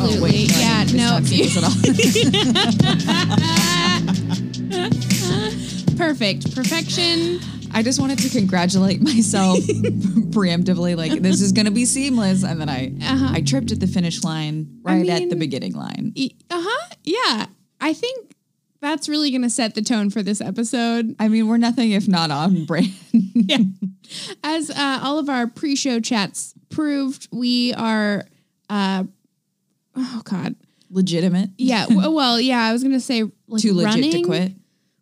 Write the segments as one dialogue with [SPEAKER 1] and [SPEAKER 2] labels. [SPEAKER 1] Oh,
[SPEAKER 2] Absolutely. yeah, no. Perfect. Perfection.
[SPEAKER 1] I just wanted to congratulate myself preemptively. Like this is going to be seamless, and then I
[SPEAKER 2] Uh-huh.
[SPEAKER 1] I tripped at the finish line right at the
[SPEAKER 2] mean-
[SPEAKER 1] beginning line.
[SPEAKER 2] Uh huh. Yeah. I think that's really going to set the tone for this episode.
[SPEAKER 1] I mean, we're nothing if not on brand.
[SPEAKER 2] yeah. As uh, all of our pre-show chats proved, we are. Uh, oh God.
[SPEAKER 1] Legitimate.
[SPEAKER 2] Yeah. w- well, yeah. I was gonna say like
[SPEAKER 1] Too legit
[SPEAKER 2] running,
[SPEAKER 1] to quit.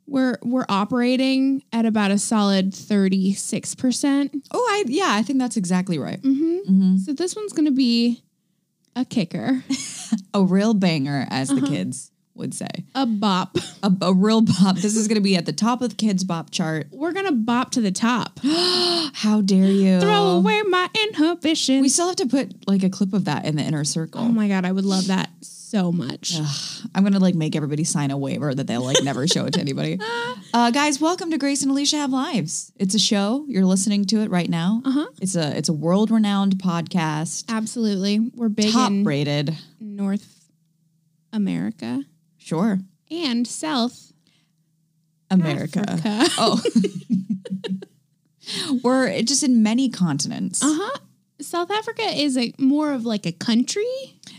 [SPEAKER 2] We're we're operating at about a solid thirty six percent.
[SPEAKER 1] Oh, I yeah, I think that's exactly right. Mm.
[SPEAKER 2] So this one's gonna be a kicker,
[SPEAKER 1] A real banger, as the kids would say.
[SPEAKER 2] a bop.
[SPEAKER 1] A, a real bop. This is going to be at the top of the kids bop chart.
[SPEAKER 2] We're gonna bop to the top.
[SPEAKER 1] How dare you?
[SPEAKER 2] Throw away my inhibitions.
[SPEAKER 1] Oh. We still have to put like a clip of that in the inner circle.
[SPEAKER 2] oh my god, I would love that so much.
[SPEAKER 1] I'm gonna like make everybody sign a waiver that they'll like never show it to anybody. Uh, guys, welcome to Grace and Alicia Have Lives. It's a show. You're listening to it right now. Uh-huh. It's a it's a world renowned podcast,
[SPEAKER 2] Absolutely, we're big
[SPEAKER 1] top
[SPEAKER 2] in
[SPEAKER 1] rated.
[SPEAKER 2] North America
[SPEAKER 1] Sure,
[SPEAKER 2] and South
[SPEAKER 1] America.
[SPEAKER 2] Africa.
[SPEAKER 1] Oh, we're just in many continents.
[SPEAKER 2] Uh huh. South Africa is a more of like a country,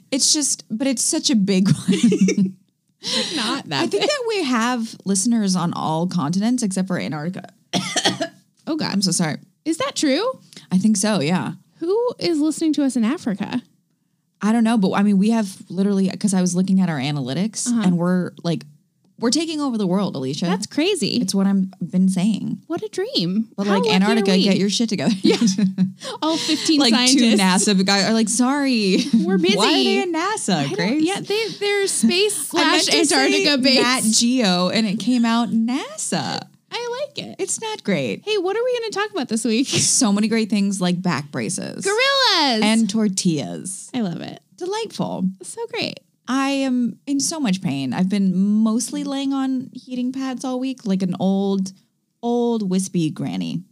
[SPEAKER 1] It's just, but it's such a big one.
[SPEAKER 2] not that.
[SPEAKER 1] I think that we have listeners on all continents except for Antarctica.
[SPEAKER 2] oh God,
[SPEAKER 1] I'm so sorry.
[SPEAKER 2] is that true?
[SPEAKER 1] I think so. Yeah.
[SPEAKER 2] Who is listening to us in Africa?
[SPEAKER 1] I don't know, but I mean, we have literally because I was looking at our analytics, and we're like, we're taking over the world, Alicia.
[SPEAKER 2] Uh-huh. That's crazy.
[SPEAKER 1] it's what I'm been saying.
[SPEAKER 2] what a dream.
[SPEAKER 1] But
[SPEAKER 2] How
[SPEAKER 1] like
[SPEAKER 2] lucky are
[SPEAKER 1] Antarctica,
[SPEAKER 2] we?
[SPEAKER 1] get your shit together. Yeah,
[SPEAKER 2] all fifteen
[SPEAKER 1] like two
[SPEAKER 2] scientists.
[SPEAKER 1] NASA guys are like, sorry,
[SPEAKER 2] We're busy.
[SPEAKER 1] Why are they in NASA, Grace?
[SPEAKER 2] yeah, they, they're space
[SPEAKER 1] I meant
[SPEAKER 2] slash
[SPEAKER 1] to
[SPEAKER 2] Antarctica
[SPEAKER 1] say
[SPEAKER 2] base.
[SPEAKER 1] Nat Geo, and it came out NASA.
[SPEAKER 2] I like it.
[SPEAKER 1] It's not great.
[SPEAKER 2] Hey, what are we going to talk about this week?
[SPEAKER 1] So many great things like back braces
[SPEAKER 2] Gorillas.
[SPEAKER 1] and tortillas.
[SPEAKER 2] I love it.
[SPEAKER 1] Delightful.
[SPEAKER 2] So great.
[SPEAKER 1] I am in so much pain. I've been mostly laying on heating pads all week, like an old, old wispy granny.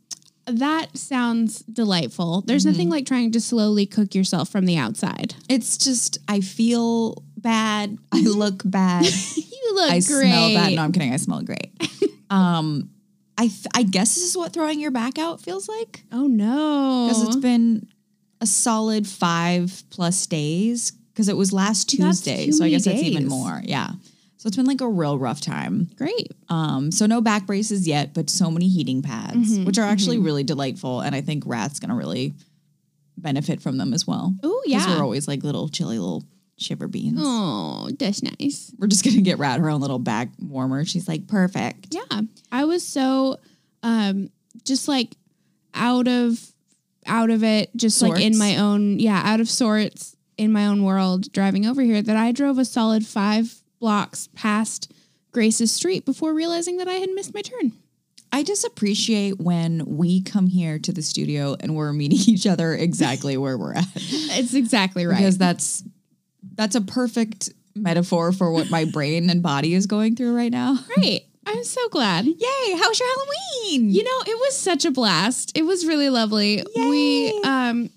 [SPEAKER 2] That sounds delightful. There's
[SPEAKER 1] Mm-hmm.
[SPEAKER 2] nothing like trying to slowly cook yourself from the outside.
[SPEAKER 1] It's just I feel bad. I look bad.
[SPEAKER 2] You look
[SPEAKER 1] I
[SPEAKER 2] great.
[SPEAKER 1] smell bad. No, I'm kidding. I smell great. um, I th- I guess this is what throwing your back out feels like
[SPEAKER 2] Oh no.
[SPEAKER 1] because it's been a solid five plus days because it was last
[SPEAKER 2] That's
[SPEAKER 1] Tuesday,
[SPEAKER 2] too
[SPEAKER 1] so I
[SPEAKER 2] many
[SPEAKER 1] guess that's even
[SPEAKER 2] days.
[SPEAKER 1] more. Yeah. So it's been like a real rough time.
[SPEAKER 2] great.
[SPEAKER 1] Um, so no back braces yet, but so many heating pads, which are actually really delightful, and I think Rat's gonna really benefit from them as well.
[SPEAKER 2] Oh
[SPEAKER 1] 'Cause we're
[SPEAKER 2] yeah.
[SPEAKER 1] always like little chilly little shiver beans.
[SPEAKER 2] Oh, that's nice.
[SPEAKER 1] We're just gonna get Rat her own little back warmer. She's like perfect.
[SPEAKER 2] Yeah. I was so um just like out of out of it, just like in
[SPEAKER 1] Sorts?
[SPEAKER 2] my own yeah, out of sorts in my own world driving over here that I drove a solid 5 blocks past Grace's street before realizing that I had missed my turn.
[SPEAKER 1] I just appreciate when we come here to the studio and we're meeting each other exactly where we're at
[SPEAKER 2] It's exactly right.
[SPEAKER 1] because that's that's a perfect metaphor for what my brain and body is going through right now.
[SPEAKER 2] Great. I'm so glad.
[SPEAKER 1] Yay! How's your Halloween?
[SPEAKER 2] You know, it was such a blast. It was really lovely. We um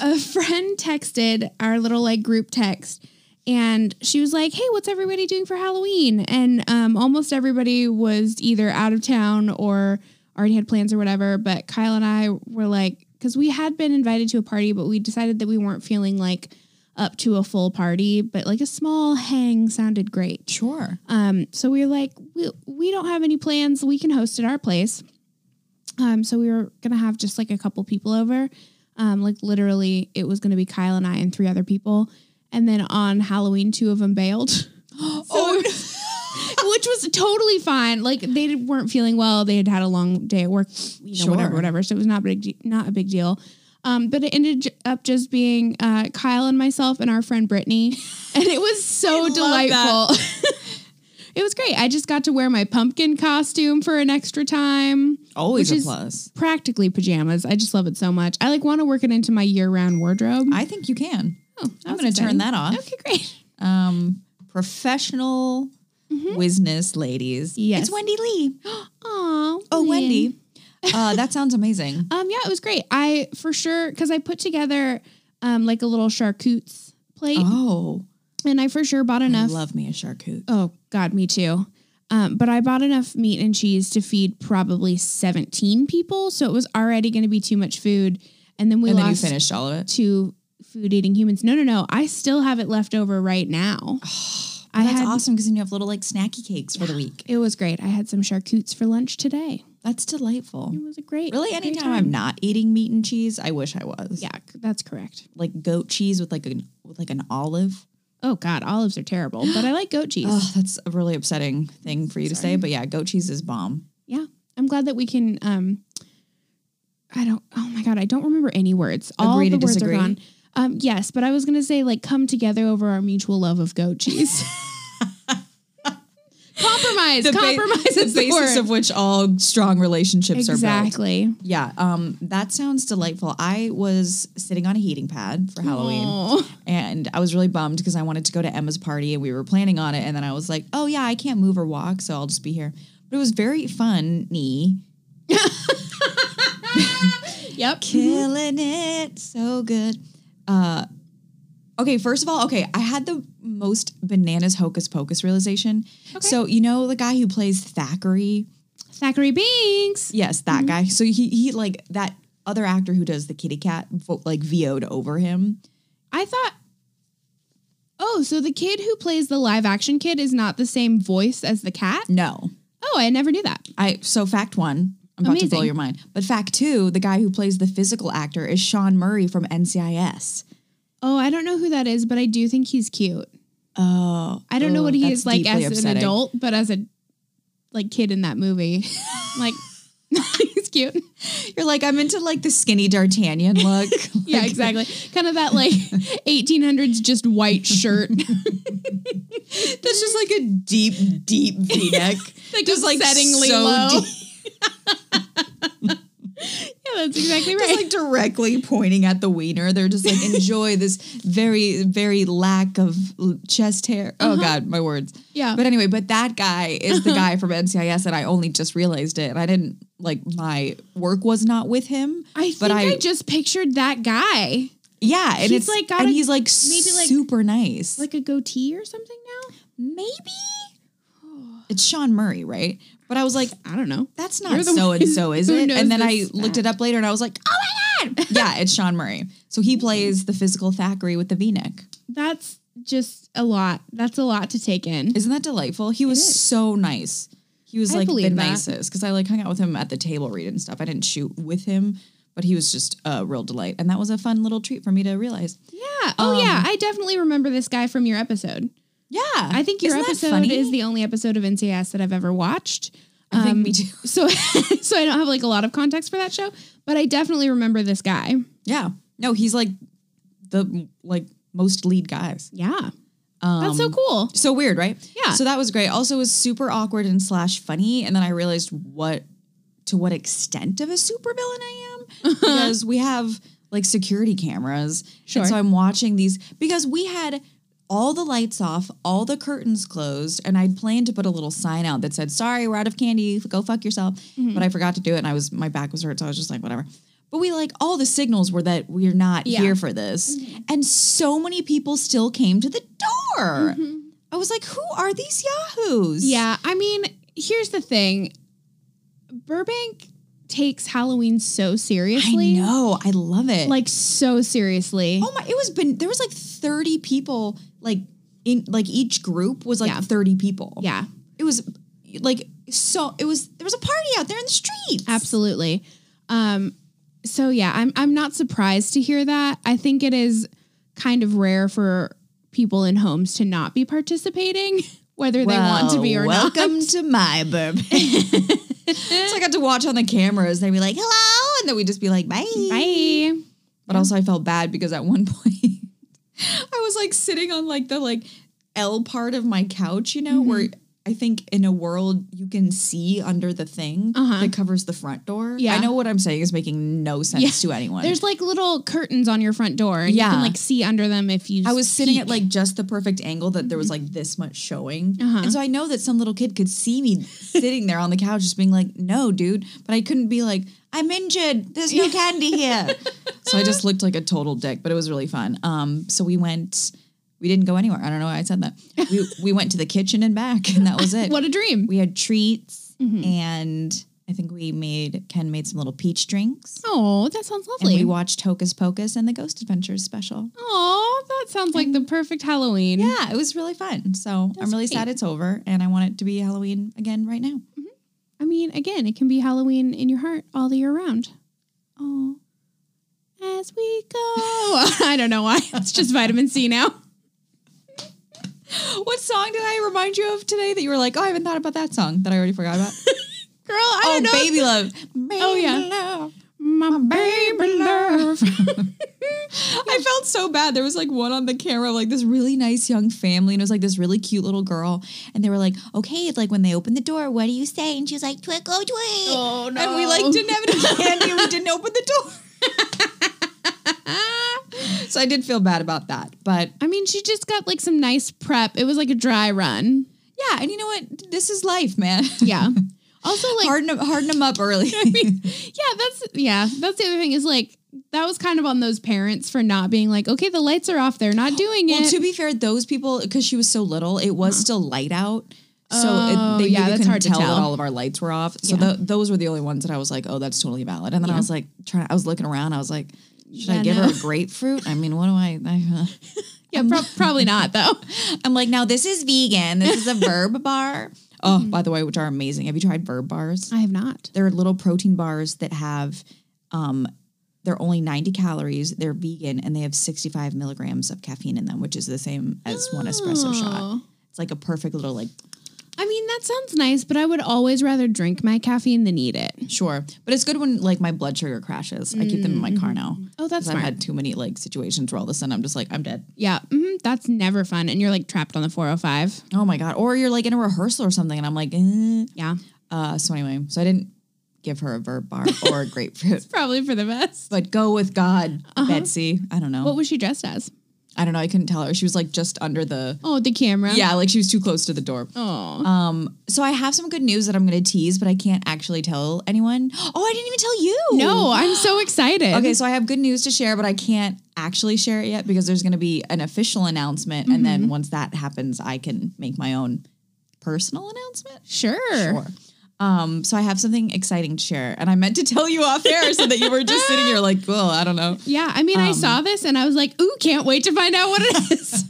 [SPEAKER 2] a friend texted our little like group text and she was like, "Hey, what's everybody doing for Halloween?" And um almost everybody was either out of town or already had plans or whatever, but Kyle and I were like cuz we had been invited to a party, but we decided that we weren't feeling like up to a full party, but like a small hang sounded great.
[SPEAKER 1] sure.
[SPEAKER 2] Um, so we were like, we, we don't have any plans. We can host at our place. Um, so we were going to have just like a couple people over. Um, like literally, it was going to be Kyle and I and three other people. And then on Halloween, two of them bailed,
[SPEAKER 1] oh,
[SPEAKER 2] which was totally fine. Like they didn't- weren't feeling well. They had had a long day at work, you know, whatever,
[SPEAKER 1] Sure.
[SPEAKER 2] whatever. So it was not big, de- not a big deal. Um, but it ended j- up just being uh, Kyle and myself and our friend Brittany, and it was so
[SPEAKER 1] love that.
[SPEAKER 2] delightful. It was great. I just got to wear my pumpkin costume for an extra time.
[SPEAKER 1] Always
[SPEAKER 2] Which
[SPEAKER 1] a
[SPEAKER 2] is-
[SPEAKER 1] plus.
[SPEAKER 2] Practically pajamas. I just love it so much. I like want to work it into my year-round wardrobe.
[SPEAKER 1] I think you can.
[SPEAKER 2] oh, that
[SPEAKER 1] I'm
[SPEAKER 2] was
[SPEAKER 1] going to turn
[SPEAKER 2] exciting.
[SPEAKER 1] that off.
[SPEAKER 2] Okay, great.
[SPEAKER 1] Um, professional business ladies.
[SPEAKER 2] Mm-hmm. Yes.
[SPEAKER 1] It's Wendy Lee.
[SPEAKER 2] Aw.
[SPEAKER 1] Oh,
[SPEAKER 2] Lynn.
[SPEAKER 1] Wendy. Uh, that sounds amazing.
[SPEAKER 2] Um, yeah, it was great. I for sure because I put together um like a little charcuterie plate.
[SPEAKER 1] Oh,
[SPEAKER 2] And I for sure bought enough.
[SPEAKER 1] Love me a charcuterie.
[SPEAKER 2] oh, God, me too. Um, but I bought enough meat and cheese to feed probably 17 people. So it was already going to be too much food. And then we
[SPEAKER 1] And then you
[SPEAKER 2] lost
[SPEAKER 1] finished all of it.
[SPEAKER 2] two food eating humans. No, no, no. I still have it left over right now. I
[SPEAKER 1] Oh, That's
[SPEAKER 2] had,
[SPEAKER 1] awesome because then you have little like snacky cakes for the week.
[SPEAKER 2] It was great. I had some charcutes for lunch today.
[SPEAKER 1] That's delightful.
[SPEAKER 2] It was a great.
[SPEAKER 1] Really,
[SPEAKER 2] great
[SPEAKER 1] anytime
[SPEAKER 2] time.
[SPEAKER 1] I'm not eating meat and cheese, I wish I was.
[SPEAKER 2] Yeah, c- that's correct.
[SPEAKER 1] like goat cheese with like an with like an olive.
[SPEAKER 2] Oh God, olives are terrible, but I like goat cheese.
[SPEAKER 1] Oh, that's a really upsetting thing for you to say, but yeah, goat cheese is bomb.
[SPEAKER 2] Yeah, I'm glad that we can. Um, I don't. Oh my God, I don't remember any words. All
[SPEAKER 1] Agree
[SPEAKER 2] the
[SPEAKER 1] to
[SPEAKER 2] words
[SPEAKER 1] disagree?
[SPEAKER 2] are gone. Um, yes, but I was gonna say like come together over our mutual love of goat cheese. compromise,
[SPEAKER 1] ba-
[SPEAKER 2] compromise is the
[SPEAKER 1] basis
[SPEAKER 2] word.
[SPEAKER 1] of which all strong relationships are built.
[SPEAKER 2] exactly.
[SPEAKER 1] Yeah, um, that sounds delightful. I was sitting on a heating pad for Halloween,
[SPEAKER 2] Aw.
[SPEAKER 1] and I was really bummed because I wanted to go to Emma's party, and we were planning on it. And then I was like, "Oh yeah, I can't move or walk, so I'll just be here." But it was very
[SPEAKER 2] Mm-hmm.
[SPEAKER 1] funny,
[SPEAKER 2] Yep.
[SPEAKER 1] killing it, so good. Uh, okay, first of all, okay, I had the most bananas hocus pocus realization. So you know the guy who plays Thackeray.
[SPEAKER 2] Mm-hmm. Thackeray Binks.
[SPEAKER 1] Yes, that guy. So he he like that other actor who does the kitty cat vo- like VO'd over him.
[SPEAKER 2] I thought. Oh, so the kid who plays the live action kid is not the same voice as the cat?
[SPEAKER 1] No.
[SPEAKER 2] Oh, I never knew that.
[SPEAKER 1] I so fact one. I'm about to blow
[SPEAKER 2] Amazing.
[SPEAKER 1] your mind. But fact two, the guy who plays the physical actor is Sean Murray from NCIS.
[SPEAKER 2] Oh, I don't know who that is, but I do think he's cute.
[SPEAKER 1] Oh,
[SPEAKER 2] I don't know what he
[SPEAKER 1] that's
[SPEAKER 2] is like
[SPEAKER 1] deeply
[SPEAKER 2] as an
[SPEAKER 1] upsetting.
[SPEAKER 2] adult, but as a like kid in that movie, like he's cute.
[SPEAKER 1] You're like I'm into like the skinny D'Artagnan look.
[SPEAKER 2] Yeah,
[SPEAKER 1] Like,
[SPEAKER 2] exactly. Kind of that like 1800s just white shirt.
[SPEAKER 1] That's just like a deep, deep V-neck.
[SPEAKER 2] Like,
[SPEAKER 1] just like
[SPEAKER 2] upsettingly
[SPEAKER 1] so
[SPEAKER 2] low.
[SPEAKER 1] deep,
[SPEAKER 2] yeah, that's exactly right.
[SPEAKER 1] just like directly pointing at the wiener. They're just like enjoy this very, very lack of l- chest hair. Oh God, my words.
[SPEAKER 2] Uh-huh. Yeah.
[SPEAKER 1] But anyway, but that guy is the guy from NCIS, and I only just realized it. And I didn't like my work was not with him.
[SPEAKER 2] I think
[SPEAKER 1] but
[SPEAKER 2] I just pictured that guy.
[SPEAKER 1] yeah, and it's
[SPEAKER 2] he's, like,
[SPEAKER 1] like
[SPEAKER 2] got
[SPEAKER 1] and
[SPEAKER 2] a-
[SPEAKER 1] he's like
[SPEAKER 2] maybe, like-
[SPEAKER 1] super nice.
[SPEAKER 2] like a goatee or something now?
[SPEAKER 1] maybe it's Sean Murray, right? But I was like,
[SPEAKER 2] I don't know.
[SPEAKER 1] that's
[SPEAKER 2] You're
[SPEAKER 1] not
[SPEAKER 2] the
[SPEAKER 1] so and so,
[SPEAKER 2] one
[SPEAKER 1] is
[SPEAKER 2] who
[SPEAKER 1] it?
[SPEAKER 2] knows
[SPEAKER 1] And then I
[SPEAKER 2] this
[SPEAKER 1] looked it up later and I was like, oh my God. yeah, it's Sean Murray. So he plays the physical Thackeray with the v neck.
[SPEAKER 2] That's just a lot. That's a lot to take in.
[SPEAKER 1] Isn't that delightful? He was
[SPEAKER 2] is.
[SPEAKER 1] so nice. He was
[SPEAKER 2] I
[SPEAKER 1] like the
[SPEAKER 2] believe that.
[SPEAKER 1] nicest because I like hung out with him at the table read and stuff. I didn't shoot with him, but he was just a real delight. And that was a fun little treat for me to realize.
[SPEAKER 2] yeah. Oh
[SPEAKER 1] Um,
[SPEAKER 2] yeah. I definitely remember this guy from your episode.
[SPEAKER 1] Yeah.
[SPEAKER 2] I think your episode is the um, only episode of NCIS that I've ever watched.
[SPEAKER 1] I think me too.
[SPEAKER 2] So so I don't have like a lot of context for that show, but I definitely remember this guy.
[SPEAKER 1] Yeah. No, he's like the like most lead guys.
[SPEAKER 2] Yeah. That's
[SPEAKER 1] Um,
[SPEAKER 2] so cool.
[SPEAKER 1] So weird, right?
[SPEAKER 2] Yeah.
[SPEAKER 1] So that was great. Also, it was super awkward and slash funny. And then I realized what to what extent of a supervillain I am because we have like security cameras.
[SPEAKER 2] Sure.
[SPEAKER 1] And so I'm watching these because we had all the lights off, all the curtains closed, and I'd planned to put a little sign out that said, "Sorry, we're out of candy. Go fuck yourself."
[SPEAKER 2] Mm-hmm.
[SPEAKER 1] But I forgot to do it, and I was my back was hurt, so I was just like, whatever. But we like all the signals were that we're not
[SPEAKER 2] Yeah. Mm-hmm.
[SPEAKER 1] here for this, and so many people still came to the door.
[SPEAKER 2] Mm-hmm.
[SPEAKER 1] I was like, who are these yahoos?
[SPEAKER 2] Yeah, I mean, here's the thing. Burbank takes Halloween so
[SPEAKER 1] I
[SPEAKER 2] seriously.
[SPEAKER 1] know. I love it.
[SPEAKER 2] Like so seriously.
[SPEAKER 1] oh my, it was been there was like thirty people. Like in like each group was like
[SPEAKER 2] Yeah.
[SPEAKER 1] thirty people.
[SPEAKER 2] Yeah.
[SPEAKER 1] it was like so. It was there was a party out there in the streets.
[SPEAKER 2] Absolutely. Um, so yeah, I'm I'm not surprised to hear that. I think it is kind of rare for people in homes to not be participating, whether they want to be or not.
[SPEAKER 1] welcome to my Burbank. so I got to watch on the cameras. They'd be like, "Hello," and then we'd just be like, "Bye."
[SPEAKER 2] Bye.
[SPEAKER 1] But also,
[SPEAKER 2] Mm-hmm.
[SPEAKER 1] I felt bad because at one point, I was like sitting on like the like L part of my couch, you know, where
[SPEAKER 2] Mm-hmm.
[SPEAKER 1] I think in a world you can see under the thing
[SPEAKER 2] Uh-huh.
[SPEAKER 1] that covers the front door.
[SPEAKER 2] Yeah.
[SPEAKER 1] I know what I'm saying is making no sense
[SPEAKER 2] Yeah.
[SPEAKER 1] to anyone.
[SPEAKER 2] There's like little curtains on your front door, and you
[SPEAKER 1] Yeah.
[SPEAKER 2] can like see under them if you.
[SPEAKER 1] I was sitting at like just the perfect angle that there was like this much showing.
[SPEAKER 2] Uh-huh.
[SPEAKER 1] And so I know that some little kid could see me sitting there on the couch just being like, no, dude. But I couldn't be like, I'm injured. There's no candy here. so I just looked like a total dick, but it was really fun. Um, so we went, we We didn't go anywhere. I don't know why I said that. We we went to the kitchen and back, and that was it.
[SPEAKER 2] What a Mm-hmm. dream.
[SPEAKER 1] we had treats, and I think we made Ken made some little peach drinks.
[SPEAKER 2] Oh, that sounds
[SPEAKER 1] And we
[SPEAKER 2] lovely.
[SPEAKER 1] watched Hocus Pocus and the Ghost Adventures special.
[SPEAKER 2] Oh, that sounds like the perfect Halloween.
[SPEAKER 1] Yeah, it was really fun. So I'm
[SPEAKER 2] That's
[SPEAKER 1] really
[SPEAKER 2] great.
[SPEAKER 1] sad it's over, and I want it to be Halloween again right now.
[SPEAKER 2] I mean, again, it can be Halloween in your heart all the year round.
[SPEAKER 1] Oh,
[SPEAKER 2] As we go. I don't know why. It's just vitamin C now.
[SPEAKER 1] what song did I remind you of today that you were like, oh, I haven't thought about that song that I already forgot about?
[SPEAKER 2] Girl, I
[SPEAKER 1] oh,
[SPEAKER 2] don't know.
[SPEAKER 1] Baby Love.
[SPEAKER 2] Oh, yeah.
[SPEAKER 1] Baby Love.
[SPEAKER 2] My baby love.
[SPEAKER 1] I felt so bad. There was like one on the camera, of, like this really nice young family, and it was like this really cute little girl. And they were like, okay, it's like when they opened the door, what do you say? And she was like, twinkle, twinkle.
[SPEAKER 2] Oh, no.
[SPEAKER 1] And we like didn't have any candy, and we didn't open the door. so I did feel bad about that. But
[SPEAKER 2] I mean, she just got like some nice prep. It was like a dry run.
[SPEAKER 1] yeah, and you know what? This is life, man.
[SPEAKER 2] Yeah. Also, like,
[SPEAKER 1] harden, 'em- harden them up early.
[SPEAKER 2] yeah, that's yeah, that's the other thing is like that was kind of on those parents for not being like, okay, the lights are off, they're not doing
[SPEAKER 1] Well,
[SPEAKER 2] it.
[SPEAKER 1] to be fair, those people because she was so little, it was still light out. So
[SPEAKER 2] Uh-huh. Oh,
[SPEAKER 1] it, they
[SPEAKER 2] yeah,
[SPEAKER 1] really
[SPEAKER 2] that's
[SPEAKER 1] couldn't
[SPEAKER 2] hard to
[SPEAKER 1] tell,
[SPEAKER 2] tell.
[SPEAKER 1] that all of our lights were off. So
[SPEAKER 2] Yeah.
[SPEAKER 1] tho- those were the only ones that I was like, oh, that's totally valid. And then I
[SPEAKER 2] Yeah.
[SPEAKER 1] was like, trying. I was looking around. I was like, should
[SPEAKER 2] Yeah,
[SPEAKER 1] I give
[SPEAKER 2] no.
[SPEAKER 1] her a grapefruit? I mean, what do I? I
[SPEAKER 2] yeah, prob probably not though.
[SPEAKER 1] I'm like, now this is vegan. This is a verb bar. Oh,
[SPEAKER 2] Mm-hmm.
[SPEAKER 1] by the way, which are amazing. Have you tried verb bars?
[SPEAKER 2] I have not.
[SPEAKER 1] They're little protein bars that have, um, they're only 90 calories. They're vegan and they have 65 milligrams of caffeine in them, which is the same as one espresso shot.
[SPEAKER 2] Oh.
[SPEAKER 1] It's like a perfect little like
[SPEAKER 2] I mean, that sounds nice, but I would always rather drink my caffeine than eat it.
[SPEAKER 1] sure, but it's good when like my blood sugar crashes. I keep them in my car now.
[SPEAKER 2] Oh, that's
[SPEAKER 1] 'Cause I've
[SPEAKER 2] smart.
[SPEAKER 1] had too many like situations where all of a sudden I'm just like I'm dead.
[SPEAKER 2] yeah, mhm, that's never fun, and you're like trapped on the 405.
[SPEAKER 1] Oh my god! Or you're like in a rehearsal or something, and I'm like, eh.
[SPEAKER 2] Yeah,
[SPEAKER 1] uh. So anyway, so I didn't give her a verb bar or a grapefruit,
[SPEAKER 2] probably for the best.
[SPEAKER 1] but go with God,
[SPEAKER 2] Uh-huh.
[SPEAKER 1] Betsy. I don't know.
[SPEAKER 2] What was she dressed as?
[SPEAKER 1] I don't know. I couldn't tell her. She was like just under the
[SPEAKER 2] Oh, the camera.
[SPEAKER 1] yeah, like she was too close to the door.
[SPEAKER 2] Oh.
[SPEAKER 1] Um. So I have some good news that I'm going to tease, but I can't actually tell anyone. Oh, I didn't even tell you.
[SPEAKER 2] no, I'm so excited.
[SPEAKER 1] Okay, so I have good news to share, but I can't actually share it yet because there's going to be an official announcement, and then once that happens, I can make my own personal announcement.
[SPEAKER 2] Sure.
[SPEAKER 1] Sure. Um, so I have something exciting to share, and I meant to tell you off air so that you were just sitting here like, well, I don't know,
[SPEAKER 2] Yeah, I mean, I saw this and I was like, ooh, can't wait to find out what it is.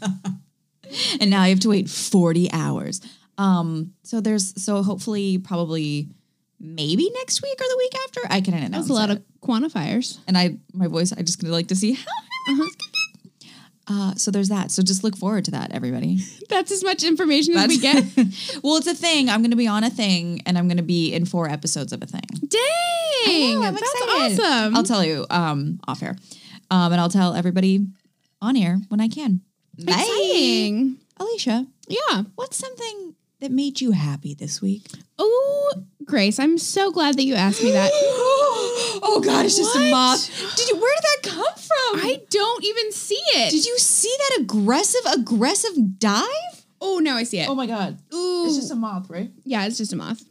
[SPEAKER 1] and now you have to wait 40 hours. Um, so there's so hopefully probably maybe next week or the week after I can announce.
[SPEAKER 2] That's a lot
[SPEAKER 1] it.
[SPEAKER 2] of quantifiers.
[SPEAKER 1] and I my voice I just gonna like to see how.
[SPEAKER 2] Uh-huh.
[SPEAKER 1] Uh, so there's that. So just look forward to that, everybody.
[SPEAKER 2] That's as much information as we get.
[SPEAKER 1] That's- well, it's a thing. I'm going to be on a thing, and I'm going to be in four episodes of a thing.
[SPEAKER 2] Dang,
[SPEAKER 1] I'm
[SPEAKER 2] that's
[SPEAKER 1] excited.
[SPEAKER 2] awesome.
[SPEAKER 1] I'll tell you um, off air, um, and I'll tell everybody on air when I can. Bye,
[SPEAKER 2] Exciting.
[SPEAKER 1] Alicia.
[SPEAKER 2] Yeah.
[SPEAKER 1] What's something that made you happy this week?
[SPEAKER 2] Oh, Grace, I'm so glad that you asked me that.
[SPEAKER 1] oh God, it's just a
[SPEAKER 2] What?
[SPEAKER 1] moth. Did you? Where did that come from?
[SPEAKER 2] I don't even see it.
[SPEAKER 1] did you see that aggressive, aggressive dive?
[SPEAKER 2] oh, now I see it.
[SPEAKER 1] Oh my God,
[SPEAKER 2] Ooh.
[SPEAKER 1] it's just a Oh moth, right?
[SPEAKER 2] yeah, it's just a moth.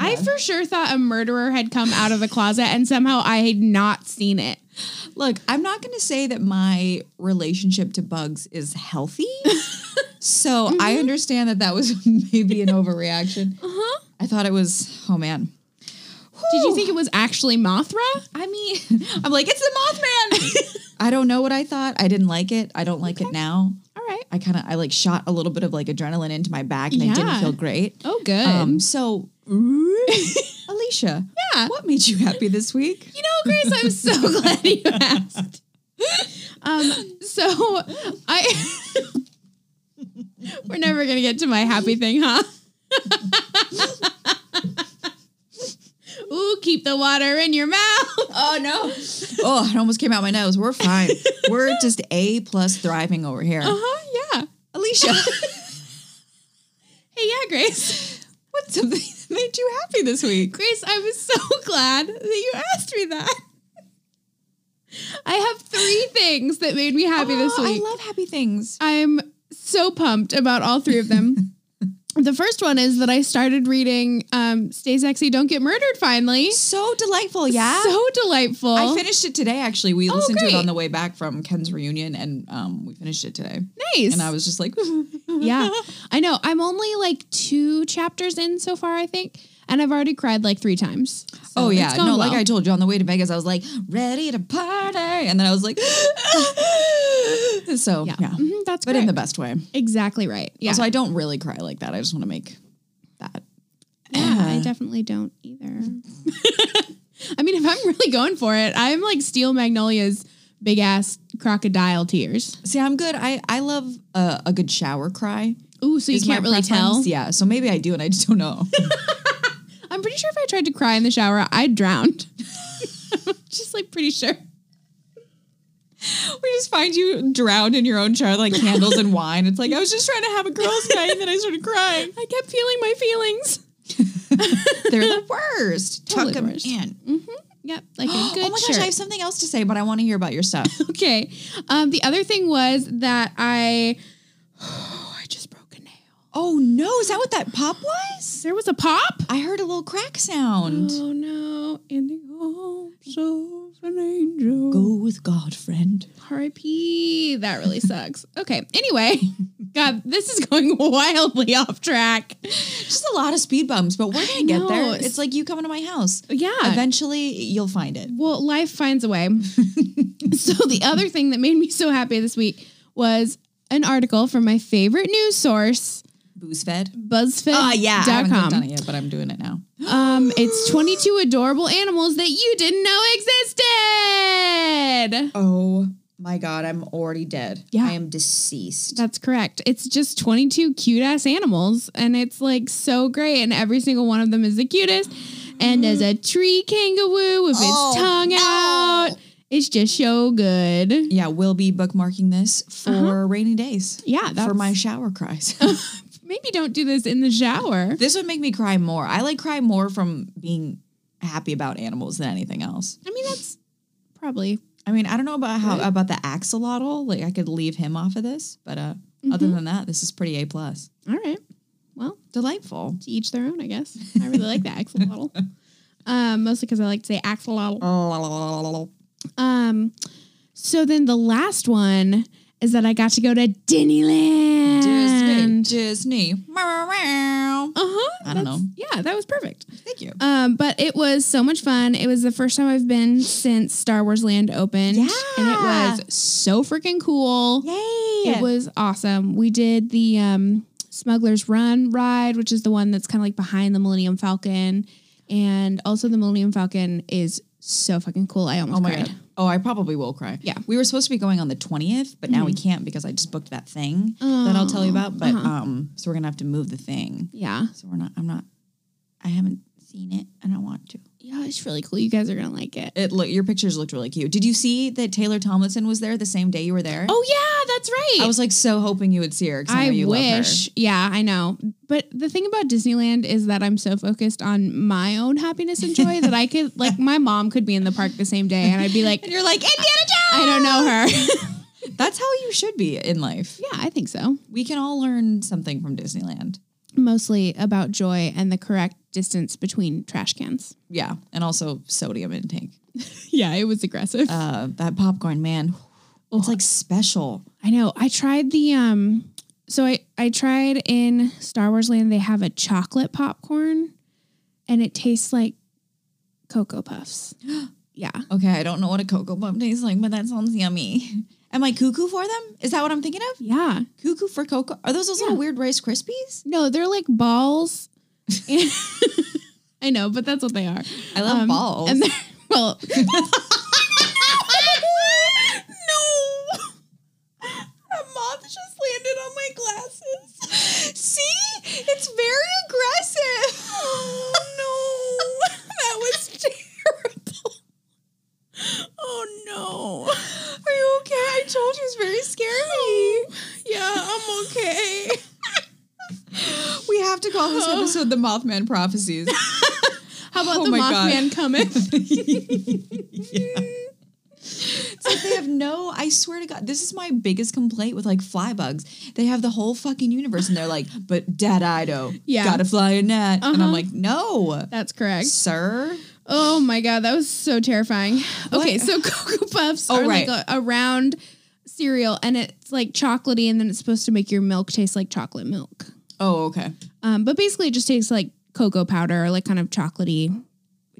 [SPEAKER 2] I for sure thought a murderer had come out of the closet and somehow I had not seen it.
[SPEAKER 1] Look, I'm not going to say that my relationship to bugs is healthy. so I understand that that was maybe an overreaction.
[SPEAKER 2] Uh-huh.
[SPEAKER 1] I thought it was, oh man.
[SPEAKER 2] Did you
[SPEAKER 1] Whew.
[SPEAKER 2] think it was actually Mothra?
[SPEAKER 1] I mean, I'm like, it's the Mothman. I don't know what I thought. I didn't like it. I don't like it now.
[SPEAKER 2] All right.
[SPEAKER 1] I kind of, I like shot a little bit of like adrenaline into my back and it
[SPEAKER 2] Yeah.
[SPEAKER 1] didn't feel great.
[SPEAKER 2] Oh, good.
[SPEAKER 1] Um, so, Alicia,
[SPEAKER 2] Yeah.
[SPEAKER 1] what made you happy this week?
[SPEAKER 2] You know, Grace, I'm so glad you asked. Um, so I we're never gonna get to my happy thing, huh? Ooh, keep the water in your mouth.
[SPEAKER 1] Oh no! oh, it almost came out my nose. We're fine. We're just a plus thriving over here.
[SPEAKER 2] Uh-huh, yeah.
[SPEAKER 1] Alicia,
[SPEAKER 2] Hey, yeah, Grace.
[SPEAKER 1] what's something that made you happy this week?
[SPEAKER 2] Grace, I was so glad that you asked me that. I have three things that made me happy this
[SPEAKER 1] Oh,
[SPEAKER 2] week.
[SPEAKER 1] I love happy things.
[SPEAKER 2] I'm so pumped about all three of them. The first one is that I started reading um, Stay Sexy, Don't Get Murdered finally.
[SPEAKER 1] So Oh, delightful, Oh, yeah.
[SPEAKER 2] So delightful.
[SPEAKER 1] I finished it today. Actually, we listened to it
[SPEAKER 2] great.
[SPEAKER 1] on the way back from Ken's reunion, and um, we finished it today.
[SPEAKER 2] nice.
[SPEAKER 1] And I was just like,
[SPEAKER 2] yeah, I know. I'm only like two chapters in so far, I think. And I've already cried like three times. So
[SPEAKER 1] Oh
[SPEAKER 2] it's
[SPEAKER 1] yeah,
[SPEAKER 2] gone
[SPEAKER 1] no, like
[SPEAKER 2] well.
[SPEAKER 1] I told you on the way to Vegas, I was like ready to party, and then I was like, so yeah, Mm-hmm.
[SPEAKER 2] Yeah. Mhm, that's
[SPEAKER 1] but
[SPEAKER 2] correct.
[SPEAKER 1] in the best way.
[SPEAKER 2] exactly right. Yeah.
[SPEAKER 1] So I don't really cry like that. I just want to make that.
[SPEAKER 2] Yeah, I definitely don't either. I mean, if I'm really going for it, I'm like Steel Magnolia's big ass crocodile tears.
[SPEAKER 1] See, I'm good. I I love a, a good shower cry.
[SPEAKER 2] Ooh, so you
[SPEAKER 1] Is my
[SPEAKER 2] can't really
[SPEAKER 1] preference.
[SPEAKER 2] tell.
[SPEAKER 1] Yeah, so maybe I do, and I just don't know.
[SPEAKER 2] I'm pretty sure if I tried to cry in the shower, I'd drowned. Just like pretty sure.
[SPEAKER 1] we just find you drowned in your own shower, like candles and wine. It's like I was just trying to have a girls' night, and then I started crying.
[SPEAKER 2] I kept feeling my feelings.
[SPEAKER 1] They're the worst.
[SPEAKER 2] Totally
[SPEAKER 1] Tuck
[SPEAKER 2] the
[SPEAKER 1] 'em
[SPEAKER 2] worst.
[SPEAKER 1] in.
[SPEAKER 2] Yep, like a
[SPEAKER 1] oh
[SPEAKER 2] good
[SPEAKER 1] my gosh,
[SPEAKER 2] shirt.
[SPEAKER 1] I have something else to say, but I want to hear about your stuff.
[SPEAKER 2] okay. Um, the other thing was that I, I just broke a nail.
[SPEAKER 1] Oh no, is that what that pop was?
[SPEAKER 2] There was a pop.
[SPEAKER 1] I heard a little crack sound.
[SPEAKER 2] Oh no! In the arms of an angel.
[SPEAKER 1] with God, friend.
[SPEAKER 2] R.I.P. That really sucks. Okay. Anyway, God, this is going wildly off track.
[SPEAKER 1] Just a lot of speed bumps, but we're gonna get
[SPEAKER 2] know.
[SPEAKER 1] there. It's like you coming to my house.
[SPEAKER 2] Yeah.
[SPEAKER 1] Eventually, you'll find it.
[SPEAKER 2] Well, life finds a way. so the other thing that made me so happy this week was an article from my favorite news source,
[SPEAKER 1] Booze fed.
[SPEAKER 2] BuzzFeed.
[SPEAKER 1] Oh yeah, I
[SPEAKER 2] dot
[SPEAKER 1] haven't
[SPEAKER 2] com.
[SPEAKER 1] done it yet, but I'm doing it now.
[SPEAKER 2] Um, it's 22 adorable animals that you didn't know existed.
[SPEAKER 1] Oh my God, I'm already dead.
[SPEAKER 2] Yeah.
[SPEAKER 1] I am deceased.
[SPEAKER 2] That's correct. It's just 22 cute ass animals, and it's like so great. And every single one of them is the cutest. And there's a tree kangaroo with its
[SPEAKER 1] Oh,
[SPEAKER 2] tongue
[SPEAKER 1] no.
[SPEAKER 2] out. It's just so good.
[SPEAKER 1] yeah, we'll be bookmarking this for rainy days.
[SPEAKER 2] Yeah, that's
[SPEAKER 1] for my shower cries.
[SPEAKER 2] maybe don't do this in the shower.
[SPEAKER 1] this would make me cry more. I like cry more from being happy about animals than anything else.
[SPEAKER 2] I mean, that's probably
[SPEAKER 1] I mean, I don't know about how about the axolotl. Like, I could leave him off of this, but uh, other than that, this is pretty a plus.
[SPEAKER 2] mm-hmm. all right. Well,
[SPEAKER 1] Delightful.
[SPEAKER 2] to each their own, I guess. I really like the axolotl, um, mostly because I like to say axolotl. Um, so then the last one is that I got to go to
[SPEAKER 1] Disney.
[SPEAKER 2] Disneyland.
[SPEAKER 1] Disney. Meow.
[SPEAKER 2] Uh huh.
[SPEAKER 1] I don't know.
[SPEAKER 2] Yeah, that was perfect.
[SPEAKER 1] Thank you.
[SPEAKER 2] Um, but it was so much fun. It was the first time I've been since Star Wars Land opened.
[SPEAKER 1] Yeah.
[SPEAKER 2] And it was so freaking cool.
[SPEAKER 1] Yay.
[SPEAKER 2] It was awesome. We did the um, Smuggler's Run ride, which is the one that's kind of like behind the Millennium Falcon. And also, the Millennium Falcon is so fucking cool. I almost
[SPEAKER 1] Oh my
[SPEAKER 2] cried.
[SPEAKER 1] god. Oh, I probably will cry.
[SPEAKER 2] Yeah.
[SPEAKER 1] We were supposed to be going on the 20th, but now we can't because I just booked that thing that I'll tell you about. But um, so we're gonna have to move the thing.
[SPEAKER 2] Yeah.
[SPEAKER 1] So we're not I'm not I haven't seen it and I want to.
[SPEAKER 2] Yeah, it's really cool. You guys are going to like it.
[SPEAKER 1] It look your pictures looked really cute. Did you see that Taylor Tomlinson was there the same day you were there?
[SPEAKER 2] Oh, yeah, that's right.
[SPEAKER 1] I was like so hoping you would see her. 'cause I,
[SPEAKER 2] I
[SPEAKER 1] know you
[SPEAKER 2] wish. Yeah, I know. But the thing about Disneyland is that I'm so focused on my own happiness and joy that I could, like, my mom could be in the park the same day and I'd be like,
[SPEAKER 1] And you're like Indiana Jones.
[SPEAKER 2] I don't know her.
[SPEAKER 1] That's how you should be in life.
[SPEAKER 2] yeah, I think so.
[SPEAKER 1] We can all learn something from Disneyland.
[SPEAKER 2] Mostly about joy and the correct distance between trash cans.
[SPEAKER 1] Yeah, and also sodium intake.
[SPEAKER 2] Yeah, it was aggressive.
[SPEAKER 1] Uh, that popcorn, man, it's like special.
[SPEAKER 2] I know. I tried the um so I I tried in Star Wars Land they have a chocolate popcorn and it tastes like cocoa puffs. yeah.
[SPEAKER 1] Okay, I don't know what a cocoa bump tastes like, but that sounds yummy. Am I cuckoo for them? Is that what I'm thinking of?
[SPEAKER 2] Yeah.
[SPEAKER 1] Cuckoo for cocoa? Are those those little weird Rice Krispies?
[SPEAKER 2] No, they're like balls. I know, but that's what they are.
[SPEAKER 1] I love
[SPEAKER 2] Um,
[SPEAKER 1] balls.
[SPEAKER 2] And they're well
[SPEAKER 1] no. A moth just landed on my glasses. See? It's very aggressive. Oh no. that was terrible. Oh no. Are you okay? I told you it's very scary. Yeah, I'm okay. Oh. we have to call this episode the Mothman Prophecies.
[SPEAKER 2] how about
[SPEAKER 1] Oh
[SPEAKER 2] the
[SPEAKER 1] my God.
[SPEAKER 2] Mothman cometh?
[SPEAKER 1] It's like they have no. I swear to God, this is my biggest complaint with like fly bugs. They have the whole fucking universe, and they're like, "But Dad Ido,
[SPEAKER 2] Yeah.
[SPEAKER 1] gotta fly a net," and I'm
[SPEAKER 2] Uh-huh.
[SPEAKER 1] like, "No,
[SPEAKER 2] That's correct.
[SPEAKER 1] sir."
[SPEAKER 2] Oh my god, that was so terrifying. Okay,
[SPEAKER 1] What?
[SPEAKER 2] so Cocoa Puffs
[SPEAKER 1] Oh,
[SPEAKER 2] are
[SPEAKER 1] right.
[SPEAKER 2] like a, a round cereal, and it's like chocolatey, and then it's supposed to make your milk taste like chocolate milk.
[SPEAKER 1] Oh, okay.
[SPEAKER 2] Um, but basically, it just tastes like cocoa powder, like kind of chocolatey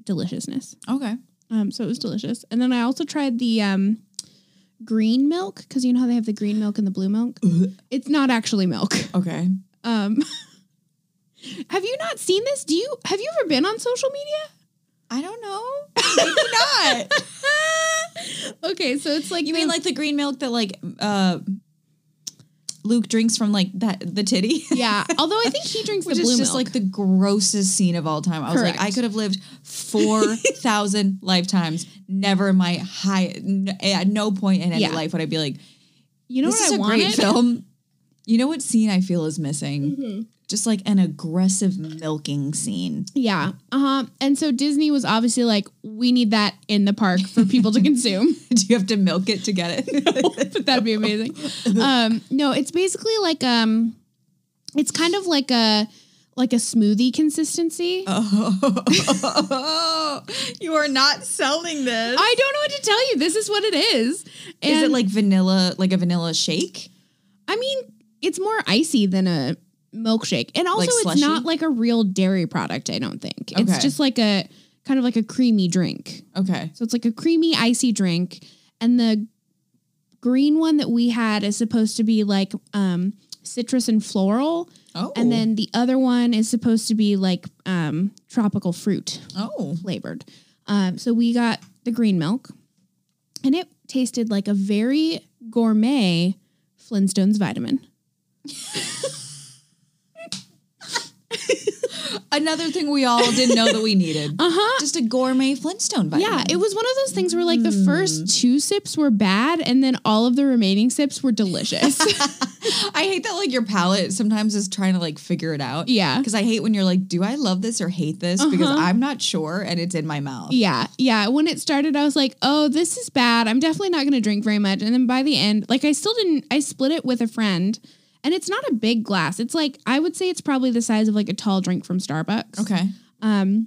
[SPEAKER 2] deliciousness.
[SPEAKER 1] Okay.
[SPEAKER 2] Um, so it was delicious. And then I also tried the um, green milk because you know how they have the green milk and the blue milk. It's not actually milk.
[SPEAKER 1] Okay.
[SPEAKER 2] Um, have you not seen this? Do you have you ever been on social media?
[SPEAKER 1] I don't know. Maybe not.
[SPEAKER 2] Okay, so it's like
[SPEAKER 1] You
[SPEAKER 2] the-
[SPEAKER 1] mean like the green milk that like uh Luke drinks from like that the titty?
[SPEAKER 2] yeah. Although I think he drinks
[SPEAKER 1] Which
[SPEAKER 2] the
[SPEAKER 1] is
[SPEAKER 2] blue
[SPEAKER 1] just
[SPEAKER 2] milk.
[SPEAKER 1] like the grossest scene of all time. I was like, I
[SPEAKER 2] Correct.
[SPEAKER 1] could have lived four thousand lifetimes. Never in my high, n- at no point in any
[SPEAKER 2] Yeah.
[SPEAKER 1] life would I be like,
[SPEAKER 2] you know
[SPEAKER 1] this
[SPEAKER 2] what
[SPEAKER 1] is
[SPEAKER 2] I
[SPEAKER 1] a
[SPEAKER 2] wanted?
[SPEAKER 1] great film. You know what scene I feel is missing?
[SPEAKER 2] Mm-hmm.
[SPEAKER 1] Just like an aggressive milking scene.
[SPEAKER 2] Yeah. Uh huh. And so Disney was obviously like, we need that in the park for people to consume.
[SPEAKER 1] Do you have to milk it to get it?
[SPEAKER 2] but that'd be amazing. Um, no, it's basically like um, it's kind of like a like a smoothie consistency.
[SPEAKER 1] oh, you are not selling this.
[SPEAKER 2] I don't know what to tell you. This is what it is. And
[SPEAKER 1] is it like vanilla, like a vanilla shake?
[SPEAKER 2] I mean, it's more icy than a milkshake, and also
[SPEAKER 1] Like
[SPEAKER 2] it's not
[SPEAKER 1] slushy?
[SPEAKER 2] like a real dairy product. I don't think
[SPEAKER 1] Okay.
[SPEAKER 2] it's just like a kind of like a creamy drink.
[SPEAKER 1] Okay.
[SPEAKER 2] So it's like a creamy, icy drink. And the green one that we had is supposed to be like um, citrus and floral.
[SPEAKER 1] Oh.
[SPEAKER 2] And then the other one is supposed to be like um, tropical fruit
[SPEAKER 1] oh,
[SPEAKER 2] flavored. Um, so we got the green milk and it tasted like a very gourmet Flintstones vitamin.
[SPEAKER 1] another thing we all didn't know that we needed.
[SPEAKER 2] Uh huh.
[SPEAKER 1] Just a gourmet Flintstone vitamin.
[SPEAKER 2] Yeah, it was one of those things where like the first two sips were bad and then all of the remaining sips were delicious.
[SPEAKER 1] I hate that like your palate sometimes is trying to like figure it out.
[SPEAKER 2] yeah.
[SPEAKER 1] Because I hate when you're like, do I love this or hate this? Because I'm not sure, and it's in my mouth.
[SPEAKER 2] Yeah, yeah. When it started, I was like, "Oh, this is bad. I'm definitely not going to drink very much." And then by the end, like I still didn't. I split it with a friend, and it's not a big glass. It's like I would say it's probably the size of like a tall drink from Starbucks.
[SPEAKER 1] Okay.
[SPEAKER 2] Um,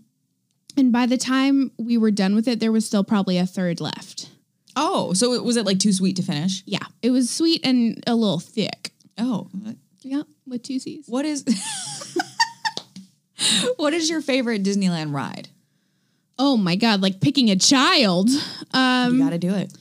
[SPEAKER 2] and by the time we were done with it, there was still probably a third left.
[SPEAKER 1] Oh, so it was it like too sweet to finish?
[SPEAKER 2] Yeah, it was sweet and a little thick.
[SPEAKER 1] Oh,
[SPEAKER 2] Yeah, with two C's.
[SPEAKER 1] what is? what is your favorite Disneyland ride?
[SPEAKER 2] Oh my god, like picking a child. Um,
[SPEAKER 1] You got to do it.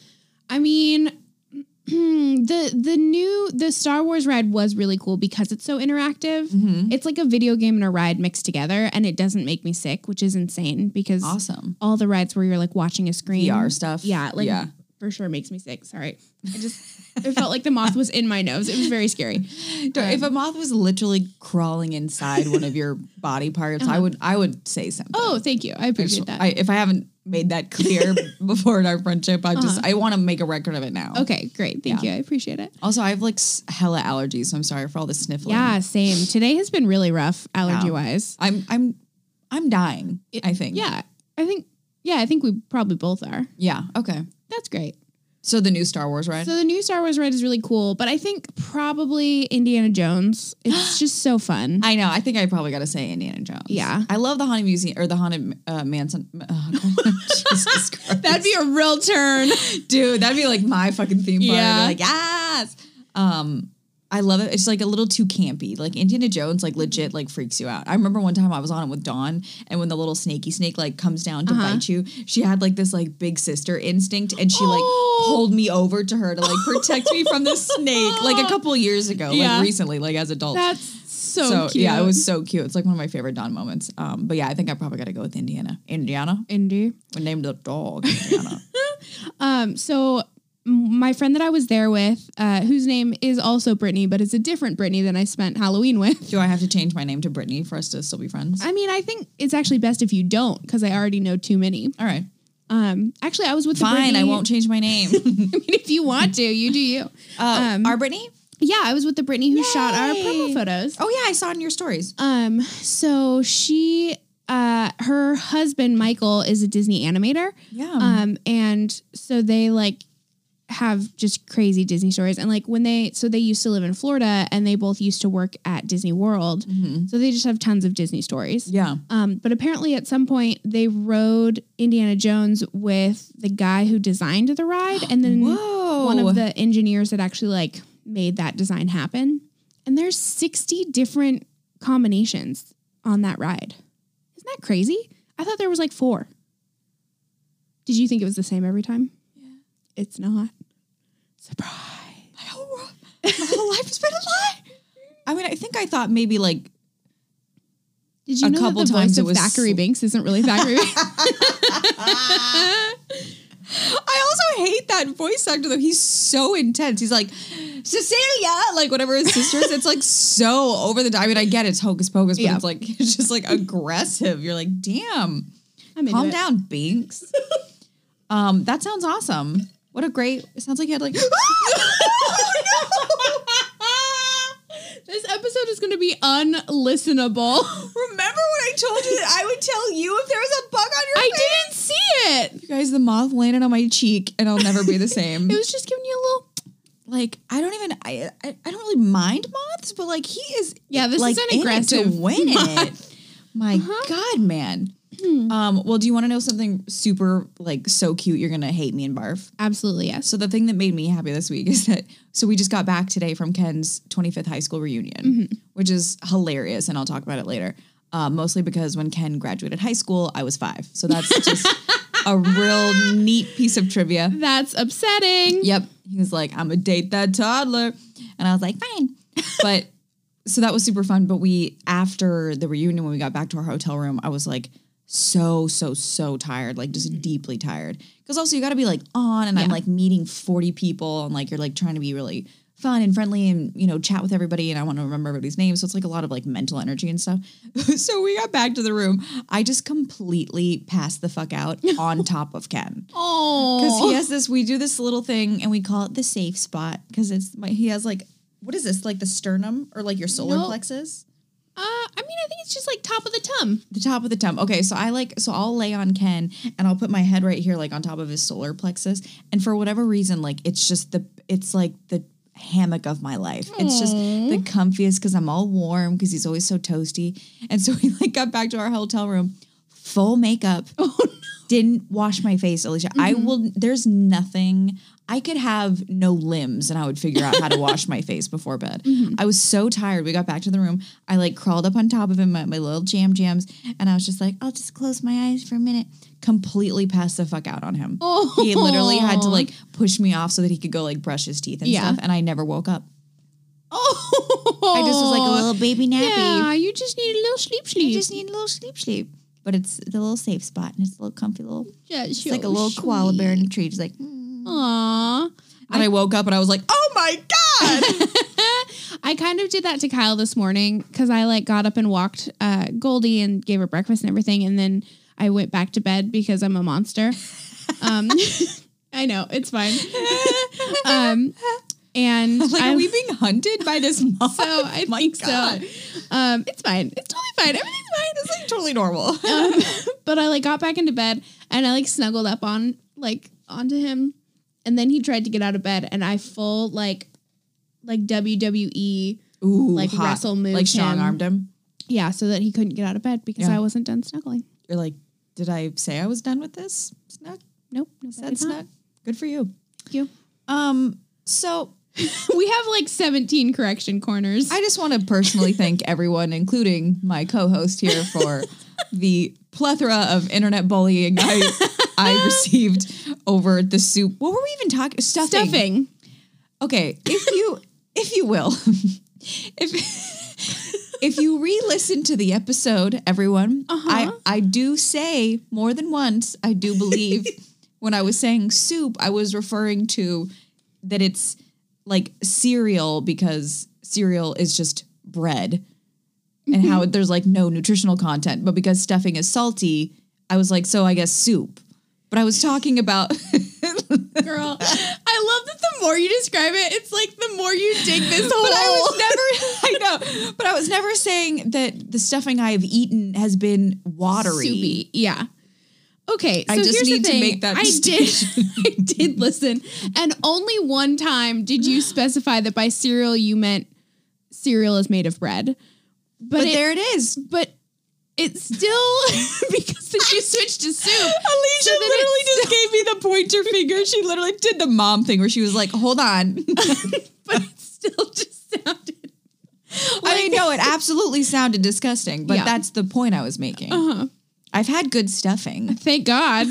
[SPEAKER 2] I mean, the the new the Star Wars ride was really cool because it's so interactive.
[SPEAKER 1] Mm-hmm.
[SPEAKER 2] It's like a video game and a ride mixed together, and it doesn't make me sick, which is insane because
[SPEAKER 1] Awesome.
[SPEAKER 2] all the rides where you're like watching a screen,
[SPEAKER 1] VR stuff.
[SPEAKER 2] yeah, like
[SPEAKER 1] Yeah.
[SPEAKER 2] for sure makes me sick. Sorry, I just it felt like the moth was in my nose. It was very scary.
[SPEAKER 1] Dude, if a moth was literally crawling inside one of your body parts, I would I would say something.
[SPEAKER 2] Oh, thank you, I appreciate that.
[SPEAKER 1] I, if I haven't made that clear before in our friendship, I just I want to make a record of it now.
[SPEAKER 2] Uh-huh. okay, great, thank you, I appreciate it.
[SPEAKER 1] Also, I have like s- hella allergies, so I'm sorry for all the sniffling.
[SPEAKER 2] Yeah, same. Today has been really rough allergy wise.
[SPEAKER 1] I'm I'm I'm dying. I think.
[SPEAKER 2] Yeah, I think yeah, I think we probably both are.
[SPEAKER 1] Yeah. Okay.
[SPEAKER 2] That's great.
[SPEAKER 1] So the new Star Wars ride.
[SPEAKER 2] So the new Star Wars ride is really cool, but I think probably Indiana Jones. It's just so fun.
[SPEAKER 1] I know. I think I probably got to say Indiana Jones.
[SPEAKER 2] Yeah.
[SPEAKER 1] I love the haunted museum or the haunted uh, mansion. Uh, Jesus Christ.
[SPEAKER 2] That'd be a real turn.
[SPEAKER 1] dude that'd be like my fucking theme park
[SPEAKER 2] Yeah.
[SPEAKER 1] yeah. like yes um i love it it's like a little too campy like indiana jones like legit like freaks you out i remember one time i was on it with dawn and when the little snaky snake like comes down to
[SPEAKER 2] Uh-huh.
[SPEAKER 1] bite you she had like this like big sister instinct and she
[SPEAKER 2] Oh.
[SPEAKER 1] like pulled me over to her to like protect me from the snake like a couple years ago
[SPEAKER 2] Yeah.
[SPEAKER 1] like recently like as adults
[SPEAKER 2] That's so,
[SPEAKER 1] so
[SPEAKER 2] cute.
[SPEAKER 1] yeah it was so cute it's like one of my favorite dawn moments um but yeah i think i probably gotta go with indiana indiana
[SPEAKER 2] Indy.
[SPEAKER 1] we named the dog indiana
[SPEAKER 2] Um, so m- my friend that I was there with, uh, whose name is also Brittany, but it's a different Brittany than I spent Halloween with.
[SPEAKER 1] Do I have to change my name to Brittany for us to still be friends?
[SPEAKER 2] I mean, I think it's actually best if you don't, because I already know too many.
[SPEAKER 1] All right.
[SPEAKER 2] Um, actually, I was with the
[SPEAKER 1] Fine,
[SPEAKER 2] Brittany-
[SPEAKER 1] I won't change my name.
[SPEAKER 2] I mean, if you want to, you do you.
[SPEAKER 1] Uh,
[SPEAKER 2] Um,
[SPEAKER 1] our Brittany?
[SPEAKER 2] Yeah, I was with the Brittany who shot our promo
[SPEAKER 1] Yay.
[SPEAKER 2] photos.
[SPEAKER 1] Oh, yeah, I saw it in your stories.
[SPEAKER 2] Um, so she uh her
[SPEAKER 1] Hmm.
[SPEAKER 2] husband Michael is a Disney animator.
[SPEAKER 1] Yeah.
[SPEAKER 2] Um, and so they like have just crazy Disney stories. And like when they, so they used to live in Florida and they both used to work at Disney World. So they just have tons of Disney stories.
[SPEAKER 1] Mm-hmm. Yeah.
[SPEAKER 2] Um, but apparently, at some point, they rode Indiana Jones with the guy who designed the ride, and then
[SPEAKER 1] Whoa.
[SPEAKER 2] one of the engineers that actually like made that design happen. And there's 60 different combinations on that ride. Isn't that crazy? I thought there was like four. Did you think it was the same every time? Yeah. It's not. Surprise.
[SPEAKER 1] My whole, ro- my whole life has been a lie. I mean, I think I thought maybe like
[SPEAKER 2] Did you
[SPEAKER 1] A
[SPEAKER 2] know
[SPEAKER 1] couple
[SPEAKER 2] that the
[SPEAKER 1] times
[SPEAKER 2] voice
[SPEAKER 1] it
[SPEAKER 2] of
[SPEAKER 1] was
[SPEAKER 2] Thackeray
[SPEAKER 1] sl-
[SPEAKER 2] Binks isn't really Thackeray Binks?
[SPEAKER 1] I also hate that voice actor though. He's so intense. He's like Cecilia, like whatever his sisters. It's like so over the. I mean, I get it's hocus pocus, but
[SPEAKER 2] Yeah.
[SPEAKER 1] it's like it's just like aggressive. You're like, damn,
[SPEAKER 2] I'm into
[SPEAKER 1] calm
[SPEAKER 2] it.
[SPEAKER 1] down, Binks. um, that sounds awesome. What a great. It sounds like you had like.
[SPEAKER 2] Oh, This episode is going to be unlistenable.
[SPEAKER 1] Remember when I told you that I would tell you if there was a bug on your
[SPEAKER 2] I didn't see it.
[SPEAKER 1] You guys, the moth landed on my cheek, and I'll never be the same.
[SPEAKER 2] It was just giving you a little.
[SPEAKER 1] like I don't even I, I I don't really mind moths, but like he is
[SPEAKER 2] Yeah, this is
[SPEAKER 1] like,
[SPEAKER 2] an
[SPEAKER 1] in it
[SPEAKER 2] aggressive
[SPEAKER 1] to win
[SPEAKER 2] moth. Uh-huh. Hmm.
[SPEAKER 1] it. My God, man. Um, well, do you want to know something super like so cute? You're gonna hate me and barf.
[SPEAKER 2] Absolutely yes.
[SPEAKER 1] So the thing that made me happy this week is that so we just got back today from Ken's 25th high school reunion, which is hilarious, and I'll talk about it later. Uh, mostly because when Ken graduated high school, I was five, so that's just a real neat piece of trivia.
[SPEAKER 2] That's upsetting.
[SPEAKER 1] Yep. He was like, I'm going to date that toddler. And I was like, fine. But so that was super fun. But we, after the reunion, when we got back to our hotel room, I was like, so, so, so tired, like just deeply tired. Because also you got to be like on, and I'm
[SPEAKER 2] Yeah.
[SPEAKER 1] like meeting 40 people, and like you're like trying to be really fun and friendly and, you know, chat with everybody. And I want to remember everybody's names. So it's like a lot of like mental energy and stuff. so we got back to the room. I just completely passed the fuck out on top of Ken. Because
[SPEAKER 2] Oh.
[SPEAKER 1] he has this, we do this little thing and we call it the safe spot because it's my, he has like, what is this? Like the sternum or like your solar
[SPEAKER 2] No.
[SPEAKER 1] plexus?
[SPEAKER 2] Uh, I mean, I think it's just like top of the tum.
[SPEAKER 1] The top of the tum. Okay, so I like, so I'll lay on Ken and I'll put my head right here, like on top of his solar plexus. And for whatever reason, like it's just the, it's like the hammock of my life. It's just the comfiest because I'm all warm because he's always so toasty. And so we like got back to our hotel room, full makeup.
[SPEAKER 2] Oh,
[SPEAKER 1] didn't wash my face, Alicia. I
[SPEAKER 2] Mm-hmm.
[SPEAKER 1] will. There's nothing. I could have no limbs, and I would figure out how to wash my face before bed.
[SPEAKER 2] Mm-hmm.
[SPEAKER 1] I was so tired. We got back to the room. I like crawled up on top of him, my, my little jam jams, and I was just like, I'll just close my eyes for a minute. Completely passed the fuck out on him.
[SPEAKER 2] Oh.
[SPEAKER 1] He literally had to like push me off so that he could go like brush his teeth and
[SPEAKER 2] Yeah.
[SPEAKER 1] stuff, and I never woke up.
[SPEAKER 2] Oh.
[SPEAKER 1] I just was like a little baby nappy.
[SPEAKER 2] Yeah, you just need a little sleep,
[SPEAKER 1] I
[SPEAKER 2] sleep.
[SPEAKER 1] just need a little sleep, sleep. But it's the little safe spot, and it's a little comfy little.
[SPEAKER 2] Yeah,
[SPEAKER 1] It's like a little koala bear in a tree, just like. "Mm."
[SPEAKER 2] Aww.
[SPEAKER 1] And I woke up and I was like, oh my God.
[SPEAKER 2] I kind of did that to Kyle this morning because I like got up and walked uh, Goldie and gave her breakfast and everything, and then I went back to bed because I'm a monster. Um, I know it's fine. Um, and
[SPEAKER 1] like,
[SPEAKER 2] I-
[SPEAKER 1] are we being hunted by this moth?
[SPEAKER 2] so I
[SPEAKER 1] My
[SPEAKER 2] think
[SPEAKER 1] God.
[SPEAKER 2] so. Um, it's fine. It's totally fine. Everything's fine.
[SPEAKER 1] It's like totally normal.
[SPEAKER 2] but I like got back into bed and I like snuggled up on like onto him, and then he tried to get out of bed, and I full like like WWE
[SPEAKER 1] Ooh,
[SPEAKER 2] like Russell moved
[SPEAKER 1] Like strong
[SPEAKER 2] him.
[SPEAKER 1] armed him.
[SPEAKER 2] yeah, so that he couldn't get out of bed because
[SPEAKER 1] Yeah.
[SPEAKER 2] I wasn't done snuggling.
[SPEAKER 1] You're like, did I say I was done with this? Snug?
[SPEAKER 2] Nope, no,
[SPEAKER 1] Is that snug? Good for you.
[SPEAKER 2] Thank you.
[SPEAKER 1] Um, so
[SPEAKER 2] We have like 17 correction corners.
[SPEAKER 1] I just want to personally thank everyone, including my co-host here, for the plethora of internet bullying I I received over the soup. What were we even talking? Stuffing.
[SPEAKER 2] Stuffing.
[SPEAKER 1] Okay, if you if you will, if if you re-listen to the episode, everyone,
[SPEAKER 2] Uh-huh.
[SPEAKER 1] I I do say more than once. I do believe when I was saying soup, I was referring to that it's like cereal because cereal is just bread, and how there's like no nutritional content. But because stuffing is salty, I was like, so I guess soup. But I was talking about.
[SPEAKER 2] Girl, I love that the more you describe it, it's like the more you dig this
[SPEAKER 1] But I
[SPEAKER 2] hole.
[SPEAKER 1] was never, I know, but I was never saying that the stuffing I have eaten has been watery.
[SPEAKER 2] Soupy. Yeah. Okay, so
[SPEAKER 1] I just
[SPEAKER 2] here's
[SPEAKER 1] need
[SPEAKER 2] the
[SPEAKER 1] to
[SPEAKER 2] thing.
[SPEAKER 1] make that
[SPEAKER 2] I did. I did listen, and only one time did you specify that by cereal you meant cereal is made of bread. But,
[SPEAKER 1] But
[SPEAKER 2] it,
[SPEAKER 1] there it is.
[SPEAKER 2] but it's still because then you switched to soup.
[SPEAKER 1] Alicia
[SPEAKER 2] then
[SPEAKER 1] literally just gave me the pointer finger. She literally did the mom thing where she was like, "Hold on."
[SPEAKER 2] but it still just sounded.
[SPEAKER 1] I mean, no, it absolutely sounded disgusting, but
[SPEAKER 2] Yeah.
[SPEAKER 1] that's the point I was making.
[SPEAKER 2] Uh-huh.
[SPEAKER 1] I've had good stuffing,
[SPEAKER 2] Thank God.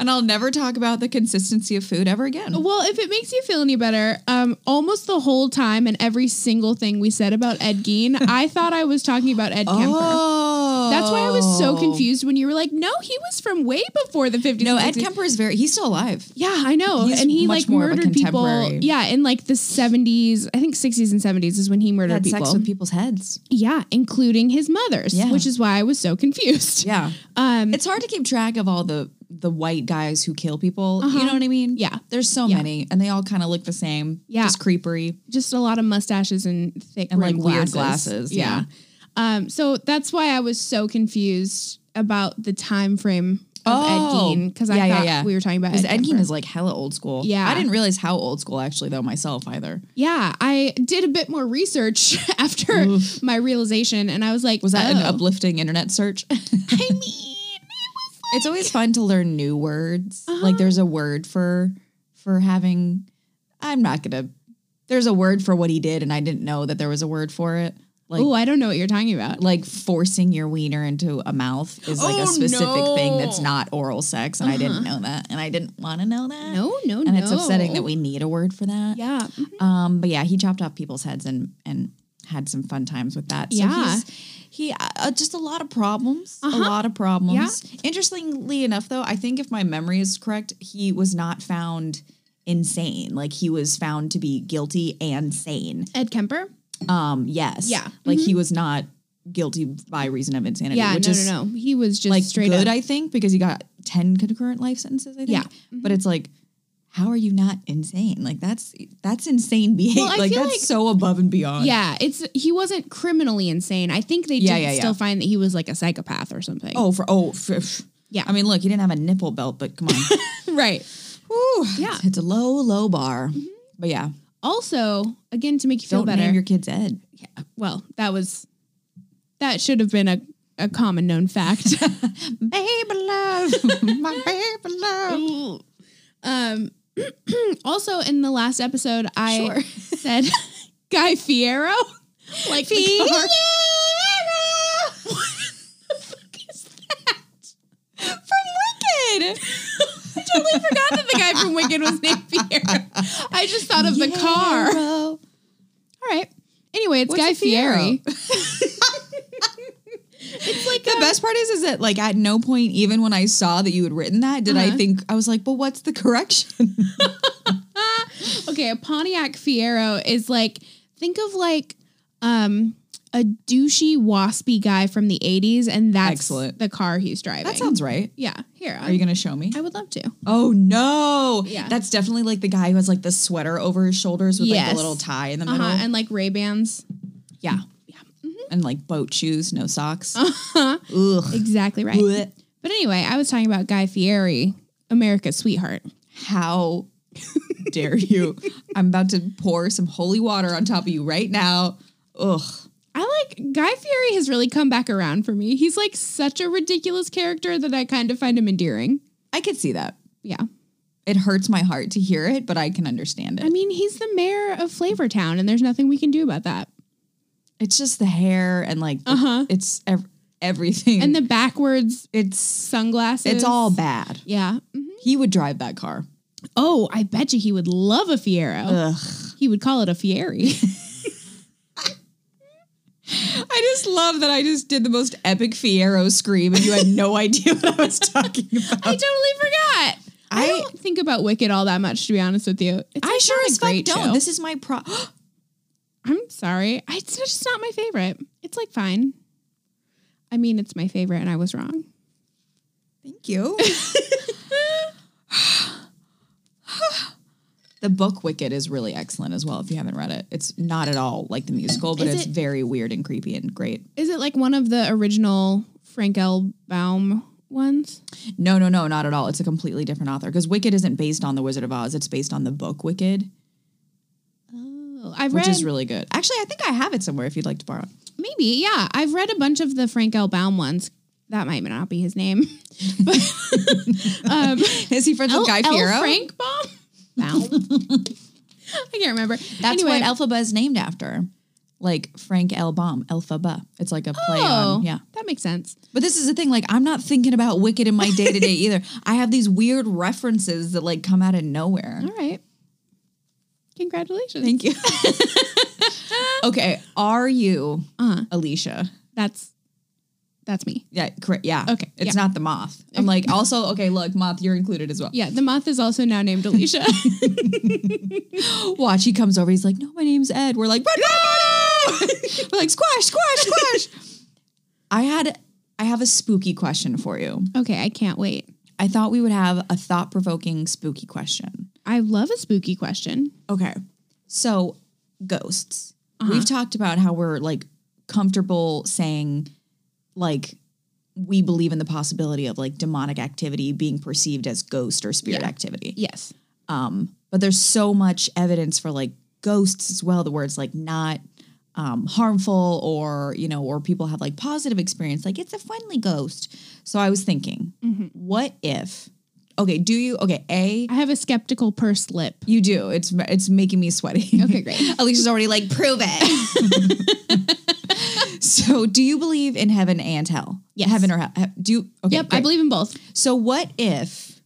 [SPEAKER 1] and I'll never talk about the consistency of food ever again.
[SPEAKER 2] well, if it makes you feel any better, um, almost the whole time and every single thing we said about Ed Gein, I thought I was talking about Ed Kemper.
[SPEAKER 1] Oh,
[SPEAKER 2] That's why I was so confused when you were like, "No, he was from way before the 50s."
[SPEAKER 1] No,
[SPEAKER 2] and
[SPEAKER 1] Ed
[SPEAKER 2] 60s."
[SPEAKER 1] Kemper is very. He's still alive.
[SPEAKER 2] Yeah, I know.
[SPEAKER 1] He's
[SPEAKER 2] and he
[SPEAKER 1] much
[SPEAKER 2] like
[SPEAKER 1] more of a
[SPEAKER 2] murdered people.
[SPEAKER 1] contemporary.
[SPEAKER 2] Yeah, in like the 70s, I think 60s and 70s is when he murdered
[SPEAKER 1] Had
[SPEAKER 2] people.
[SPEAKER 1] sex with people's heads.
[SPEAKER 2] yeah, including his mother's,
[SPEAKER 1] Yeah.
[SPEAKER 2] which is why I was so confused.
[SPEAKER 1] Yeah,
[SPEAKER 2] Um
[SPEAKER 1] it's hard to keep track of all the the white guys who kill people. You know what I mean?
[SPEAKER 2] Yeah.
[SPEAKER 1] there's so many, and they all kind of look the same.
[SPEAKER 2] Yeah.
[SPEAKER 1] just creepery.
[SPEAKER 2] just a lot of mustaches and thick
[SPEAKER 1] And,
[SPEAKER 2] rimmed
[SPEAKER 1] like, weird glasses,
[SPEAKER 2] Yeah. Um, so that's why I was so confused about the time frame of
[SPEAKER 1] Oh.
[SPEAKER 2] Ed Gein because I
[SPEAKER 1] Yeah, yeah,
[SPEAKER 2] thought
[SPEAKER 1] yeah.
[SPEAKER 2] we were talking about
[SPEAKER 1] Because
[SPEAKER 2] Ed,
[SPEAKER 1] Ed Gein
[SPEAKER 2] Kemper.
[SPEAKER 1] is like hella old school.
[SPEAKER 2] Yeah.
[SPEAKER 1] I didn't realize how old school actually though myself either.
[SPEAKER 2] yeah, I did a bit more research after my realization, and I was like,
[SPEAKER 1] Was that an
[SPEAKER 2] oh.
[SPEAKER 1] uplifting internet search?
[SPEAKER 2] I mean,
[SPEAKER 1] it's always fun to learn new words. Like there's a word for for having I'm not gonna there's a word for what he did and I didn't know that there was a word for it. Like
[SPEAKER 2] oh, I don't know what you're talking about.
[SPEAKER 1] like forcing your wiener into a mouth is like
[SPEAKER 2] Oh,
[SPEAKER 1] a specific thing that's
[SPEAKER 2] no. Uh-huh.
[SPEAKER 1] not oral sex and I didn't know that and I didn't want to know that.
[SPEAKER 2] No, no, no.
[SPEAKER 1] And it's upsetting that we need a word for that.
[SPEAKER 2] Yeah.
[SPEAKER 1] Um, but yeah, he chopped off people's heads and and had some fun times with that. So
[SPEAKER 2] Yeah. Uh-huh.
[SPEAKER 1] he's, he uh, just a lot of problems, a lot of problems. Interestingly enough, though, I think if my memory is correct, he was not found insane. Like he was found to be guilty and sane.
[SPEAKER 2] Ed Kemper.
[SPEAKER 1] Um, yes,
[SPEAKER 2] Yeah. Mm-hmm.
[SPEAKER 1] like he was not guilty by reason of insanity.
[SPEAKER 2] Yeah.
[SPEAKER 1] which
[SPEAKER 2] no,
[SPEAKER 1] is
[SPEAKER 2] no, no. He was just
[SPEAKER 1] like
[SPEAKER 2] straight
[SPEAKER 1] good,
[SPEAKER 2] up.
[SPEAKER 1] I think, because he got ten concurrent life sentences. I think.
[SPEAKER 2] Yeah.
[SPEAKER 1] but it's like, how are you not insane? Like that's that's insane behavior.
[SPEAKER 2] I
[SPEAKER 1] like
[SPEAKER 2] feel
[SPEAKER 1] that's
[SPEAKER 2] like-
[SPEAKER 1] so above and beyond.
[SPEAKER 2] Mm-hmm. yeah, it's he wasn't criminally insane. I think they
[SPEAKER 1] Yeah,
[SPEAKER 2] did
[SPEAKER 1] yeah, yeah.
[SPEAKER 2] still find that he was like a psychopath or something.
[SPEAKER 1] Oh, for oh, for,
[SPEAKER 2] Yeah.
[SPEAKER 1] I mean, look, he didn't have a nipple belt, but come on.
[SPEAKER 2] right.
[SPEAKER 1] Whew,
[SPEAKER 2] Yeah.
[SPEAKER 1] it's a low, low bar. But yeah,
[SPEAKER 2] Also, again to make you feel
[SPEAKER 1] don't
[SPEAKER 2] better.
[SPEAKER 1] name your kids Ed.
[SPEAKER 2] well, that was that should have been a, a common known fact.
[SPEAKER 1] Baby love, my baby love.
[SPEAKER 2] um also in the last episode I
[SPEAKER 1] Sure.
[SPEAKER 2] said Guy Fiero. Like the car.
[SPEAKER 1] From Wicked.
[SPEAKER 2] I totally forgot that the guy from Wicked was named Fiero. I just thought of the car. All
[SPEAKER 1] Yarrow.
[SPEAKER 2] right. Anyway, it's
[SPEAKER 1] What's
[SPEAKER 2] Guy
[SPEAKER 1] a Fiero?
[SPEAKER 2] Fieri. it's like
[SPEAKER 1] The
[SPEAKER 2] a-
[SPEAKER 1] best part is, is that like at no point, even when I saw that you had written that, did I
[SPEAKER 2] Uh-huh.
[SPEAKER 1] think I was like, "But what's the correction?"
[SPEAKER 2] Okay, a Pontiac Fiero is like think of like um a douchey waspy guy from the 80s and that's
[SPEAKER 1] Excellent.
[SPEAKER 2] the car he's driving.
[SPEAKER 1] that sounds right.
[SPEAKER 2] Yeah, here.
[SPEAKER 1] Are you gonna show me?
[SPEAKER 2] I would love to.
[SPEAKER 1] Oh no!
[SPEAKER 2] Yeah.
[SPEAKER 1] that's definitely like the guy who has like the sweater over his shoulders with like
[SPEAKER 2] Yes.
[SPEAKER 1] the little tie in the
[SPEAKER 2] Uh-huh,
[SPEAKER 1] middle.
[SPEAKER 2] and like Ray-Bans.
[SPEAKER 1] yeah, Mm-hmm.
[SPEAKER 2] Yeah. Mm-hmm.
[SPEAKER 1] and like boat shoes, no socks.
[SPEAKER 2] Uh-huh.
[SPEAKER 1] Ugh.
[SPEAKER 2] Exactly right.
[SPEAKER 1] Blech.
[SPEAKER 2] But anyway, I was talking about Guy Fieri, America's sweetheart.
[SPEAKER 1] How dare you? I'm about to pour some holy water on top of you right now. Ugh.
[SPEAKER 2] I like Guy Fieri has really come back around for me. He's like such a ridiculous character that I kind of find him endearing.
[SPEAKER 1] I could see that.
[SPEAKER 2] Yeah.
[SPEAKER 1] It hurts my heart to hear it, but I can understand
[SPEAKER 2] I
[SPEAKER 1] it.
[SPEAKER 2] mean, he's the mayor of Flavortown and there's nothing we can do about that.
[SPEAKER 1] It's just the hair and like the-
[SPEAKER 2] Uh-huh.
[SPEAKER 1] it's ev- everything.
[SPEAKER 2] And the backwards
[SPEAKER 1] it's
[SPEAKER 2] sunglasses.
[SPEAKER 1] it's all bad.
[SPEAKER 2] Yeah. Mhm.
[SPEAKER 1] He would drive that car.
[SPEAKER 2] Oh, I bet you he would love a Fiero.
[SPEAKER 1] Ugh.
[SPEAKER 2] He would call it a Fieri.
[SPEAKER 1] I just love that I just did the most epic Fiero scream and you had no idea what I was talking about.
[SPEAKER 2] I totally forgot. I,
[SPEAKER 1] I-
[SPEAKER 2] don't think about Wicked all that much, to be honest with you. It's
[SPEAKER 1] I
[SPEAKER 2] like
[SPEAKER 1] sure
[SPEAKER 2] not a
[SPEAKER 1] as fuck
[SPEAKER 2] great show.
[SPEAKER 1] don't. This is my pro.
[SPEAKER 2] I'm sorry. I- It's just not my favorite. It's like fine. I mean, it's my favorite, and I was wrong.
[SPEAKER 1] Thank you. the book Wicked is really excellent as well if you haven't read it. It's not at all like the musical, but
[SPEAKER 2] Is
[SPEAKER 1] it's
[SPEAKER 2] it-
[SPEAKER 1] very weird and creepy and great.
[SPEAKER 2] Is it like one of the original Frank L. Baum ones?
[SPEAKER 1] No, no, no, not at all. It's a completely different author because Wicked isn't based on The Wizard of Oz. It's based on the book Wicked,
[SPEAKER 2] Oh, I've
[SPEAKER 1] which
[SPEAKER 2] read
[SPEAKER 1] is really good. Actually, I think I have it somewhere if you'd like to borrow it.
[SPEAKER 2] maybe. Yeah, I've read a bunch of the Frank L. Baum ones. That might not be his name. But, um,
[SPEAKER 1] Is he friends
[SPEAKER 2] L-
[SPEAKER 1] with Guy
[SPEAKER 2] L.
[SPEAKER 1] Fiero?
[SPEAKER 2] Frank Baum. Baum. I can't remember.
[SPEAKER 1] That's
[SPEAKER 2] anyway,
[SPEAKER 1] what Elphaba is named after. Like Frank L. Baum, Elphaba. It's like a play
[SPEAKER 2] Oh,
[SPEAKER 1] on, yeah.
[SPEAKER 2] that makes sense.
[SPEAKER 1] But this is the thing, like I'm not thinking about Wicked in my day to day either. I have these weird references that like come out of nowhere.
[SPEAKER 2] All right. Congratulations.
[SPEAKER 1] Thank you. okay, are you
[SPEAKER 2] Uh-huh.
[SPEAKER 1] Alicia?
[SPEAKER 2] That's that's me.
[SPEAKER 1] Yeah, correct. Yeah.
[SPEAKER 2] Okay,
[SPEAKER 1] It's
[SPEAKER 2] yeah.
[SPEAKER 1] not the moth. I'm like, also, okay, look, moth, you're included as well.
[SPEAKER 2] Yeah, the moth is also now named Alicia.
[SPEAKER 1] Watch, he comes over. He's like, no, my name's Ed. We're like, "Red Mono!" we're like, squash, squash, squash. I had, I have a spooky question for you.
[SPEAKER 2] okay, I can't wait.
[SPEAKER 1] I thought we would have a thought provoking, spooky question.
[SPEAKER 2] I love a spooky question.
[SPEAKER 1] Okay. Uh-huh. So, ghosts. We've talked about how we're like comfortable saying, like, we believe in the possibility of like demonic activity being perceived as ghost or spirit
[SPEAKER 2] Yeah.
[SPEAKER 1] activity.
[SPEAKER 2] Yes.
[SPEAKER 1] Um, but there's so much evidence for like ghosts as well, the words like not um, harmful or, you know, or people have like positive experience, like it's a friendly ghost. So I was thinking,
[SPEAKER 2] Mm-hmm.
[SPEAKER 1] what if, okay, do you, okay, A,
[SPEAKER 2] I have a skeptical purse lip.
[SPEAKER 1] you do. It's it's making me sweaty.
[SPEAKER 2] Okay, great.
[SPEAKER 1] Alicia's already like, prove it. so, do you believe in heaven and hell?
[SPEAKER 2] Yes.
[SPEAKER 1] Heaven or hell? He- Do you? Okay,
[SPEAKER 2] yep, I
[SPEAKER 1] great.
[SPEAKER 2] believe in both.
[SPEAKER 1] So, what if,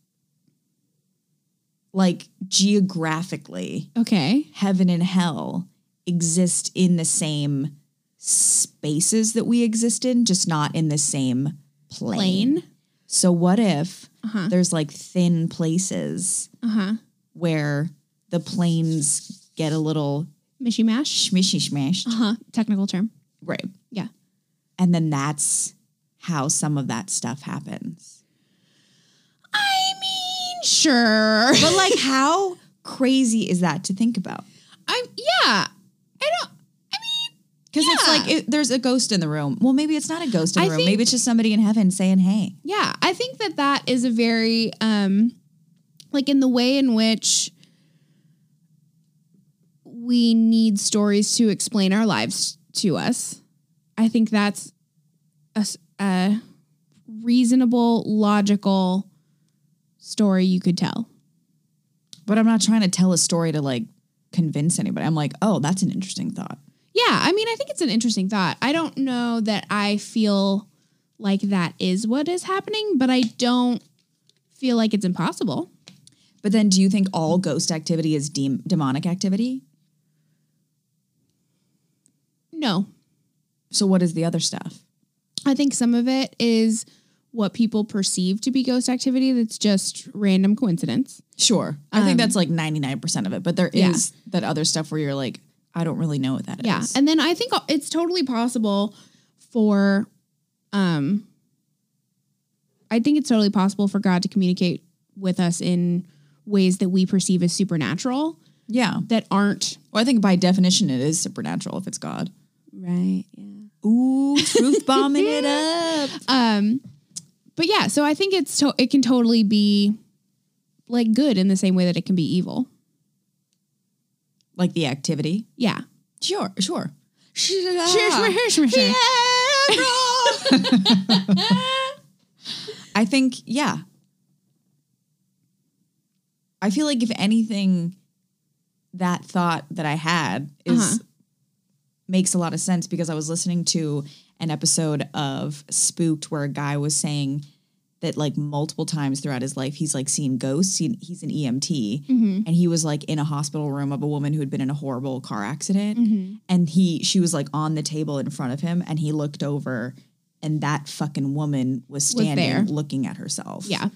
[SPEAKER 1] like, geographically,
[SPEAKER 2] Okay.
[SPEAKER 1] heaven and hell exist in the same spaces that we exist in, just not in the same plane?
[SPEAKER 2] Plain.
[SPEAKER 1] So, what if
[SPEAKER 2] Uh-huh.
[SPEAKER 1] there's like thin places?
[SPEAKER 2] Uh-huh.
[SPEAKER 1] where the planes get a little
[SPEAKER 2] Mishy mash.
[SPEAKER 1] smishy smashed.
[SPEAKER 2] Uh-huh. Technical term.
[SPEAKER 1] Right.
[SPEAKER 2] Yeah.
[SPEAKER 1] And then that's how some of that stuff happens.
[SPEAKER 2] I mean, sure.
[SPEAKER 1] But like how crazy is that to think about?
[SPEAKER 2] I yeah. I don't I mean,
[SPEAKER 1] Because it's
[SPEAKER 2] Yeah.
[SPEAKER 1] like it, there's a ghost in the room. Well, maybe it's not a ghost in the
[SPEAKER 2] I
[SPEAKER 1] room.
[SPEAKER 2] think-
[SPEAKER 1] maybe it's just somebody in heaven saying, "Hey."
[SPEAKER 2] yeah, I think that that is a very um like in the way in which we need stories to explain our lives to us. I think that's a, s- a reasonable, logical story you could tell.
[SPEAKER 1] But I'm not trying to tell a story to like convince anybody. I'm like, "Oh, that's an interesting thought."
[SPEAKER 2] Yeah, I mean, I think it's an interesting thought. I don't know that I feel like that is what is happening, but I don't feel like it's impossible.
[SPEAKER 1] But then do you think all ghost activity is dem- demonic activity?
[SPEAKER 2] No,
[SPEAKER 1] So what is the other stuff?
[SPEAKER 2] I think some of it is what people perceive to be ghost activity that's just random coincidence.
[SPEAKER 1] Sure. I think that's like 99% of it, but there is
[SPEAKER 2] Yeah.
[SPEAKER 1] that other stuff where you're like, I don't really know what that is.
[SPEAKER 2] Yeah. And then I think it's totally possible for um I think it's totally possible for God to communicate with us in ways that we perceive as supernatural
[SPEAKER 1] yeah.
[SPEAKER 2] that aren't
[SPEAKER 1] Well, I think by definition, it is supernatural if it's God.
[SPEAKER 2] right. Yeah.
[SPEAKER 1] Ooh, truth bombing it up.
[SPEAKER 2] Um, but yeah, so I think it's to- it can totally be like good in the same way that it can be evil.
[SPEAKER 1] Like the activity.
[SPEAKER 2] Yeah.
[SPEAKER 1] Sure, sure.
[SPEAKER 2] Ah. Yeah.
[SPEAKER 1] I think, yeah. I feel like if anything, that thought that I had is
[SPEAKER 2] Uh-huh.
[SPEAKER 1] makes a lot of sense because I was listening to an episode of Spooked where a guy was saying that like multiple times throughout his life he's like seen ghosts. He, he's an EMT,
[SPEAKER 2] Mm-hmm.
[SPEAKER 1] and he was like in a hospital room of a woman who had been in a horrible car accident,
[SPEAKER 2] Mm-hmm.
[SPEAKER 1] and he she was like on the table in front of him, and he looked over, and that fucking woman was
[SPEAKER 2] Was
[SPEAKER 1] standing
[SPEAKER 2] there.
[SPEAKER 1] looking at herself.
[SPEAKER 2] Yeah.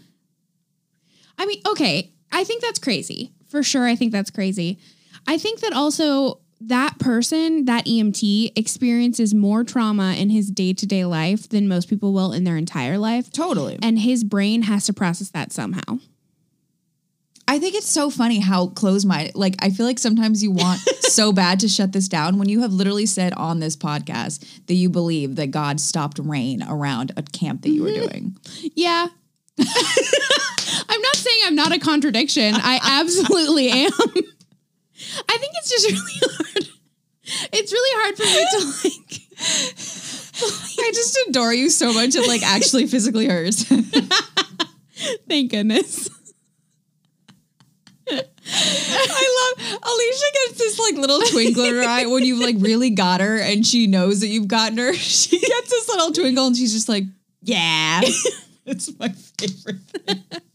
[SPEAKER 2] I mean, okay, I think that's crazy. For sure, I think that's crazy. I think that also that person, that EMT, experiences more trauma in his day to day life than most people will in their entire life.
[SPEAKER 1] totally.
[SPEAKER 2] And his brain has to process that somehow.
[SPEAKER 1] I think it's so funny how close minded. Like, I feel like sometimes you want so bad to shut this down when you have literally said on this podcast that you believe that God stopped rain around a camp that you were doing.
[SPEAKER 2] Yeah. I'm not saying I'm not a contradiction. I absolutely am. I think it's just really hard. It's really hard for me to like
[SPEAKER 1] I just adore you so much. It like actually physically hurts.
[SPEAKER 2] Thank goodness.
[SPEAKER 1] I love Alicia gets this like little twinkle in her eye when you've like really got her and she knows that you've gotten her. She gets this little twinkle and she's just like, yeah. it's my favorite.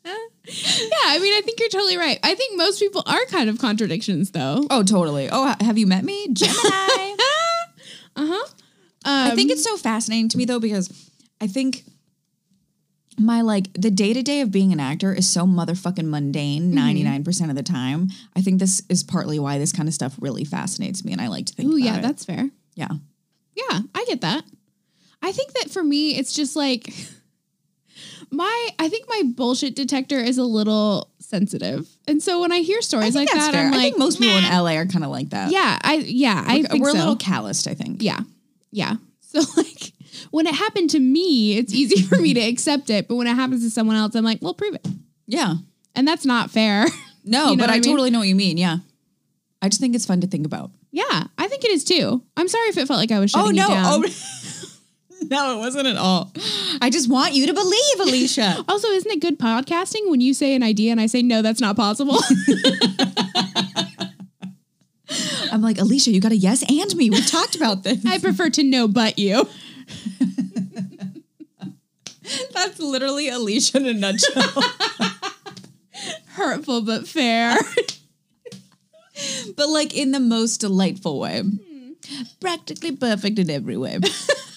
[SPEAKER 2] Yeah, I mean, I think you're totally right. I think most people are kind of contradictions, though.
[SPEAKER 1] Oh, totally. Oh, ha- have you met me? Gemini. I
[SPEAKER 2] Um,
[SPEAKER 1] think it's so fascinating to me though because I think my like the day to day of being an actor is so motherfucking mundane 99% of the time. I think this is partly why this kind of stuff really fascinates me and I like to think
[SPEAKER 2] Oh,
[SPEAKER 1] about
[SPEAKER 2] yeah,
[SPEAKER 1] it.
[SPEAKER 2] that's fair.
[SPEAKER 1] yeah.
[SPEAKER 2] Yeah, I get that. I think that for me, it's just like my. I think my bullshit detector is a little sensitive, and so when I hear stories
[SPEAKER 1] I
[SPEAKER 2] like
[SPEAKER 1] think that's
[SPEAKER 2] that,
[SPEAKER 1] fair.
[SPEAKER 2] I'm like,
[SPEAKER 1] I think most people in
[SPEAKER 2] "Nah."
[SPEAKER 1] LA are kind of like that.
[SPEAKER 2] Yeah, I yeah, I think
[SPEAKER 1] we're
[SPEAKER 2] so.
[SPEAKER 1] a little calloused, I think.
[SPEAKER 2] Yeah, yeah. So like when it happened to me, it's easy for me to accept it, but when it happens to someone else, I'm like, well, prove it,
[SPEAKER 1] Yeah.
[SPEAKER 2] and that's not fair.
[SPEAKER 1] No,
[SPEAKER 2] You know
[SPEAKER 1] but
[SPEAKER 2] what
[SPEAKER 1] I,
[SPEAKER 2] I mean?
[SPEAKER 1] totally know what you mean. Yeah. I just think it's fun to think about.
[SPEAKER 2] yeah, I think it is too. I'm sorry if it felt like I was
[SPEAKER 1] Oh,
[SPEAKER 2] shutting you down.
[SPEAKER 1] no, it wasn't at all. I just want you to believe, Alicia.
[SPEAKER 2] Also, isn't it good podcasting when you say an idea and I say no, that's not possible?
[SPEAKER 1] I'm like, Alicia, you got a yes and me. We talked about this.
[SPEAKER 2] I prefer to know but you.
[SPEAKER 1] That's literally Alicia in a nutshell.
[SPEAKER 2] Hurtful but fair.
[SPEAKER 1] but like in the most delightful way. Hmm. Practically perfect in every way.